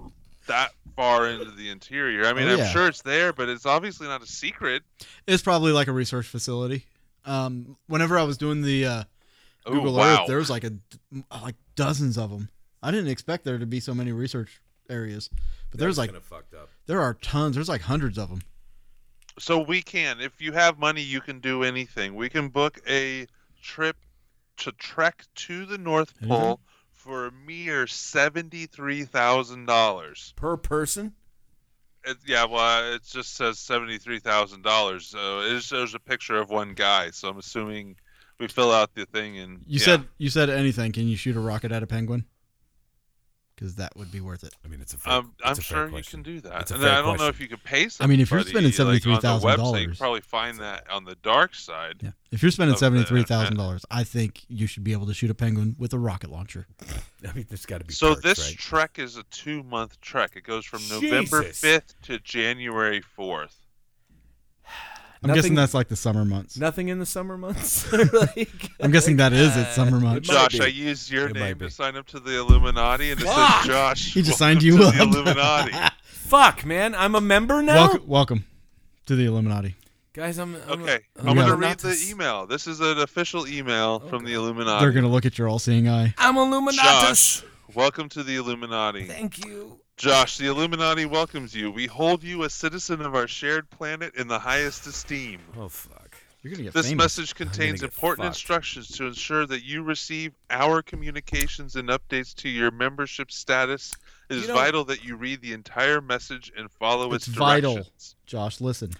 C: that far into the interior. I mean,
B: Oh, yeah.
C: I'm sure it's there, but it's obviously not a secret.
B: It's probably like a research facility. Um, whenever I was doing the uh,
C: Ooh,
B: Google
C: Oh, wow.
B: Earth, there was like a like dozens of them. I didn't expect there to be so many research areas, but there's like
A: fucked up.
B: there are tons. There's like hundreds of them.
C: So we can, if you have money, you can do anything. We can book a trip to trek to the North
B: Mhm.
C: Pole for a mere seventy-three thousand dollars.
A: Per person?
C: Yeah, well, it just says seventy-three thousand dollars. So it just shows a picture of one guy. So I'm assuming we fill out the thing and
B: You
C: yeah.
B: said you said anything? Can you shoot a rocket at a penguin? Because that would be worth it.
A: I mean it's a fair,
C: Um,
A: it's
C: I'm
A: a fair
C: sure you
A: question.
C: can do that.
A: It's a
C: And
A: fair
C: I don't know
A: question.
C: if you could pay
B: I mean, if you're
C: somebody,
B: spending
C: like, on the
B: $73,000
C: website, you could probably find that on the dark side.
B: Yeah. If you're spending
C: Of the-
B: seventy three thousand dollars, I think you should be able to shoot a penguin with a rocket launcher.
A: [laughs] I mean there's gotta be
C: So
A: perks,
C: this
A: right?
C: trek is a two-month trek. It goes from November
A: Jesus.
C: 5th to January 4th.
B: I'm
A: Nothing-
B: guessing that's like the summer months.
A: nothing in the summer
C: [laughs]
A: months. [laughs] like,
B: I'm guessing that is its summer
A: It
B: months.
A: might
C: Josh,
A: be.
C: I used your
A: It might
C: name
A: be.
C: to sign up to the Illuminati, and it says Josh.
B: He just
C: welcome
B: signed you
C: to
B: up.
A: [laughs]
C: The Illuminati.
A: fuck, man. I'm a member now?
B: Welcome, welcome to the Illuminati.
A: Guys, I'm, I'm
C: Okay,
A: I'm,
C: I'm,
B: Yeah.
C: going to
A: Illuminatus.
C: read the email. This is an official email from the Illuminati.
B: They're gonna look at your all-seeing eye.
A: I'm Illuminatus.
C: Josh, welcome to the Illuminati.
A: Thank you.
C: Josh, the Illuminati welcomes you. We hold you a citizen of our shared planet in the highest esteem.
A: Oh fuck.
B: You're gonna get
C: This
B: famous.
C: message contains
A: get
C: important
A: fucked.
C: instructions to ensure that you receive our communications and updates to your membership status. It
A: You
C: is
A: know-
C: vital that you read the entire message and follow its,
B: It's vital.
C: directions.
B: Josh, listen.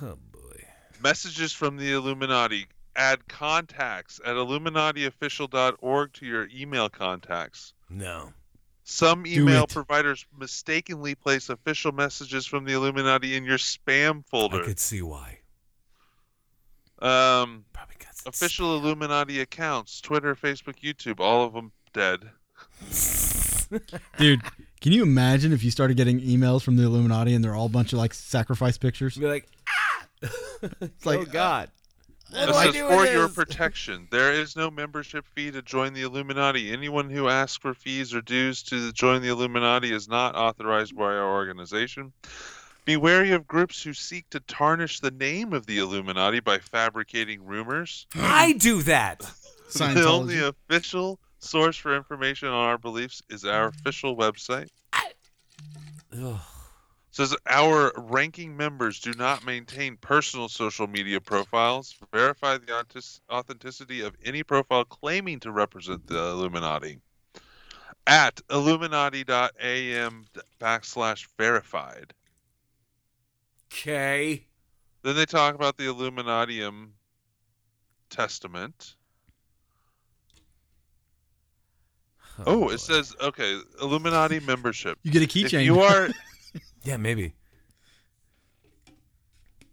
A: Oh boy.
C: Messages from the Illuminati. Add contacts at illuminatiofficial.org to your email contacts.
A: No.
C: Some email
B: it.
C: providers mistakenly place official messages from the Illuminati in your spam
A: I
C: folder.
A: could see why.
C: Um,
A: Probably because it's-
C: official Illuminati accounts Twitter, Facebook, YouTube, all of them dead.
B: Dude, can you imagine if you started getting emails from the Illuminati and they're all a bunch of like sacrifice pictures?
A: Be like,
B: It's like,
A: oh god. What do
C: This
A: I
C: is
A: do
C: for
A: with
C: your
A: [laughs] this?
C: protection. There is no membership fee to join the Illuminati. Anyone who asks for fees or dues to join the Illuminati is not authorized by our organization. Be wary of groups who seek to tarnish the name of the Illuminati by fabricating rumors.
A: I do that.
C: The only
B: Scientology.
C: official source for information on our beliefs is our official website.
A: Ugh.
C: says our ranking members do not maintain personal social media profiles. Verify the authentic- authenticity of any profile claiming to represent the Illuminati at illuminati.am backslash verified.
A: Okay.
C: Then they talk about the Illuminatium Testament. Oh,
A: boy.
C: it says okay, Illuminati membership.
B: [laughs] You get a
C: If
B: keychain. [laughs]
C: you are
A: Yeah, maybe.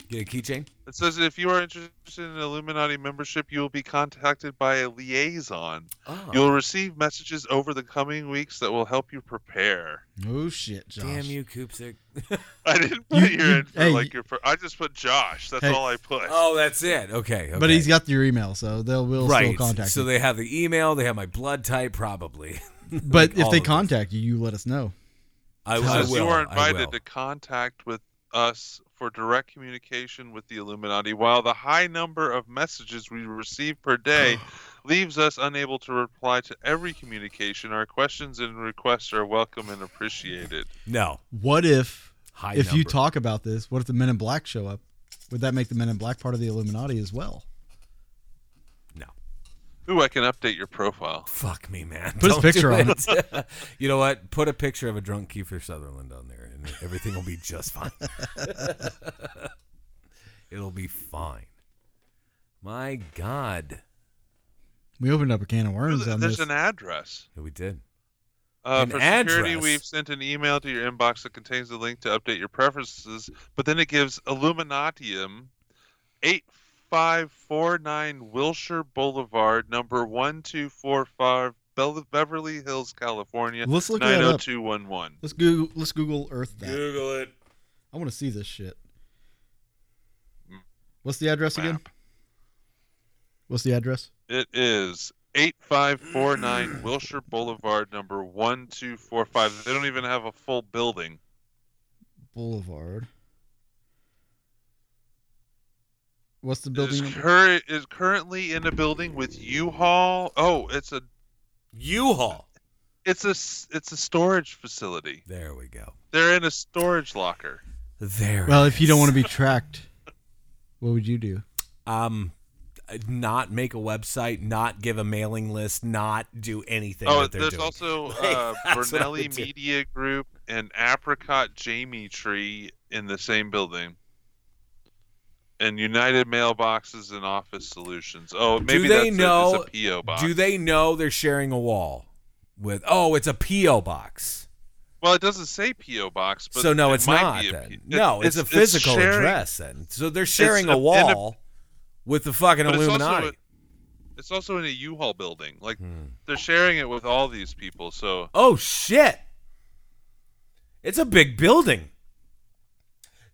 A: Get a keychain.
C: It says if you are interested in Illuminati membership, you will be contacted by a liaison.
B: Ah.
A: Oh.
C: You'll receive messages over the coming weeks that will help you prepare. [laughs]
B: oh shit, Josh.
A: Damn you, Koopsick.
C: I didn't
B: You-
C: put your
B: you-
C: in for
B: hey, you-
C: like your. fir- I just put Josh. That's
B: Hey.
C: all I put.
A: [laughs] oh, that's it. Okay. okay.
B: But he's got your email, so they'll will
A: right.
B: still contact
A: so
B: you.
A: they have the email. They have my blood type, probably.
B: but
A: all
B: if they
A: of this.
B: contact you, you let us know.
A: I,
C: It
A: I
C: says
A: will.
C: you are
A: I will.
C: invited to contact with us for direct
A: [sighs]
C: communication with the Illuminati. While the high number of messages we receive per day leaves us unable to reply to every communication. Our questions and requests are welcome and appreciated.
A: No.
B: What if
A: High
B: if you
A: number.
B: talk about this? What if the Men in Black show up? Would that make the Men in Black part of the Illuminati as well?
A: No.
C: Ooh, I can update your profile.
A: Fuck me, man.
B: Put his
A: Don't
B: picture
A: do it. [laughs] you know what? Put a picture of a drunk Kiefer Sutherland on there, and everything will be just fine. [laughs] It'll be fine. My God.
B: We opened up a can of
C: Ooh,
B: worms on
C: There's
B: this.
C: an address.
A: We did.
C: Uh,
A: An
C: for security,
A: address?
C: we've sent an email to your inbox that contains the link to update your preferences, but then it gives Illuminatium 8549 Wilshire Boulevard, number 1245, Bel- Beverly Hills, California,
B: Let's look that up.
C: 90211.
B: Let's Google. Let's Google Earth that.
A: Google it.
B: I want to see this shit.
C: Hmm.
B: What's the address again? What's the address?
C: It is
B: [clears throat]
C: 8549 Wilshire Boulevard, number 1245. They don't even have a full building.
B: Boulevard. What's the
C: It is,
B: building? number?
C: cur- is currently in a building with U-Haul. Oh, it's a
A: U-Haul.
C: It's a s- it's a storage facility.
A: There we go.
C: They're in a storage locker.
A: There.
B: Well, if you don't want
A: to
B: to be tracked, what would you do?
A: um, not make a website, not give a mailing list, not do anything.
C: oh,
A: that they're
C: there's
A: doing. [laughs]
C: also
A: Like,
C: uh,
A: that's what I
C: Brunelli
A: would do.
C: Media Group and Apricot Jamie Tree in the same building. And United Mailboxes and Office Solutions. Oh, maybe
A: they
C: that's
A: know-
C: It. It's a PO box.
A: Do they know they're sharing a wall with? Oh, it's a PO box.
C: Well, it doesn't say PO box, but
A: so no,
C: it
A: it's
C: might
A: not.
C: be a
A: Then
C: P-
A: no, it's, a physical
C: sharing-
A: address. Then so they're sharing
C: a-
A: a,
C: in a-
A: wall with the fucking
C: but it's also
A: Illuminati. Hmm.
C: a- It's also in a U-Haul building. Like they're sharing it with all these people. So
A: oh shit! It's a big building,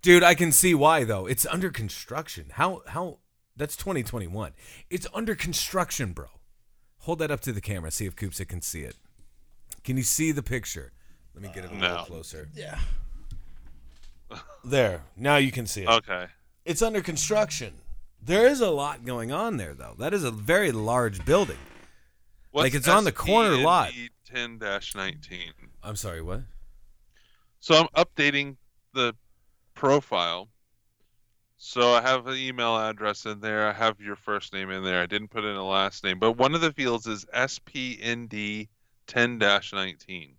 A: dude. I can see why though. It's under construction. How how? That's 2021. It's under construction, bro. Hold that up to the camera. See if Koopsa can see it. Can you see the picture? Let me get it a little
C: no.
A: closer. Yeah. There. Now you can see it.
C: okay.
A: it's under construction. There is a lot going on there, though. That is a very large building. Like, it's on the corner lot.
C: Ten dash nineteen.
A: I'm sorry, what?
C: So I'm updating the profile. So I have an email address in there. I have your first name in there. I didn't put in a last name, but one of the fields is SPND ten dash nineteen.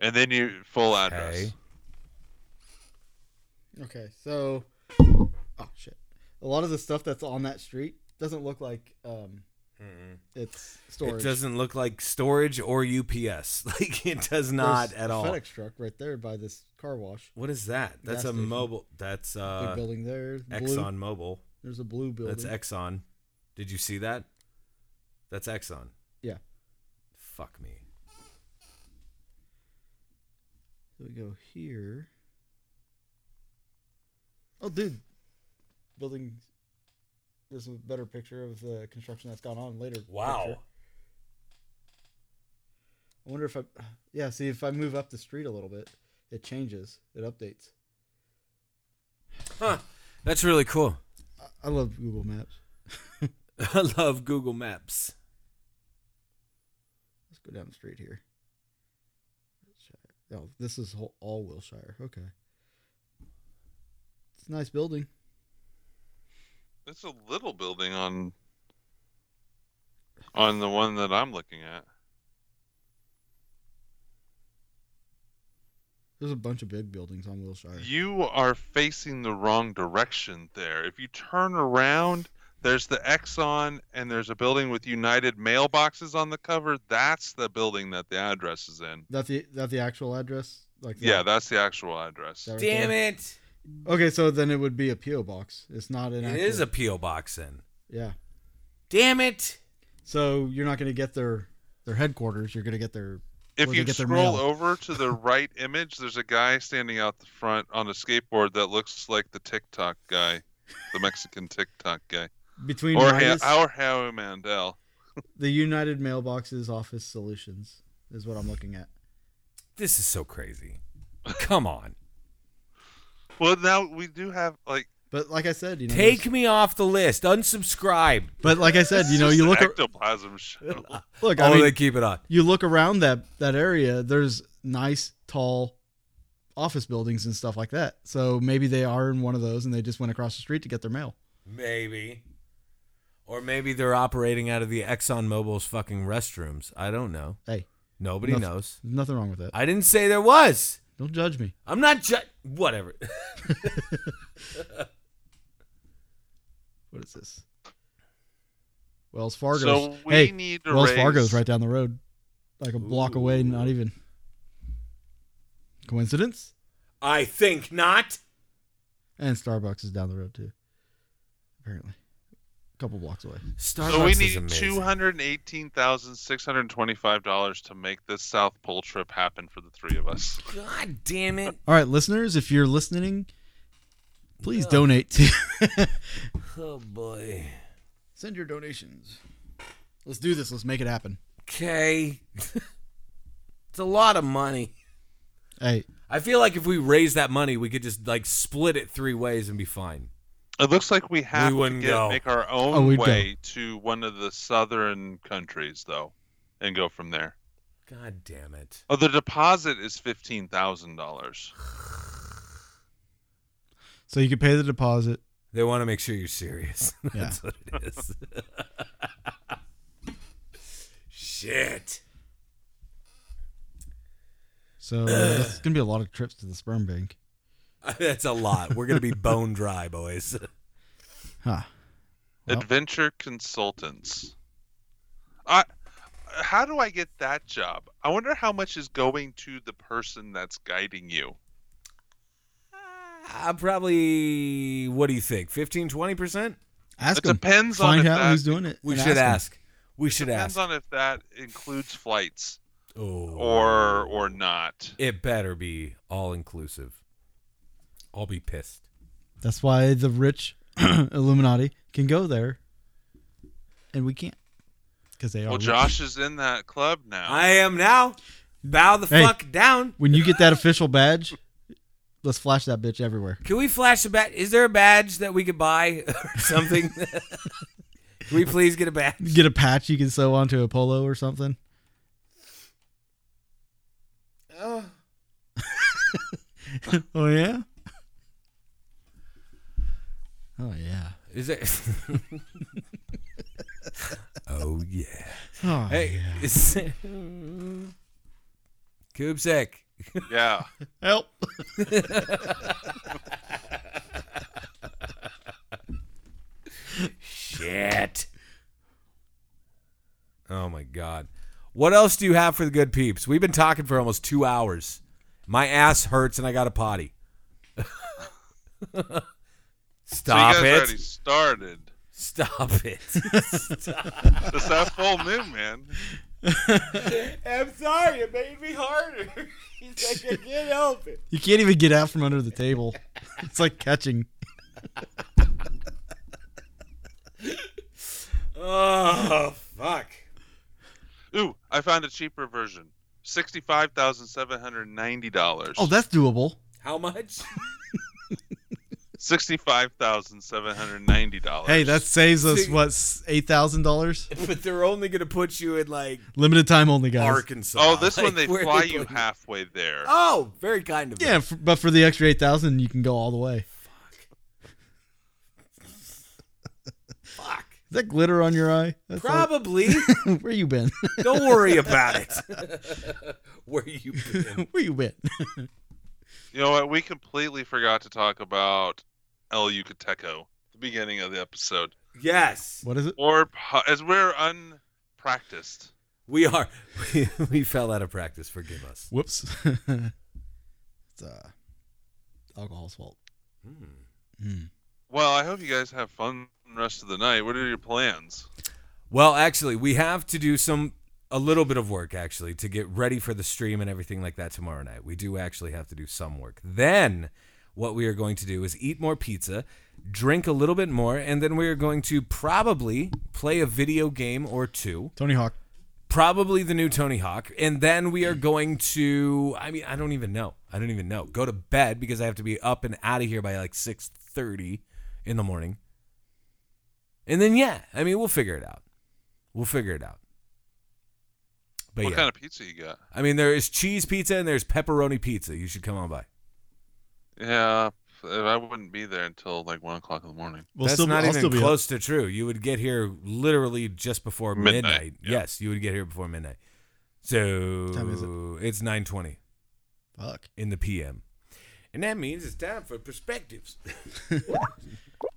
C: And then your full address.
A: Okay.
B: Okay, so oh shit, a lot of the stuff that's on that street doesn't look like um, it's storage.
A: It doesn't look like storage or UPS. [laughs] Like it does not
B: There's
A: at
B: a
A: all.
B: FedEx truck right there by this car wash.
A: What is that? That's a
B: Gas station.
A: mobile. That's
B: Big
A: uh,
B: building there. Blue.
A: Exxon Mobil.
B: There's a blue building.
A: That's Exxon. Did you see that? That's Exxon.
B: Yeah.
A: Fuck me.
B: So we go here. Oh, dude, building. There's a better picture of the construction that's gone on later. picture. I wonder if I, yeah. See, if I move up the street a little bit, it changes. It updates.
A: Huh. That's really cool. [laughs]
B: I- I love Google Maps.
A: I love Google Maps.
B: Let's go down the street here. Wilshire. Oh, this is whole, all Wilshire. Okay. It's a nice building.
C: It's a little building on on the one that I'm looking at.
B: There's a bunch of big buildings on Wilshire.
C: You are facing the wrong direction there. If you turn around, there's the Exxon and there's a building with United mailboxes on the cover. That's the building that the address is in.
B: That the that the actual address? Like the-
C: Yeah, that's the actual address.
B: that right
A: Damn
B: there?
A: it!
B: Okay, so then it would be a PO box. It's not an.
A: It
B: actual,
A: is a PO box in.
B: Yeah.
A: Damn it!
B: So you're not going to get their their headquarters. You're going to get their.
C: If
B: where they
C: you
B: get their
C: scroll
B: mail.
C: over to
B: [laughs]
C: the right image, there's a guy standing out the front on a skateboard that looks like the TikTok guy, the Mexican TikTok
B: [laughs]
C: guy,
B: Between
C: or ha-
B: Midas,
C: our Howie Mandel.
B: the United Mailboxes Office Solutions is what I'm looking at.
A: This is so crazy. Come on.
C: Well, now we do have like
B: But like I said, you know,
A: Take
B: there's-
A: me off the list. Unsubscribe.
B: But like I said, you know, you look ar-
C: ectoplasm show.
B: look. I
A: Oh,
B: mean,
A: they keep it on.
B: you look around that that area. There's nice tall office buildings and stuff like that. So maybe they are in one of those, and they just went across the street to get their mail.
A: Maybe. Or maybe they're operating out of the ExxonMobil's fucking restrooms. I don't know.
B: Hey,
A: Nobody
B: Nothing.
A: knows.
B: there's nothing wrong with that.
A: I didn't say there was.
B: Don't judge me.
A: I'm not ju- whatever. [laughs]
B: What is this? Wells Fargo's.
C: So we
B: hey,
C: need to
B: Wells
C: raise-
B: Fargo's right down the road, like a block away. Not even coincidence.
A: I think not.
B: And Starbucks is down the road too. Apparently, a couple blocks away.
A: Starbucks
C: so we
A: is
C: need
A: amazing.
C: two hundred eighteen thousand six hundred twenty-five dollars to make this South Pole trip happen for the three of us.
A: God damn it.
B: All right, listeners, if you're listening, please donate to.
A: Oh boy.
B: Send your donations. Let's do this. Let's make it happen.
A: Okay. [laughs] it's a lot of money.
B: Hey,
A: I feel like if we raise that money, we could just like split it three ways and be fine.
C: It looks like we have to
A: wouldn't
C: get,
A: go.
C: make our
B: Oh,
C: own
B: we'd
C: way to one of the southern countries, though, and go from there.
A: God damn it.
C: Oh, the deposit is fifteen thousand dollars.
B: so you can pay the deposit.
A: They want to make sure you're serious. [laughs]
B: Yeah.
A: That's what it is. Shit.
B: So uh, that's gonna be a lot of trips to the sperm bank.
A: That's a lot. We're gonna be bone dry, boys.
B: Huh? Well-
C: Adventure consultants. I. How do I get that job? I wonder how much is going to the person that's guiding you.
A: I Uh, probably. What do you think? 15, 20 percent?
B: Ask
C: It
B: them.
C: depends on
B: Find
C: if
B: out
C: that-
B: who's doing it.
A: We
B: and
A: should
B: 'em.
A: ask. We should
C: Depends
A: ask.
C: on if that includes flights
A: oh.
C: or or not.
A: it better be all inclusive. I'll be pissed.
B: That's why the rich [clears throat] Illuminati can go there, and we can't because they are.
C: Well,
B: rich.
C: Josh is in that club now.
A: I am now. Bow the
B: Hey.
A: fuck down.
B: When you get that official badge, let's flash that bitch everywhere.
A: Can we flash a badge? Is there a badge that we could buy [laughs] or something? Can we please get a badge?
B: Get a patch you can sew onto a polo or something. Uh. [laughs] oh yeah. Oh yeah.
A: Is it? [laughs] oh yeah.
B: Oh,
A: [laughs] Hey, is there... Kubsek.
C: Yeah.
B: help!
A: Shit. Oh my god. What else do you have for the good peeps? We've been talking for almost two hours. My ass hurts and I got a [laughs] potty. Stop
C: so you guys
A: it.
C: already started.
A: Stop it.
C: It's that full moon, man.
A: [laughs] I'm sorry, it made me harder. [laughs] He's like, I can't help it.
B: You can't even get out from under the table. [laughs] It's like catching.
A: [laughs] Oh fuck.
C: Ooh, I found a cheaper version. Sixty-five thousand seven hundred ninety dollars.
B: Oh, that's doable.
A: How much?
C: sixty-five thousand seven hundred ninety dollars.
B: Hey, that saves us
A: See-
B: what eight thousand dollars.
A: [laughs] but they're only gonna put you in like
B: Limited time only, guys.
A: Arkansas.
C: Oh,
A: [laughs]
C: this
A: Like,
C: one they
A: where
C: fly
A: they
C: you
A: put-
C: halfway there.
A: Oh, very kind of them.
B: Yeah, f- but for the extra eight thousand, you can go all the way.
A: Fuck.
B: Is that glitter on your eye? That's like-
A: Probably.
B: [laughs] where you been?
A: Don't worry about it. Where you been?
B: where you been?
C: You know what? We completely forgot to talk about El Yucateco, the beginning of the episode.
A: [laughs] Yes,
B: what is it?
C: Or po- as we're unpracticed.
A: we are. [laughs] We, we fell out of practice. Forgive us.
B: Whoops. [laughs] it's uh, alcohol's fault.
C: Well, I hope you guys have fun the rest of the night. What are your plans?
A: Oh, Well, actually, we have to do some a little bit of work actually to get ready for the stream and everything like that tomorrow night. We do actually have to do some work. Then what we are going to do is eat more pizza, drink a little bit more, and then we are going to probably play a video game or two.
B: Tony Hawk.
A: probably the new Tony Hawk, and then we are going to. I mean, I don't even know. I don't even know. Go to bed because I have to be up and out of here by like six thirty in the morning. And then yeah, I mean we'll figure it out. We'll figure it out. But
C: what
A: yeah,
C: kind of pizza you got?
A: I mean there is cheese pizza and there's pepperoni pizza. You should come on by.
C: Yeah, I wouldn't be there until like one o'clock in the morning.
B: We'll
A: That's
B: still be-
A: not
B: I'll
A: even
B: still be up.
A: close to true. You would get here literally just before midnight.
C: Midnight, yeah.
A: Yes, you would get here before midnight. So
B: time is
A: it's nine twenty
B: Fuck.
A: in the PM, and that means it's time for
B: [laughs]
A: perspectives.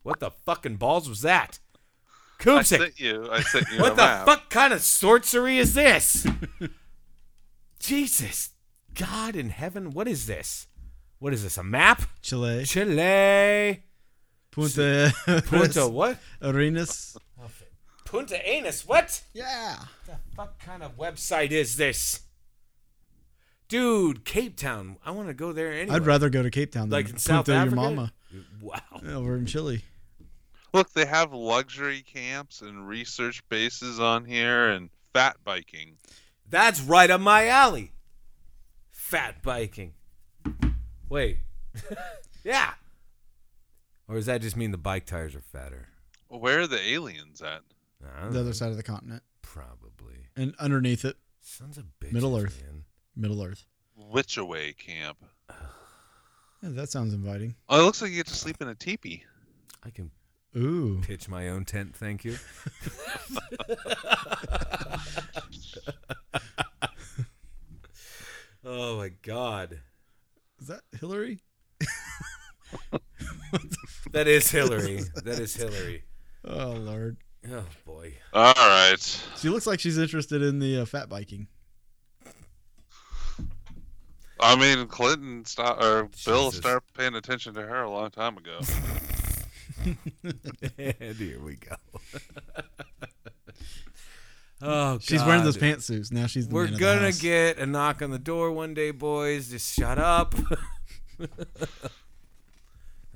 A: what the fucking balls was that,
C: I
A: Koopsik?
C: sent you. I sent you.
A: [laughs] What
C: a
A: the
C: map.
A: fuck kind of sorcery is this? [laughs] Jesus, God in heaven, what is this? What is this? A map?
B: Chile.
A: Chile,
B: [laughs] Punta. [laughs]
A: Punta what?
B: Arenas.
A: Punta Anus, what?
B: Yeah.
A: fuck kind of website is this? Dude, Cape Town. I want to go there anyway.
B: I'd rather go to Cape Town than
A: like in
B: Punta
A: South
B: your
A: Africa.
B: mama uh,
A: Wow.
B: over in Chile.
C: Look, they have luxury camps and research bases on here and fat biking.
A: That's right up my alley. Fat biking. Wait. [laughs] yeah. Or does that just mean the bike tires are fatter?
C: Where are the aliens at?
A: I don't
B: The
A: know.
B: other side of the continent.
A: Probably.
B: And underneath it,
A: Sons of bitches.
B: Middle Earth.
A: man.
B: Middle Earth.
C: Witchaway camp.
B: Yeah, that sounds inviting.
C: Oh, it looks like you get to sleep in a teepee.
A: I can
B: Ooh.
A: pitch my own tent, thank
B: [laughs]
A: you. [laughs] oh my god.
B: Is that Hillary?
A: That is Hillary. That is Hillary.
B: Oh, Lord.
A: Oh boy.
C: All right.
B: She looks like she's interested in the uh, fat biking.
C: I mean, Clinton stop or Bill
A: Jesus.
C: started paying attention to her a long
A: [laughs]
C: time ago.
B: [laughs]
A: and here we go. [laughs] oh god.
B: She's wearing those pantsuits. Now she's the
A: We're
B: man of the
A: gonna
B: house.
A: get a knock on the door one day, boys. Just shut up. [laughs] God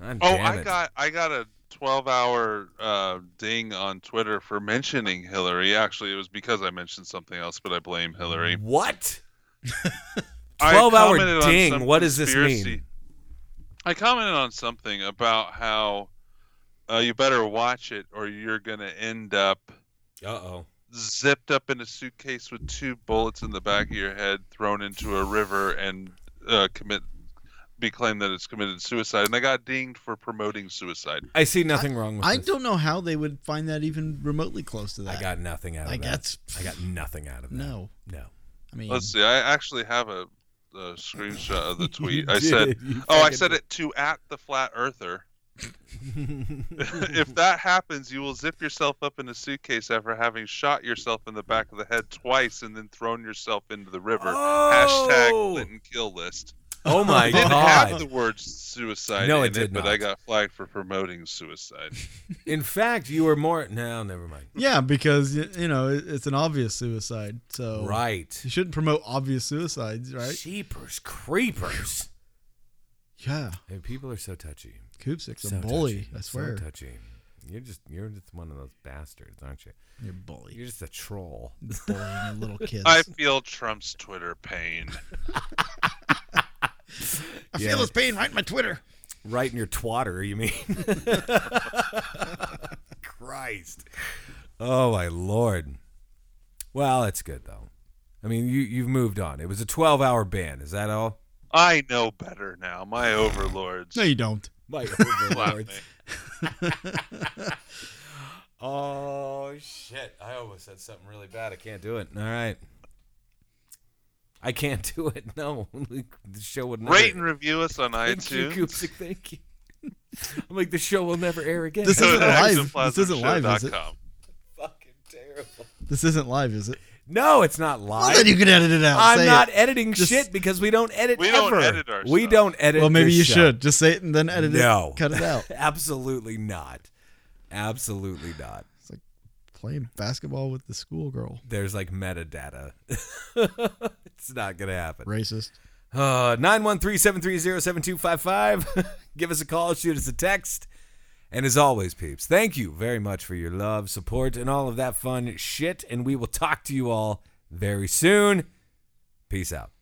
C: Oh,
A: damn
C: I
A: it.
C: got I got a 12 hour uh, ding on Twitter for mentioning Hillary. Actually, it was because I mentioned something else, but I blame Hillary.
A: what?
C: I
A: 12-hour
C: commented on
A: ding.
C: some
A: What does this
C: conspiracy-
A: mean?
C: I commented on something about how uh, you better watch it or you're going to end up
A: Uh oh.
C: zipped up in a suitcase with two bullets in the back of your head, thrown into a river, and uh, commit be claimed that it's committed suicide. And I got dinged for promoting suicide.
A: I see nothing wrong with
B: I
A: this.
B: don't know how they would find that even remotely close to that.
A: I got nothing out of
B: I
A: that.
B: guess-
A: I got nothing out of that.
B: No.
A: No.
B: I mean,
C: Let's see. I actually have a, a screenshot
A: [laughs]
C: of the tweet. I
A: did.
C: said,
A: You
C: "Oh, I
A: fucking
C: said it to at the flat
A: [laughs]
C: earther." if that happens, you will zip yourself up in a suitcase after having shot yourself in the back of the head twice and then thrown yourself into the river.
A: Oh!
C: Hashtag Clinton kill list.
A: Oh
C: [laughs]
A: my
C: It didn't have the
A: god.
C: word suicide
A: No,
C: in
A: it
C: it,
A: did
C: but
A: not.
C: I got flagged for
A: [laughs]
C: promoting suicide.
A: In fact, you were more No, never mind.
B: yeah, because y- you know it- it's an obvious suicide. So
A: Right.
B: you shouldn't promote obvious suicides, Oh. right?
A: Sheepers, creepers.
B: Yeah,
A: Hey, people are so touchy.
B: Koopsik's a
A: so
B: bully.
A: touchy.
B: I swear,
A: So touchy. You're just you're just one of those bastards, aren't you?
B: you're a bully.
A: You're just a troll.
B: [laughs] bullying little kids.
C: I feel Trump's Twitter pain.
B: [laughs] I
A: Yeah.
B: feel his pain right in my Twitter.
A: Right in your twatter, you mean? [laughs] Christ. Oh my lord. Well, that's good though. I mean, you you've moved on. It was a 12-hour ban. Is that all?
C: I know better now. My overlords.
B: No, you don't.
A: My
C: slap me.
A: overlords. oh shit! I almost said something really bad. I can't do it. All right. I can't [laughs] do it. No, the show would never.
C: Rate and review us on
A: thank you,
C: iTunes.
A: Koopsik, Thank you. [laughs] I'm like the show will never air again. [laughs]
B: This
C: Go
B: isn't
C: to
B: live. This isn't live, is it?
C: exoplasmshow.com.
A: fucking terrible.
B: This isn't live, is it?
A: No, it's not
B: Well,
A: live.
B: then you can edit it out.
A: I'm
B: Say
A: not
B: It.
A: editing
B: Just-
A: shit because we don't edit.
C: We don't
A: ever.
C: edit our
A: We
C: stuff.
A: don't edit.
B: Well, maybe
A: this
B: you
A: show.
B: should just say it and then edit
A: No.
B: it. Cut it out. [laughs]
A: Absolutely not. Absolutely not.
B: Playing basketball with the schoolgirl.
A: there's like metadata. [laughs] it's not gonna happen.
B: Racist.
A: Uh, 913-730-7255. [laughs] Give us a call, shoot us a text. And as always, peeps, thank you very much for your love, support, and all of that fun shit. And we will talk to you all very soon. Peace out.